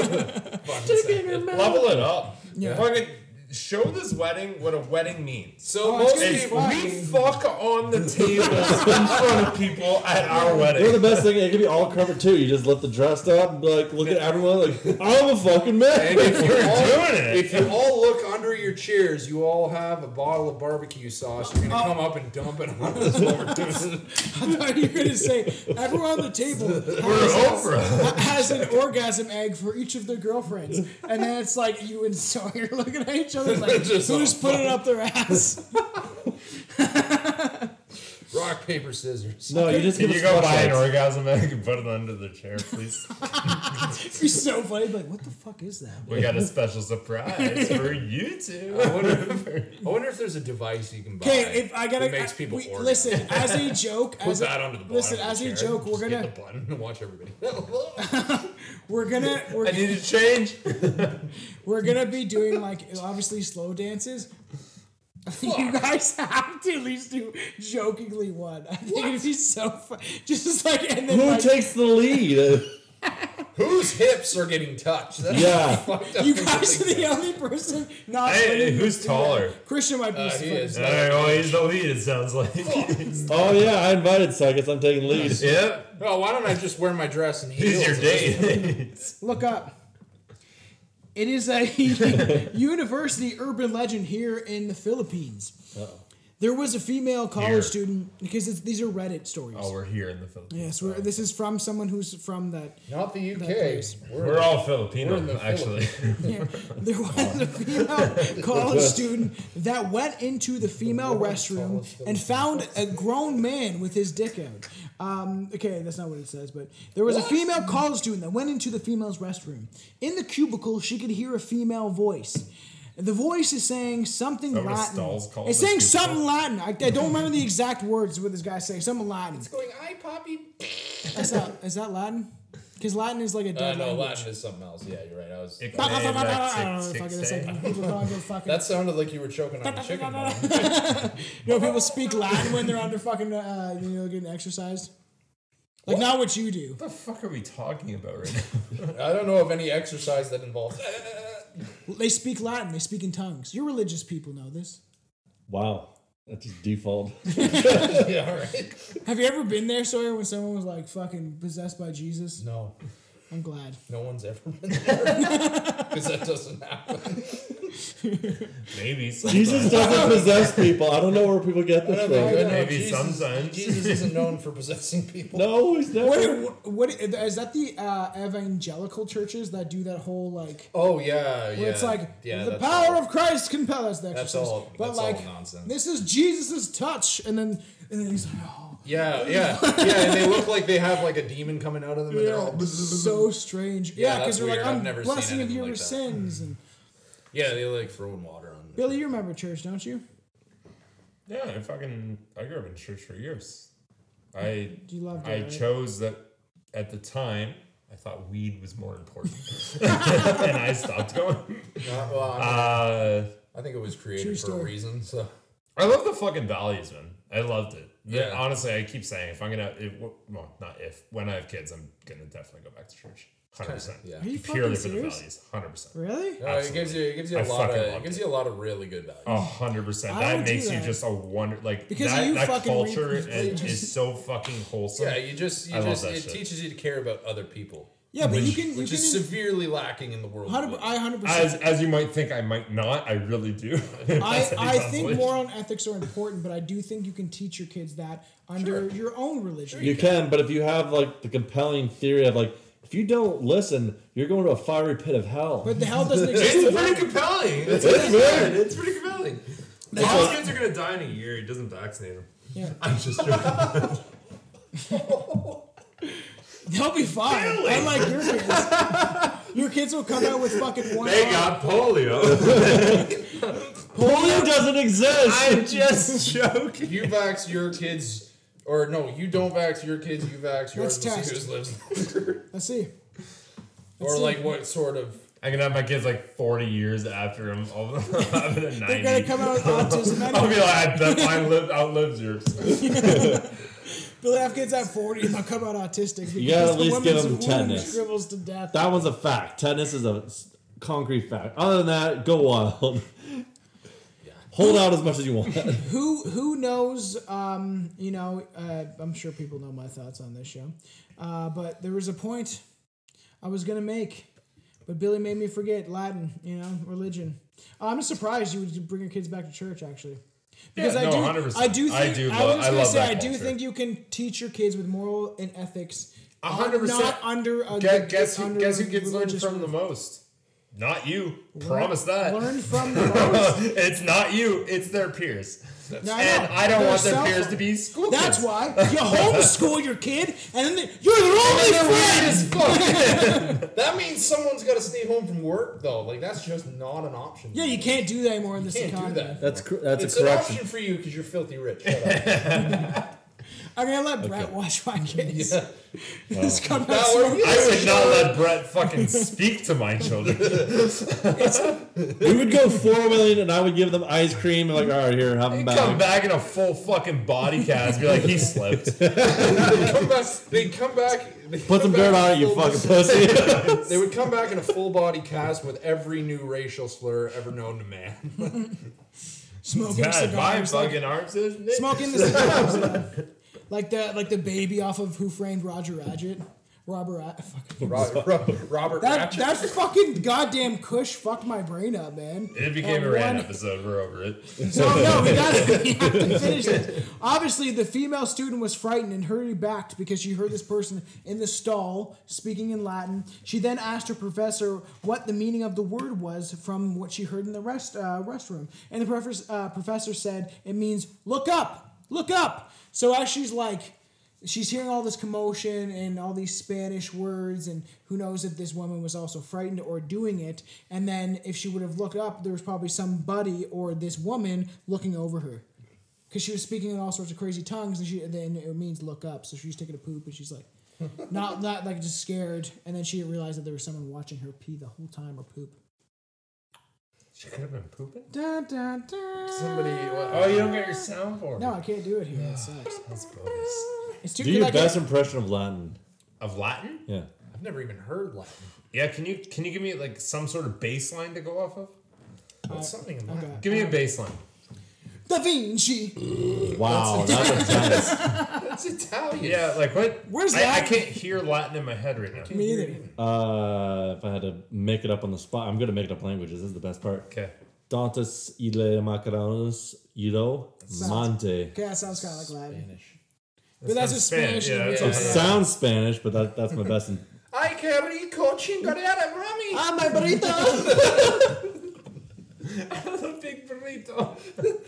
I: Fucking say it.
F: Level it up.
G: Yeah.
F: Fucking show this wedding what a wedding means.
I: so
G: Oh,
I: most
G: it's gonna
F: If
I: people,
G: be
F: we
G: fucking-
F: fuck on the tables in front of people at our
H: They're the
F: wedding.
H: best thing. It could be all covered too. You just lift the dress up and be like, look at everyone. Like I'm a fucking
I: and
H: man.
I: if you're all,
F: Doing it.
I: if you all look under your chairs, you all have a bottle of barbecue sauce. You're gonna come up and dump it on us while we're doing it.
G: I thought you were gonna say everyone on the table has,
F: Oprah.
G: has an orgasm egg for each of their girlfriends, and then it's like you and Sawyer looking at each other like,
I: Just
G: who's
I: all
G: putting up their ass?
I: Rock paper scissors.
H: No, you just
F: Can
H: give
F: you
H: us
F: go buy an
H: flashlights.
F: orgasm egg and put it under the chair, please?
G: It'd be so funny. Like, what the fuck is that?
F: We got a special surprise for you two.
I: I wonder, if, I wonder if there's a device you can buy.
G: Okay, if I gotta
I: that makes
G: I-
I: people
G: we-
I: orgasm.
G: listen as a joke.
I: Put
G: as
I: that
G: a,
I: onto the bottom
G: listen
I: of the
G: as a
I: chair.
G: joke. We're
I: Just hit
G: gonna
I: the button and watch everybody.
G: we're gonna we're,
F: I need to change.
G: we're gonna be doing like obviously slow dances. I think you guys have to at least do jokingly one. I think it'd be so fun. Just like and then
H: Who
G: like,
H: takes the lead? Uh,
I: Whose hips are getting touched? That's
H: Yeah.
I: fucked up.
G: you guys are the only person not.
F: Hey,
G: winning
F: who's
G: this duel.
F: taller?
G: Christian might be. the
I: Uh, he
G: fucking-
I: is.
F: All right, well, he's the lead, it sounds like.
H: Oh yeah, I invited, so I guess I'm taking the lead.
F: yeah,
I: Oh, why don't I just wear my dress and
F: he's
I: heels?
F: your
I: and
F: date.
G: Look up. It is a university urban legend here in the Philippines. There was a female college
F: Here.
G: student because it's, these are Reddit stories.
F: oh, we're here in the Philippines.
G: Yes, we're, this is from someone who's from that.
I: Not the UK.
G: place.
I: We're,
F: We're all
I: we're
F: Filipino,
I: in the
F: actually.
G: There was a female college student that went into the female restroom and found a grown man with his dick out. Um, okay, that's not what it says, but there was a female college student that went into the female's restroom. In the cubicle, she could hear a female voice. The voice is saying something
F: that what a
G: Latin.
F: stall's called,
G: It's
F: the
G: saying
F: cubicle?
G: something Latin. I, I don't remember the exact words what this guy's saying. Something Latin.
I: going, I Poppy.
G: That's not, is that Latin? Because Latin is like a
I: Uh,
G: dead
I: no,
G: language.
I: Latin is something else. Yeah, you're right. I was.
F: It
G: Ba- ba- ba- ba- ba- I don't know
F: six-
G: the fucking-
F: six-
G: it's like people don't give a fucking-
I: That sounded like you were choking on a chicken bone.
G: You know, people speak Latin when they're under fucking, uh, you know, getting exercised. Like, not what you do.
F: What the fuck are we talking about right now?
I: I don't know of any exercise that involves.
G: They speak Latin. They speak in tongues. You're religious people know this.
H: Wow. That's just default.
I: yeah, all right.
G: Have you ever been there, Sawyer, when someone was like fucking possessed by Jesus?
I: No,
G: I'm glad.
I: no one's ever been there because that doesn't happen.
F: Maybe.
H: Jesus
F: sometimes.
H: doesn't possess people. I don't know where people get this
I: I
H: from.
I: know
F: Maybe
I: Jesus-
F: sometimes.
I: Jesus isn't known for possessing people.
H: No, he's never.
G: What, what is that? The uh, evangelical churches that do that whole like,
I: Oh yeah, yeah.
G: where it's like
I: yeah,
G: the
I: that's
G: power
I: all.
G: of Christ compels the exorcist,
I: all-
G: but
I: that's all
G: like
I: nonsense.
G: this is Jesus's touch, and then and then he's like, oh,
I: Yeah, yeah, yeah. And they look like they have like a demon coming out of them, and they're all.
G: so strange.
I: Yeah,
G: Yeah, because
I: that's
G: they're like,
I: weird. I've
G: I'm
I: never seen
G: blessing of
I: anything
G: your
I: like that.
G: sins. And
I: Yeah, they like throwing water on.
G: Billy, you remember church, don't you?
F: Yeah, I fucking I grew up in church for years. I
G: You loved it.
F: I
G: right?
F: chose that at the time. I thought weed was more important, and I stopped going.
I: Uh, well, I,
F: Uh,
I: I think it was
G: True
I: created for
G: story.
I: a reason. So Uh,
F: I love the fucking values, man. I loved it. Yeah.
I: Yeah.
F: Honestly, I keep saying if I'm gonna, if, well, not if, when I have kids, I'm gonna definitely go back to church. Hundred percent.
I: yeah.
G: Are you fucking
F: Purely for the
G: serious?
F: values. Hundred percent.
G: Really?
I: No, it gives you it gives you a
F: I
I: lot of
F: fucking
I: it
F: loved
I: gives
F: it.
I: you a lot of really good value.
F: A hundred percent.
G: I
F: That
G: would do
F: makes you
G: that.
F: just a wonder, like
G: Because
F: that,
G: you
F: that
G: fucking read-
F: culture
G: you
F: and
G: just-
F: is so fucking wholesome.
I: yeah, you just you
F: I love
I: just
F: that
I: it
F: shit.
I: teaches you to care about other people,
G: Yeah, but you can you
I: which
G: can
I: is severely lacking in the world.
G: hundred.
I: today.
G: I hundred
F: as
G: percent.
F: as you might think, I might not. I really do.
G: I,
F: That's
G: I
F: how
G: think
F: it is.
G: moral and ethics are important, but I do think you can teach your kids that under your own religion.
H: You can, but if you have like the compelling theory of like, if you don't listen, you're going to a fiery pit of hell.
G: But the hell doesn't
I: it's
G: exist.
I: pretty compelling. It's,
H: That's weird.
I: it's pretty compelling.
F: All kids are gonna die in a year. He doesn't vaccinate them.
G: yeah.
I: I'm just joking.
G: They'll be fine. Unlike your kids. your kids will come out with fucking one arm.
F: polio.
H: Polio doesn't exist.
F: just joking.
I: You vax your kids, or no, you don't vax your kids. You vax yours.
G: Let's
I: Let's see
G: test.
I: who lives longer.
G: Let's see.
I: or like what sort of
F: I'm gonna have my kids like 40 years after I'm all of them having a 90.
G: They're gonna come out with autism.
F: I'll be
G: Anyway.
F: like, I bet mine lived, outlives yours.
G: They'll have kids at forty and they'll come out autistic.
H: You
G: because
H: gotta at
G: the
H: least give
G: woman's
H: them
G: womb
H: tetanus.
G: Scribbles to death.
H: That one's a fact. Tennis is a s- concrete fact. Other than that, go wild. Hold out as much as you want.
G: who who knows um you know uh, i'm sure people know my thoughts on this show uh but there was a point i was gonna make but billy made me forget latin you know religion Oh, i'm surprised you would bring your kids back to church actually because
F: Yeah,
G: I,
F: no,
G: do,
F: 100%.
G: I do
F: I
G: think i,
F: do
G: was
F: love-
G: just
F: I
G: gonna
F: love
G: say
F: that
G: i do
F: culture.
G: think you can teach your kids with moral and ethics on-
F: 100%.
G: not under a
F: Guess, guess, who,
G: under
F: guess who gets learned
G: religious
F: from the most? Not you. Promise that.
G: learn from the most.
F: it's not you. It's their peers.
G: No, I
F: and
G: know.
F: I don't
G: They're
F: want their
G: self-
F: peers to be school
G: That's
F: kids.
G: why you homeschool your kid, and then they- you're their only friend.
I: that means someone's got to stay home from work though. Like that's just not an option.
G: Yeah, you can't do that anymore in this
I: can't
G: economy.
I: do that.
H: That's cor- that's
I: it's
H: a
I: an
H: correction.
I: option for you because you're filthy rich. Shut up.
G: I mean, I let Brett watch my kids. It's come out
I: Now we're-
G: smoking.
F: I would not let Brett fucking speak to my children.
H: We would go four million, and I would give them ice cream. And like, all right, here, have them back.
F: Come back in a full fucking body cast. Be like, he slipped.
I: They'd come back. They'd come back. they'd
H: Put
I: come
H: some dirt on
I: back
H: it, you
I: full-
H: fucking pussy.
I: They would come back in a full body cast with every new racial slur ever known to man.
G: smoking
F: God, my
G: cigars, like,
F: fucking arms isn't it?
G: smoking the cigars, yeah. like the like the baby off of Who Framed Roger Rabbit. Robert, Ra- fucking
I: Robert, Robert, Robert
G: that
I: Ratchet.
G: that fucking goddamn Kush fucked my brain up, man.
F: It became a rant episode. We're over it.
G: So no, we gotta we have to finish this. Obviously, the female student was frightened and hurried back because she heard this person in the stall speaking in Latin. She then asked her professor what the meaning of the word was from what she heard in the rest uh, restroom, and the professor, uh, professor said it means "look up, look up." So as she's like. She's hearing all this commotion and all these Spanish words, and who knows if this woman was also frightened or doing it. And then, if she would have looked up, there was probably somebody or this woman looking over her because she was speaking in all sorts of crazy tongues, and she then it means look up. So she's taking a poop, and she's like, not not like just scared, and then she realized that there was someone watching her pee the whole time or poop.
F: She could have been pooping.
G: Dun, dun, dun.
I: Somebody. uh,
F: Oh, you don't get your soundboard.
G: No, I can't do it here. It sucks.
F: That's bogus.
G: It's too
H: Do
G: good.
H: your
G: Like,
H: best impression of Latin.
F: Of Latin?
H: Yeah.
I: I've never even heard Latin.
F: Yeah. Can you can you give me like some sort of baseline to go off of?
G: Oh,
I: What's something in Latin?
F: Give me a baseline.
G: Da Vinci.
H: Wow, that's intense.
I: That's Italian.
F: Yeah, like what?
G: Where's
F: I, I
G: Latin?
F: can't hear Latin in my head right now.
G: Me either.
H: Uh, if I had to make it up on the spot, I'm gonna make it up languages. This is the best part.
F: Okay.
H: Dantes ile macarones ido monte.
G: Okay, that sounds kind of like Latin. But that's just
F: Spanish,
G: Spanish.
F: yeah,
G: and
F: that's
H: It
G: weird.
F: what-
H: sounds Spanish, but that, that's my best. In-
I: I can rico chingarera rummy.
H: ah, my burrito.
I: The big burrito.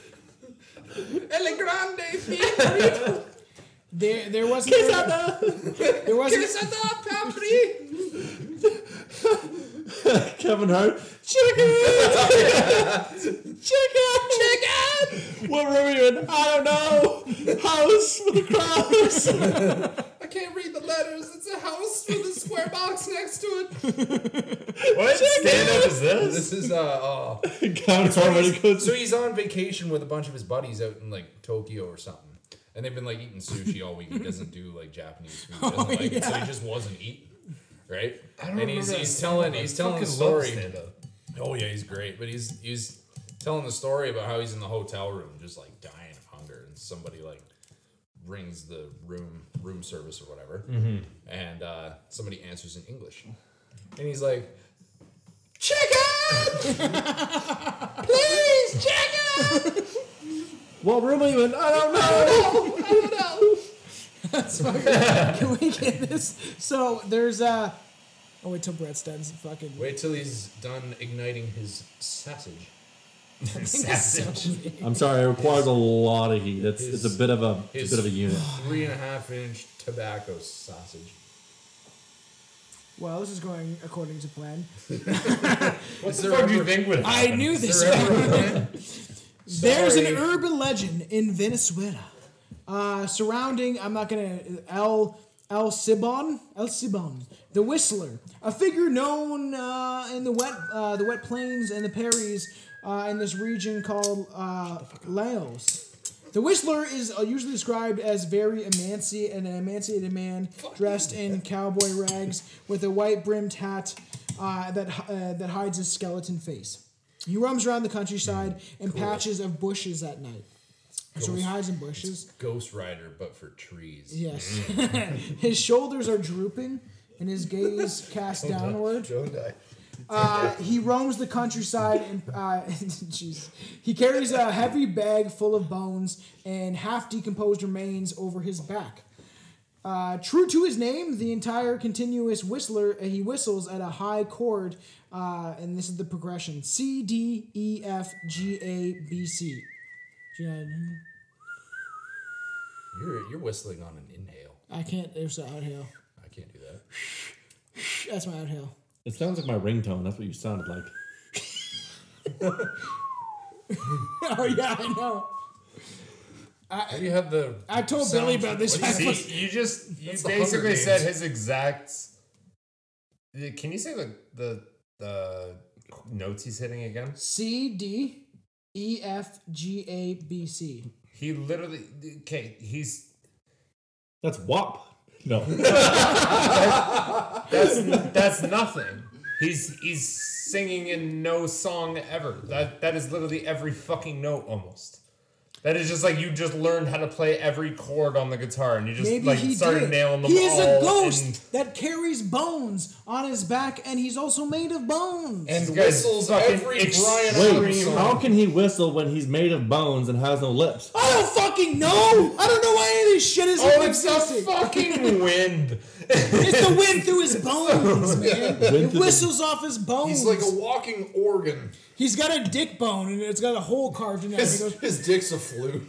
I: El grande big burrito.
G: There, there wasn't. There, there wasn't.
I: Quesada papri.
H: Kevin Hart. Chicken. Chicken. Chicken. What room are you in? I don't know. House with a cross.
I: I can't read the letters. It's a house with a square box next to it.
F: What stand up is this?
I: This is uh. Oh.
H: Kevin Hart when he goes.
I: So he's on vacation with a bunch of his buddies out in like Tokyo or something. And they've been like eating sushi all week. He doesn't do like Japanese food. He doesn't like it, so he just wasn't eating. Right? and he's, he's telling he's telling the story. Oh yeah, he's great. But he's he's telling the story about how he's in the hotel room just like dying of hunger and somebody like rings the room room service or whatever. And uh, somebody answers in English. And he's like, Chicken! Please, chicken!
H: What room are you in? I don't know.
G: Can we get this? So there's Uh, oh wait till Brett's done. some Fucking.
I: Wait till he's done igniting his sausage.
H: I'm sorry. It requires a lot of heat. It's it's a bit of a it's a bit of a unit.
I: Three and a half inch tobacco sausage.
G: Well, this is going according to plan.
I: What the fuck do you think with
G: I knew this. There's an urban legend in Venezuela uh, surrounding, I'm not going to, El, El Cibon, El Cibon, the Whistler, a figure known uh, in the wet, uh, the wet plains and the prairies uh, in this region called uh, Laos. The Whistler is uh, usually described as very emanciated, an emanciated man dressed in cowboy rags with a white brimmed hat uh, that, hi- uh, that hides his skeleton face. He roams around the countryside in patches of bushes at night. So he hides in bushes.
I: Ghost Rider, but for trees.
G: Yes. his shoulders are drooping and his gaze cast downward.
I: Don't die.
G: Uh, he roams the countryside and uh, jeez. he carries a heavy bag full of bones and half decomposed remains over his back. Uh, true to his name, the entire continuous whistler uh, he whistles at a high chord, uh, and this is the progression: C D E F G A B C. Do you know what I mean?
I: You're you're whistling on an inhale.
G: I can't. There's the out hail.
I: I can't do that.
G: That's my out hail.
H: It sounds like my ringtone. That's what you sounded like.
G: oh yeah, I know.
I: How do you have the?
G: I told
I: sound-
G: Billy about this.
I: what do you-
F: See, you just you
I: That's the Hunger
F: basically
I: Games.
F: said his exact. Yeah, Can you say the the the notes he's hitting again?
G: C D E F G A B C.
F: He literally okay. He's
H: That's WAP. No.
F: that's that's nothing. He's he's singing in no song ever. That that is literally every fucking note almost. That is just like you just learned how to play every chord on the guitar and you just
G: Maybe
F: like
G: he
F: started
G: did.
F: nailing them
G: he is a
F: all
G: ghost
F: and-
G: that carries bones on his back, and he's also made of bones.
I: And
F: This guy's
I: whistles
F: fucking
I: every
F: extreme.
I: Brian
H: Wait,
I: Adams song.
H: how can he whistle when he's made of bones and has no lips?
G: I don't fucking know. I don't know why any of this shit is
F: Oh, it's the
G: existing.
F: fucking wind.
G: It's the wind through his bones, man. It
H: through
G: whistles off his bones.
I: He's like a walking organ.
G: He's got a dick bone, and it's got a hole carved in it. and He
I: His,
G: goes,
I: his dick's a flute.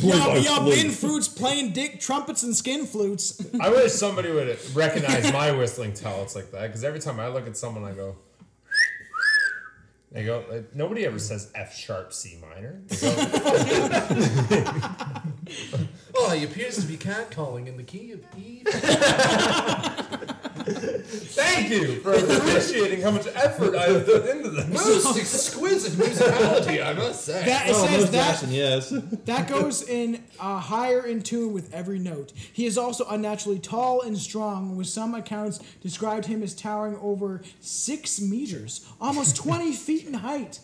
G: y'all,
H: by
G: y'all
H: flute."
G: been fruits playing dick trumpets and skin flutes.
F: I wish somebody would recognize my whistling talents like that because every time I look at someone, I go. They go. Like, nobody ever says F sharp C minor.
I: Oh, he appears to be catcalling in the key of E.
F: Thank you for appreciating how much effort I have put into this.
I: Most exquisite musicality, I must say.
G: That it
H: Oh,
G: says
H: most
G: that
H: Jackson, yes.
G: That goes in uh, higher in tune with every note. He is also unnaturally tall and strong, with some accounts described him as towering over six meters, almost 20 feet in height.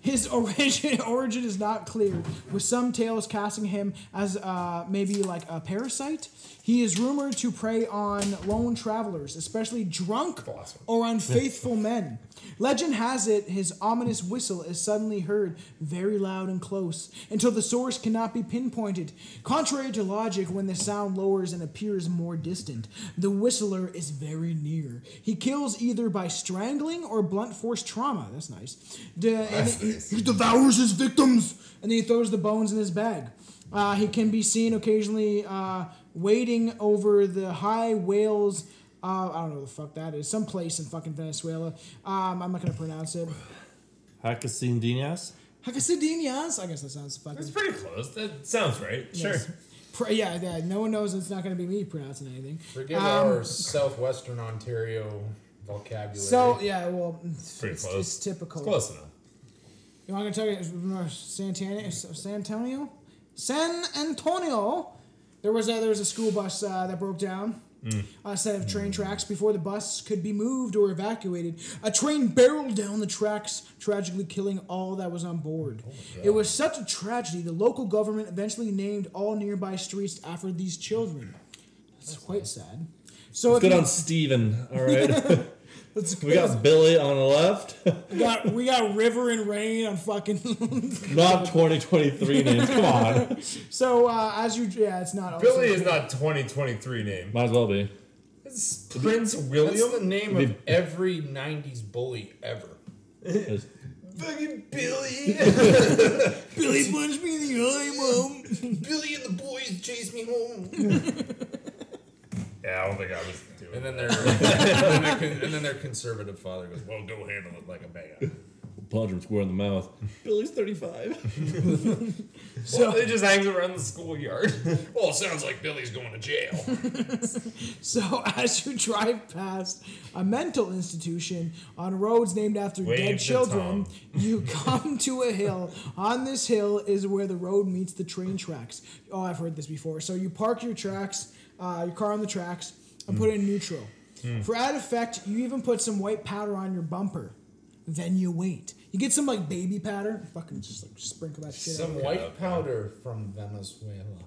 G: His origin origin is not clear, with some tales casting him as uh, maybe like a parasite. He is rumored to prey on lone travelers, especially drunk or unfaithful men. Legend has it his ominous whistle is suddenly heard very loud and close until the source cannot be pinpointed. Contrary to logic, when the sound lowers and appears more distant, the whistler is very near. He kills either by strangling or blunt force trauma. That's nice. De- and He, he devours his victims and then he throws the bones in his bag. Uh, he can be seen occasionally uh, wading over the high whales. Uh, I don't know what the fuck that is. Some place in fucking Venezuela. Um, I'm not gonna pronounce it.
H: Hakasin Dinas?
G: Hacasadenias. I guess that sounds fucking.
F: It's pretty close. That sounds right.
G: Yes.
F: Sure.
G: Pr- yeah, yeah. No one knows. It's not gonna be me pronouncing anything.
I: Forgive our southwestern Ontario vocabulary.
G: So yeah, well, it's,
F: Pretty
G: it's,
F: close.
G: it's typical.
F: Close enough.
G: You want to tell you uh, Santana, San Antonio, San Antonio. There was a, there was a school bus uh, that broke down. A set of train tracks before the bus could be moved or evacuated. A train barreled down the tracks, tragically killing all that was on board. it was such a tragedy. The local government eventually named all nearby streets after these children. That's, quite sad. So if
H: Good
G: you-
H: on Steven, all right?
G: that's
H: we got Billy on the left.
G: we got we got river and rain on fucking
H: Not 2023 names. Come on.
G: So uh, as you, yeah, it's not. also-
F: Billy is not 2023 name.
H: Might as well be.
F: It's Prince
I: that's the
F: William.
I: name of every '90s bully ever.
H: It's-
I: Fucking Billy.
G: Billy punched me in the eye, mom.
I: Billy and the boys chase me home.
F: Yeah, I don't think I was doing.
I: And then their and, their con- and then their conservative father goes, "Well, go handle it like a man."
H: Punch him square in the mouth. Billy's 35.
F: So it just hangs around the schoolyard.
I: well, it sounds like Billy's going to jail.
G: So as you drive past a mental institution on roads named after
F: Wave
G: dead
F: the
G: children,
F: tongue.
G: you come to a hill. On this hill is where the road meets the train tracks. Oh, I've heard this before. So you park your tracks, uh, your car on the tracks, and put it in neutral.
F: Hmm.
G: For added effect, you even put some white powder on your bumper. Then you wait. You get some like baby powder. Fucking just like sprinkle that shit.
I: Some white powder from Venezuela.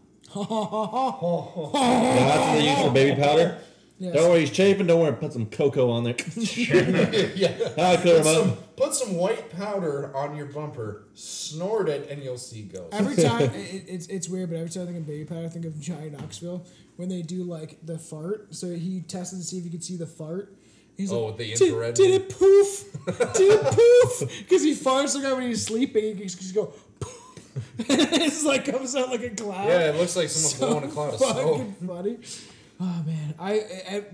H: That's what they use for baby powder.
G: Yes.
H: Don't worry, he's chafing. Don't worry, put some cocoa on there.
I: yeah.
H: I'll clear
I: Put
H: him
I: some,
H: up.
I: put some white powder on your bumper, snort it, and you'll see ghosts.
G: Every time it, it- it's it's weird, but every time I think of baby powder, I think of Johnny Knoxville when they do like the fart. So he tested to see if he could see the fart. He's
I: Oh,
G: like,
I: the
G: "Did-
I: infrared
G: Did,
I: one?"
G: it poof? Did it poof? Because he farts like that when he's sleeping. He can just go. poof. it's like comes out like a cloud.
I: yeah, it looks like someone blowing a cloud of smoke.
G: Fucking funny. Oh man, I I,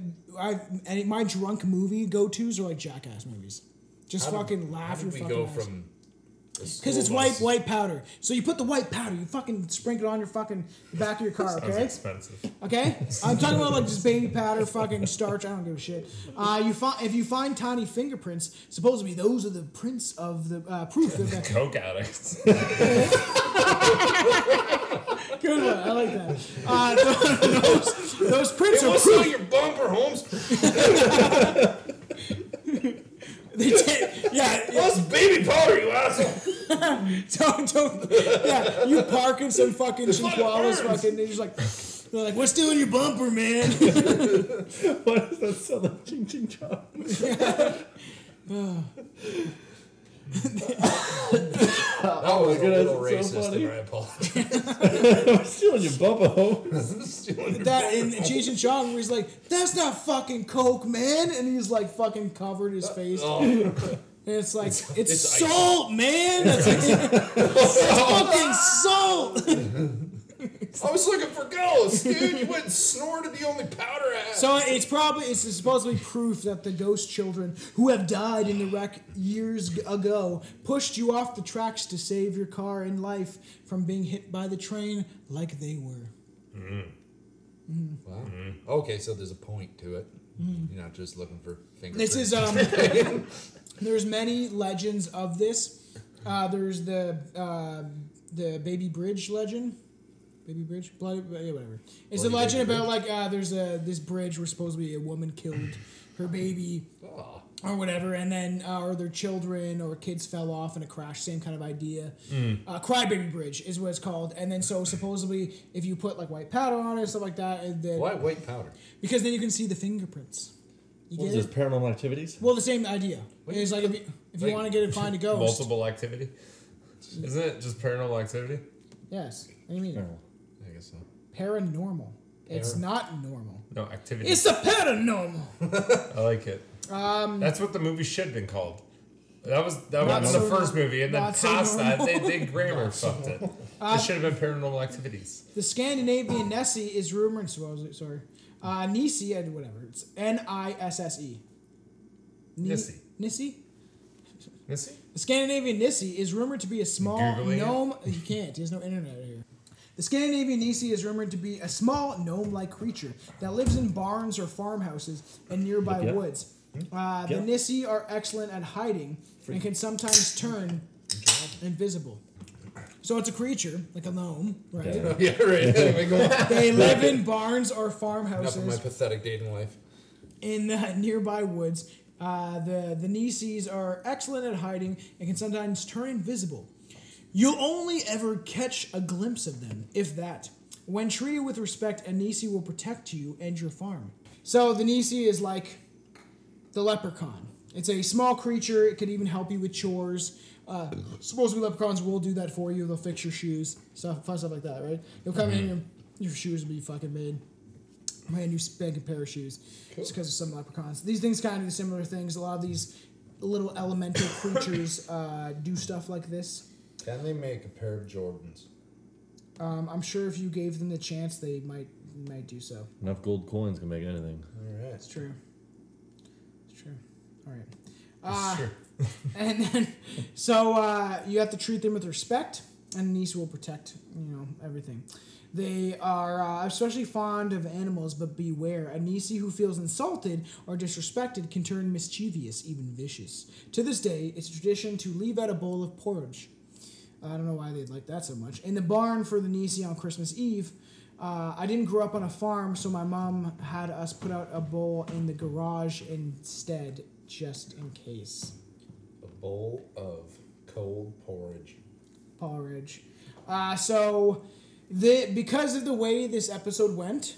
G: I, I my drunk movie go tos are like Jackass movies. Just fucking
I: How
G: laugh your
I: did we
G: fucking
I: go
G: ass
I: from?
G: because it's white white powder. So you put the white powder, you fucking sprinkle it on your fucking the back of your car,
F: That was
G: okay?
F: expensive.
G: Okay, I'm talking about like just baby powder, fucking starch. I don't give a shit. Uh, you find if you find tiny fingerprints, supposedly those are the prints of the uh, proof of the
F: Coke addicts.
G: good one. I like that. Uh, th- those, those prints are
I: What's
G: proof.
I: on your bumper, Holmes?
G: They did- yeah, yeah.
I: What's baby powder, you asshole?
G: Don't, don't, yeah, you parking some fucking chihuahuas,
I: burns.
G: fucking, they're just like, they're like, what's still in your bumper, man?
H: Why does that sound like ching ching chong?
I: That was a
H: goodness,
I: little
H: it's so
I: racist,
H: funny.
I: and I apologize.
H: Stealing your bumbo.
G: that in Cheech and Chong where he's like, "That's not fucking coke, man," and he's like fucking covered his face. And it's like Oh. it's,
I: ice.
G: salt, man. It's, like, it's fucking salt.
I: I was looking for ghosts, dude. You went and snorted the only powder I had.
G: So it's probably it's supposedly proof that the ghost children who have died in the wreck years g- ago pushed you off the tracks to save your car and life from being hit by the train like they were.
I: Wow. Okay, so there's a point to it.
G: Hmm.
I: You're not just looking for fingerprints.
G: This is um. there's many legends of this. Uh, there's the uh, the Baby Bridge legend. Baby Bridge, bloody yeah, whatever. It's a
H: Ah.
G: legend about like uh, there's a this bridge where supposedly a woman killed her baby. or whatever, and then uh, or their children or kids fell off in a crash. Same kind of idea.
H: Hmm.
G: Uh, Crybaby Bridge is what it's called, and then so supposedly if you put like white powder on it and stuff like that, and then
I: Why white powder?
G: because then you can see the fingerprints. You
H: What
G: get
H: is
G: it?
H: this paranormal activities?
G: Well, the same idea. It's like if you, if you
I: Like-
G: want to get it, find a ghost.
F: Multiple activity. Isn't it just paranormal activity?
G: Yes. What do you mean?
H: Paranormal.
I: I guess so.
G: Paranormal. It's not normal.
F: No activity.
G: It's a paranormal.
F: I like it. Um, That's what the movie should have been called. That was that
G: Not
F: was
G: so
F: the first
G: nor-
F: movie, and then
G: not so
F: past that they
G: normal.
F: did grammar fucked it. it should have been paranormal activities.
G: The Scandinavian Nessie is rumored. Sorry, sorry. Uh, Nissi and whatever. It's N I S S E. Ni-
F: Nissi.
G: Nissi.
F: Missy?
G: The Scandinavian Nissi is rumored to be a small
F: Googling it?
G: gnome. You can't. There's no internet here. The Scandinavian Nissi is rumored to be a small gnome-like creature that lives in barns or farmhouses and nearby
H: Yep.
G: woods. Uh,
H: Yep.
G: The Nissi are excellent at hiding and can sometimes turn invisible. So it's a creature like a gnome, right?
I: Yeah, right. Anyway, go on.
G: They live in barns or
I: Enough of my
G: farmhouses
I: pathetic dating life.
G: in the nearby woods. Uh, the the Nisis are excellent at hiding and can sometimes turn invisible. You'll only ever catch a glimpse of them, if that. When treated with respect, a Nisi will protect you and your farm. So the Nisi is like the leprechaun. It's a small creature. It could even help you with chores. Uh, supposedly leprechauns will do that for you. They'll fix your shoes, stuff, fun stuff like that, right? You'll come in, your, your shoes will be fucking made brand new spanking pair of shoes just because of some leprechauns. These things kind of do similar things. A lot of these little elemental creatures uh, do stuff like this.
I: Can they make a pair of Jordans?
G: Um, I'm sure if you gave them the chance, they might might do so.
H: Enough gold coins can make anything.
I: All right.
G: It's true. It's true. All right. Uh, and then, so uh, you have to treat them with respect, and Nisa will protect you know everything. They are uh, especially fond of animals, but beware. A Nisi who feels insulted or disrespected can turn mischievous, even vicious. To this day, it's a tradition to leave out a bowl of porridge. I don't know why they'd like that so much. In the barn for the Nisi on Christmas Eve, uh, I didn't grow up on a farm, so my mom had us put out a bowl in the garage instead, just in case.
I: A bowl of cold porridge.
G: porridge. Uh, so, the because of the way this episode went,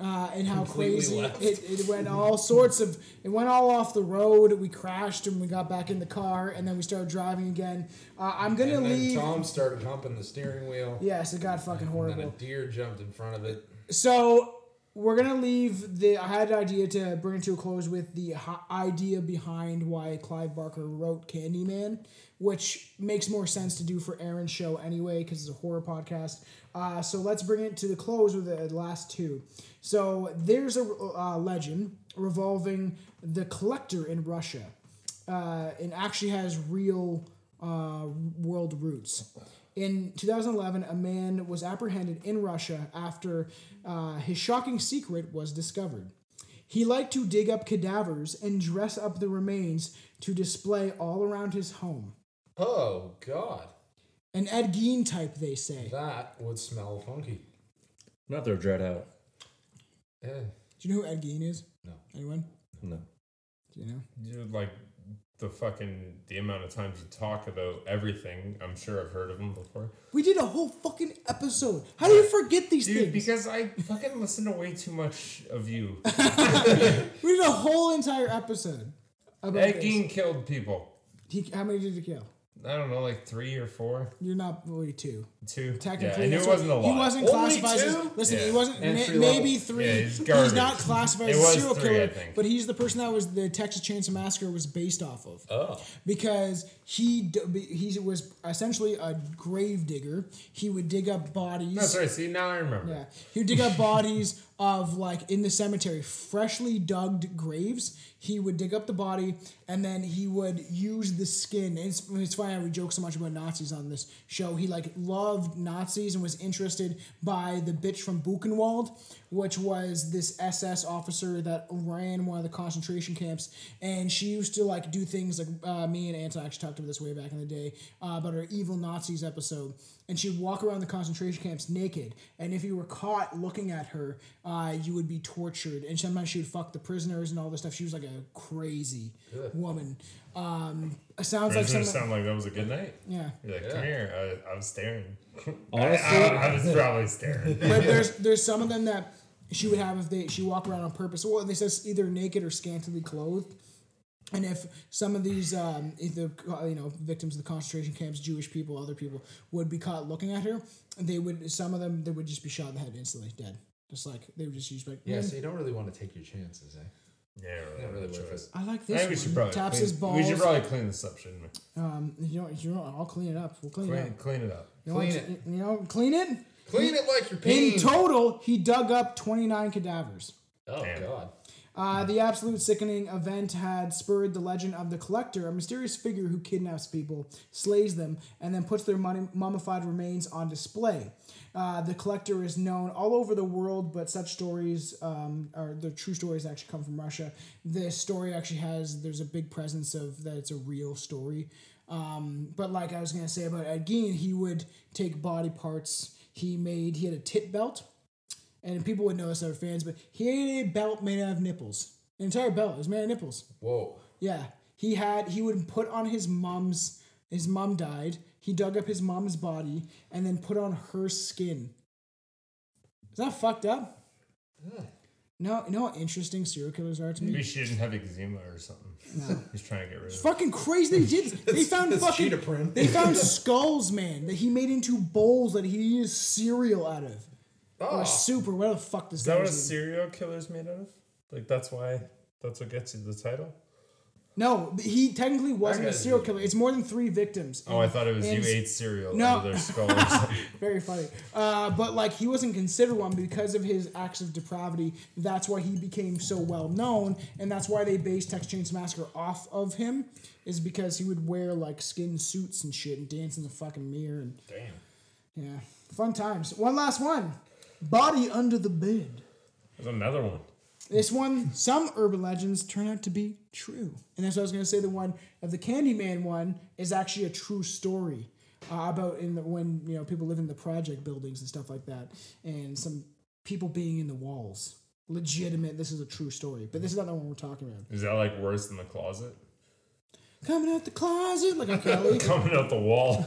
G: uh, and how crazy
I: left.
G: it, it went, all sorts of it went all off the road. We crashed and we got back in the car, and then we started driving again. Uh, I'm gonna
I: And then
G: leave.
I: Tom started humping the steering wheel.
G: yes, it got fucking
I: And then a
G: horrible.
I: deer jumped in front of it.
G: So we're gonna leave the. I had an idea to bring it to a close with the hi- idea behind why Clive Barker wrote Candyman, which makes more sense to do for Aaron's show anyway because it's a horror podcast. Uh, so let's bring it to the close with the last two. So there's a uh, legend revolving the collector in Russia, uh, and actually has real uh, world roots. In 2011, a man was apprehended in Russia after uh, his shocking secret was discovered. He liked to dig up cadavers and dress up the remains to display all around his home.
I: Oh, God.
G: An Ed Gein type, they say.
I: That would smell funky.
H: Not their dread out.
I: Eh.
G: Do you know who Ed Gein is?
I: No.
G: Anyone?
H: No.
G: Do you know?
F: Dude, like the fucking the amount of times you talk about everything. I'm sure I've heard of them before.
G: We did a whole fucking episode. How do you forget these
F: Dude,
G: things?
F: because I fucking listen to way too much of you.
G: we did a whole entire episode about
F: Ed
G: this.
F: Gein killed people.
G: He, how many did he kill?
F: I don't know, like three or four,
G: You're not really two.
F: two. Yeah,
G: Technically,
F: I knew
G: that's
F: it
G: what-
F: wasn't a lot.
G: He wasn't
I: Only
G: classified
I: two?
G: as listen. He
F: Yeah.
G: wasn't
I: Entry
G: ma- maybe
I: level.
G: three.
F: Yeah, he's
G: he's
F: garbage.
G: not classified
F: It
G: as a
F: was
G: serial
F: three,
G: killer,
F: I think.
G: but he's the person that was the Texas Chainsaw Massacre was based off of
I: Oh.
G: because he d- be- he was essentially a grave digger. He would dig up bodies.
F: That's right. Oh, See, now I remember.
G: Yeah, he would dig up bodies of like in the cemetery, freshly dug graves. He would dig up the body, and then he would use the skin. And it's, it's funny how we joke so much about Nazis on this show. He like loved Nazis and was interested by the bitch from Buchenwald, which was this SS officer that ran one of the concentration camps. And she used to like do things like uh, me and Anton actually talked about this way back in the day uh, about our evil Nazis episode and she'd walk around the concentration camps naked. And if you were caught looking at her, uh, you would be tortured. And sometimes she would fuck the prisoners and all this stuff. She was like a crazy woman. Um, it sounds
F: Doesn't
G: like
F: it
G: some.
F: sound like that was a good night?
G: Yeah,
F: You're like, come
I: Yeah.
F: here. I, I was staring.
H: Honestly,
F: I, I was probably staring.
G: but there's there's some of them that she would have if they she walked around on purpose. Well, they says either naked or scantily clothed. And if some of these, um, if the you know victims of the concentration camps, Jewish people, other people would be caught looking at her, they would. Some of them they would just be shot in the head instantly, dead. Just like they would just use like.
I: Yeah,
G: "Mm,
I: so you don't really want to take your chances, eh?
F: Yeah,
I: You don't really
F: really.
I: want to.
G: I like
F: I
G: this.
F: think we should
G: one."
F: probably
G: taps
F: clean,
G: his balls.
F: We should probably clean this up, shouldn't we?
G: um, you know, you know, I'll clean it up. We'll clean, it
F: Clean,
G: up.
F: clean it up.
G: You know,
I: clean
G: it's- You know, clean it.
I: Clean it like your
G: In
I: pain.
G: total, he dug up twenty nine cadavers.
I: oh
F: Damn.
I: God.
G: Uh, the absolute sickening event had spurred the legend of the collector, a mysterious figure who kidnaps people, slays them, and then puts their mummi- mummified remains on display. Uh, the collector is known all over the world, but such stories um, are the true stories actually come from Russia. This story actually has there's a big presence of that it's a real story. Um, but like I was gonna say about Ed Gein, he would take body parts. He made he had a tit belt and people would know us are fans, but he had a belt made out of nipples. An entire belt. It was made out of nipples.
I: Whoa.
G: Yeah. He had he would put on his mom's his mom died. He dug up his mom's body and then put on her skin. Is that fucked up? No, you know how interesting serial killers are to me?
F: Maybe she didn't have eczema or something. He's trying to get rid of it.
G: fucking crazy. They did. They found
I: that's
G: fucking.
I: cheetah print.
G: They found skulls, man, that he made into bowls that he used cereal out of
I: Oh.
G: or soup or whatever the fuck this.
F: Ah. Is that
G: guy
F: what a
G: was eating.
F: serial killer's made out of? Like that's why that's what gets you the title?
G: No, he technically wasn't a
I: guy's
G: serial killer. It's more than three victims.
F: Oh, I thought it was
G: And
F: you
G: it's
F: ate cereal
G: No.
F: under their skull. or something.
G: Very funny. Uh, but like he wasn't considered one because of his acts of depravity. That's why he became so well known, and that's why they based Texas Chainsaw Massacre off of him. Is because he would wear like skin suits and shit and dance in the fucking mirror and. Damn. Yeah, fun times. One last one. Body under the bed.
F: There's another one.
G: This one, some urban legends turn out to be true. And that's what I was going to say. The one of the Candyman one is actually a true story uh, about in the, when you know people live in the project buildings and stuff like that, and some people being in the walls. Legitimate. This is a true story, but this is not the one we're talking about.
F: Is that like worse than the closet?
G: Coming out the closet like a Kelly.
F: Coming out the wall.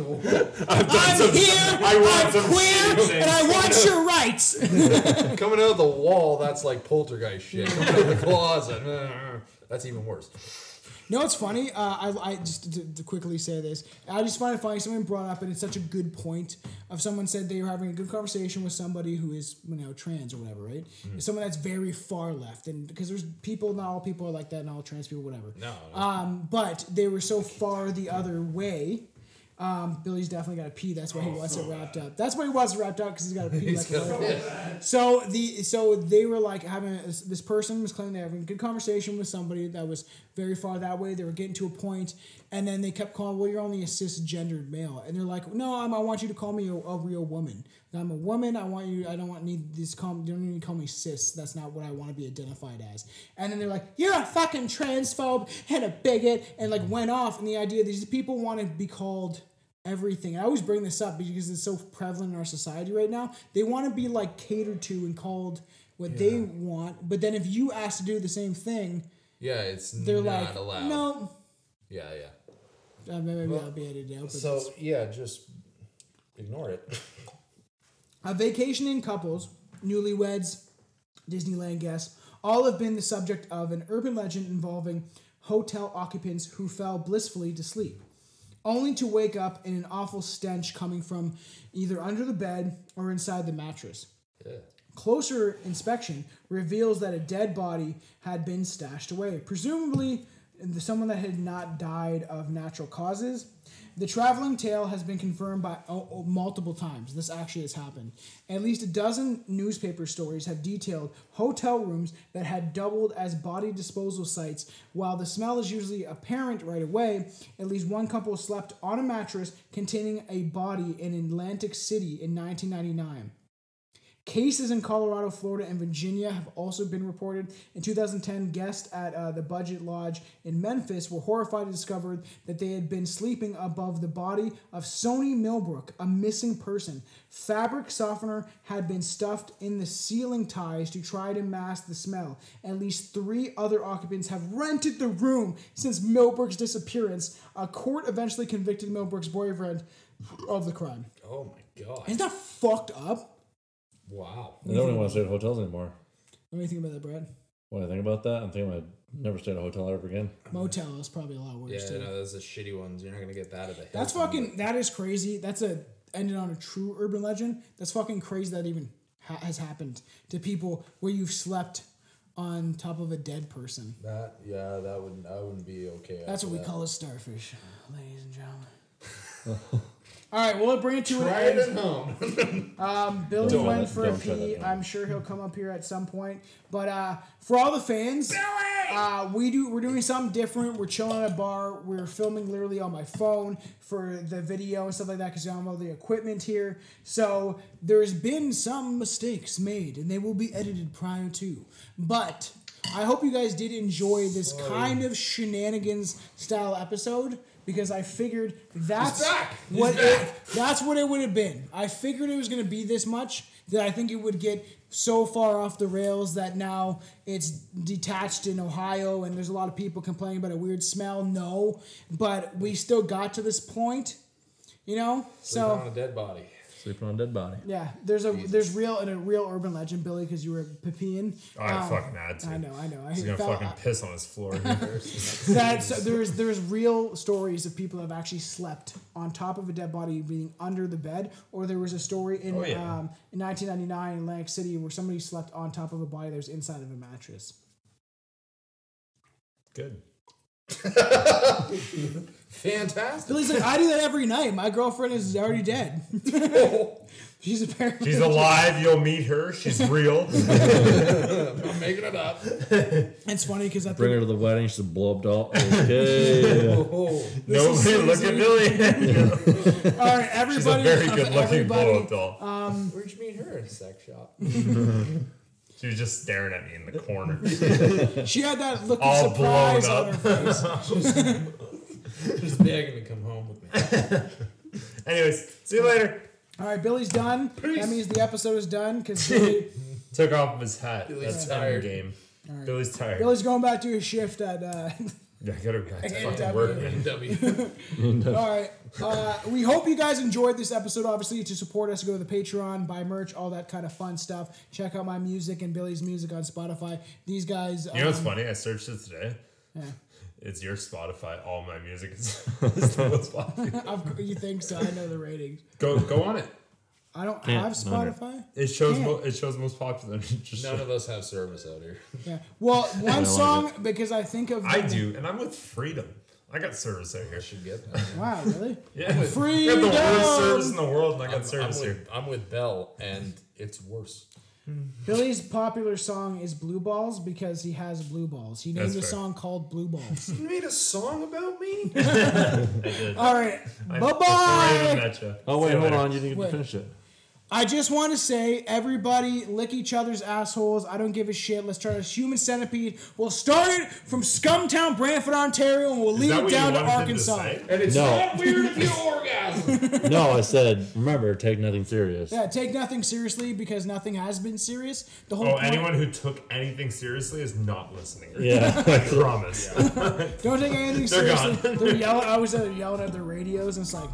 G: I'm here. I'm queer, and I want your rights.
I: Coming out of the wall, that's like poltergeist shit. Coming out of the closet, that's even worse.
G: You know what's funny? Uh, I, I just to, to quickly say this. I just find it funny. Someone brought up, and it's such a good point. Of someone said they were having a good conversation with somebody who is you know trans or whatever, right? Someone that's very far left, and because there's people, not all people are like that, and all trans people, whatever. No. Um, but they were so far the other way. Um, Billy's definitely got to pee. That's why he wants it wrapped up. That's why he wants it wrapped up because Oh, he's got to pee. like a
I: gotta
G: motherfucker. So the so they were like having a, this person was claiming they were having a good conversation with somebody that was very far that way. They were getting to a point, and then they kept calling, "Well, you're only a cisgendered male," and they're like, "No, I'm, I want you to call me a, a real woman. I'm a woman. I want you. I don't want need this. Call you don't need to call me cis. That's not what I want to be identified as." And then they're like, "You're a fucking transphobe and a bigot," and like went off. And the idea these people want to be called everything. I always bring this up because it's so prevalent in our society right now. They want to be like catered to and called what they want, but then if you ask to do the same thing,
I: Yeah, it's
G: they're
I: not
G: like,
I: allowed.
G: no.
I: Yeah, yeah.
G: Uh, maybe that'll be edited out. But
I: So
G: it's-
I: yeah, just ignore it.
G: A vacationing couples, newlyweds, Disneyland guests, all have been the subject of an urban legend involving hotel occupants who fell blissfully to sleep, only to wake up in an awful stench coming from either under the bed or inside the mattress. Closer inspection reveals that a dead body had been stashed away, presumably someone that had not died of natural causes. The traveling tale has been confirmed by oh, oh, multiple times. This actually has happened. At least a dozen newspaper stories have detailed hotel rooms that had doubled as body disposal sites. While the smell is usually apparent right away, at least one couple slept on a mattress containing a body in Atlantic City in 1999. Cases in Colorado, Florida, and Virginia have also been reported. In 2010, guests at uh, the Budget Lodge in Memphis were horrified to discover that they had been sleeping above the body of Sony Millbrook, a missing person. Fabric softener had been stuffed in the ceiling ties to try to mask the smell. At least three other occupants have rented the room since Millbrook's disappearance. A court eventually convicted Millbrook's boyfriend of the crime.
I: Oh my god.
G: Isn't that fucked up?
I: Wow.
H: I don't even want to stay at hotels anymore.
G: What do you think about that, Brad?
H: When I think about that, I'm thinking I'd never stay at a hotel ever again.
G: Motel is probably a lot worse.
I: Uh, Yeah,
G: too.
I: no, those are shitty ones. You're not gonna get that at a Hilton.
G: That's fucking. That is crazy. That's a ended on a true urban legend. That's fucking crazy that even ha- has happened to people where you've slept on top of a dead person.
I: That yeah, that wouldn't I wouldn't be okay.
G: That's
I: after
G: what we
I: that.
G: call a starfish, ladies and gentlemen. All right, well, it bring it to
I: Try
G: an
I: it
G: end. Um,
I: at home.
G: Billy
H: Don't
G: went
H: let-
G: for a
H: don't try
G: pee.
H: that, no.
G: I'm sure he'll come up here at some point. But uh, for all the fans, uh, we do we're doing something different. We're chilling at a bar. We're filming literally on my phone for the video and stuff like that because I don't have all the equipment here. So there's been some mistakes made, and they will be edited prior to. But I hope you guys did enjoy this kind of shenanigans style episode because I figured that's
I: back! He's
G: what
I: back!
G: it, that's what it would have been. I figured it was going to be this much that I think it would get so far off the rails that now it's detached in Ohio and there's a lot of people complaining about a weird smell. No, but we still got to this point, you know?
I: Sleep on
G: So
I: a dead body.
H: Sleeping on a dead body.
G: yeah, there's a there's real and a real urban legend, Billy, because you were Pippian.
F: Oh, I fucking had to.
G: I know, I know. I
F: He's gonna
G: felt-
F: fucking piss on his floor. That's
G: That's there's there's real stories of people have actually slept on top of a dead body being under the bed, or there was a story in
F: Oh, yeah.
G: um, in 1999 in Atlantic City where somebody slept on top of a body that was inside of a mattress.
F: good.
I: Fantastic.
G: Billy's like, I do that every night. My girlfriend is already dead. She's apparently
F: She's alive. You'll meet her. She's real.
I: I'm making it up.
G: It's funny because I
H: Bring
G: think
H: her to the wedding. She's a blow up doll. Okay.
I: Oh,
F: Nobody look at Billy.
G: all right,
F: She's a
G: everybody,
F: very
G: of
F: good looking blow
G: everybody- uh,
F: up doll.
I: where'd you meet her in a sex shop?
F: She was just staring at me in the corner.
G: She had that look
F: All
G: of surprise
F: blown
G: on her face.
I: She's begging to come home with me.
F: Anyways, see you later.
G: All right, Billy's done. That means the episode is done because Billy,
F: Took off his hat. That's
I: tired.
F: tired. game. Billy's tired.
G: Billy's going back to his shift at. Uh,
F: I gotta, I gotta
G: NW.
F: fucking work, man.
I: W.
G: All right. Uh, we hope you guys enjoyed this episode. Obviously, to support us, go to the Patreon, buy merch, all that kind of fun stuff. Check out my music and Billy's music on Spotify. These guys,
F: You know what's
G: um,
F: funny? I searched it today. It's your Spotify. All my music is is the most popular.
G: I've- you think so? I know the ratings.
F: Go go on it.
G: I don't
H: Yeah,
G: have
H: no, no.
G: Spotify.
F: It shows mo- it shows most popular. Just-
I: None of us have service out here.
G: Yeah. Well, one
H: like
G: song because I think of
F: I do, and I'm with Freedom. I got service out here.
I: Should get that.
G: Wow, really?
F: Yeah, I got the
G: Freedom.
F: worst service in the world, and I got
I: I'm, I'm,
F: service here.
I: with, I'm with Bell, and it's worse.
G: Billy's popular song is Blue Balls because he has blue balls. He named
F: That's
G: the
F: fair.
G: song called Blue Balls.
I: You made a song about me?
G: all right. Bye
F: Before I even
G: bye.
F: met ya.
H: Oh,
F: See
H: wait,
F: you
H: hold
F: later.
H: on. You didn't get
G: Wait.
H: to finish it.
G: I just want to say, everybody, lick each other's assholes. I don't give a shit. Let's start a human centipede. We'll start it from Scumtown, Brantford, Ontario, and we'll
F: Is
G: lead
F: that
G: it
F: what
G: down
F: you
G: to
F: wanted him to
G: Arkansas.
F: say?
I: And it's
H: No.
I: not weird if you orgasm.
H: No, I said, remember, take nothing serious.
G: Yeah, Uh, take nothing seriously because nothing has been serious. The whole
F: Oh,
G: point,
F: anyone who took anything seriously is not listening.
H: Yeah.
F: I promise.
G: don't take anything
F: They're
G: seriously.
F: gone.
G: They're yelling. I was uh, yelling at their radios, and it's like,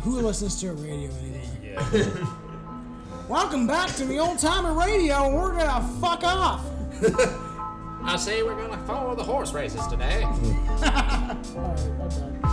G: who listens to a radio anymore?
F: yeah.
G: Welcome back to the old timer radio. We're gonna fuck off.
I: I say we're gonna follow the horse races today.
G: All right, I'm done.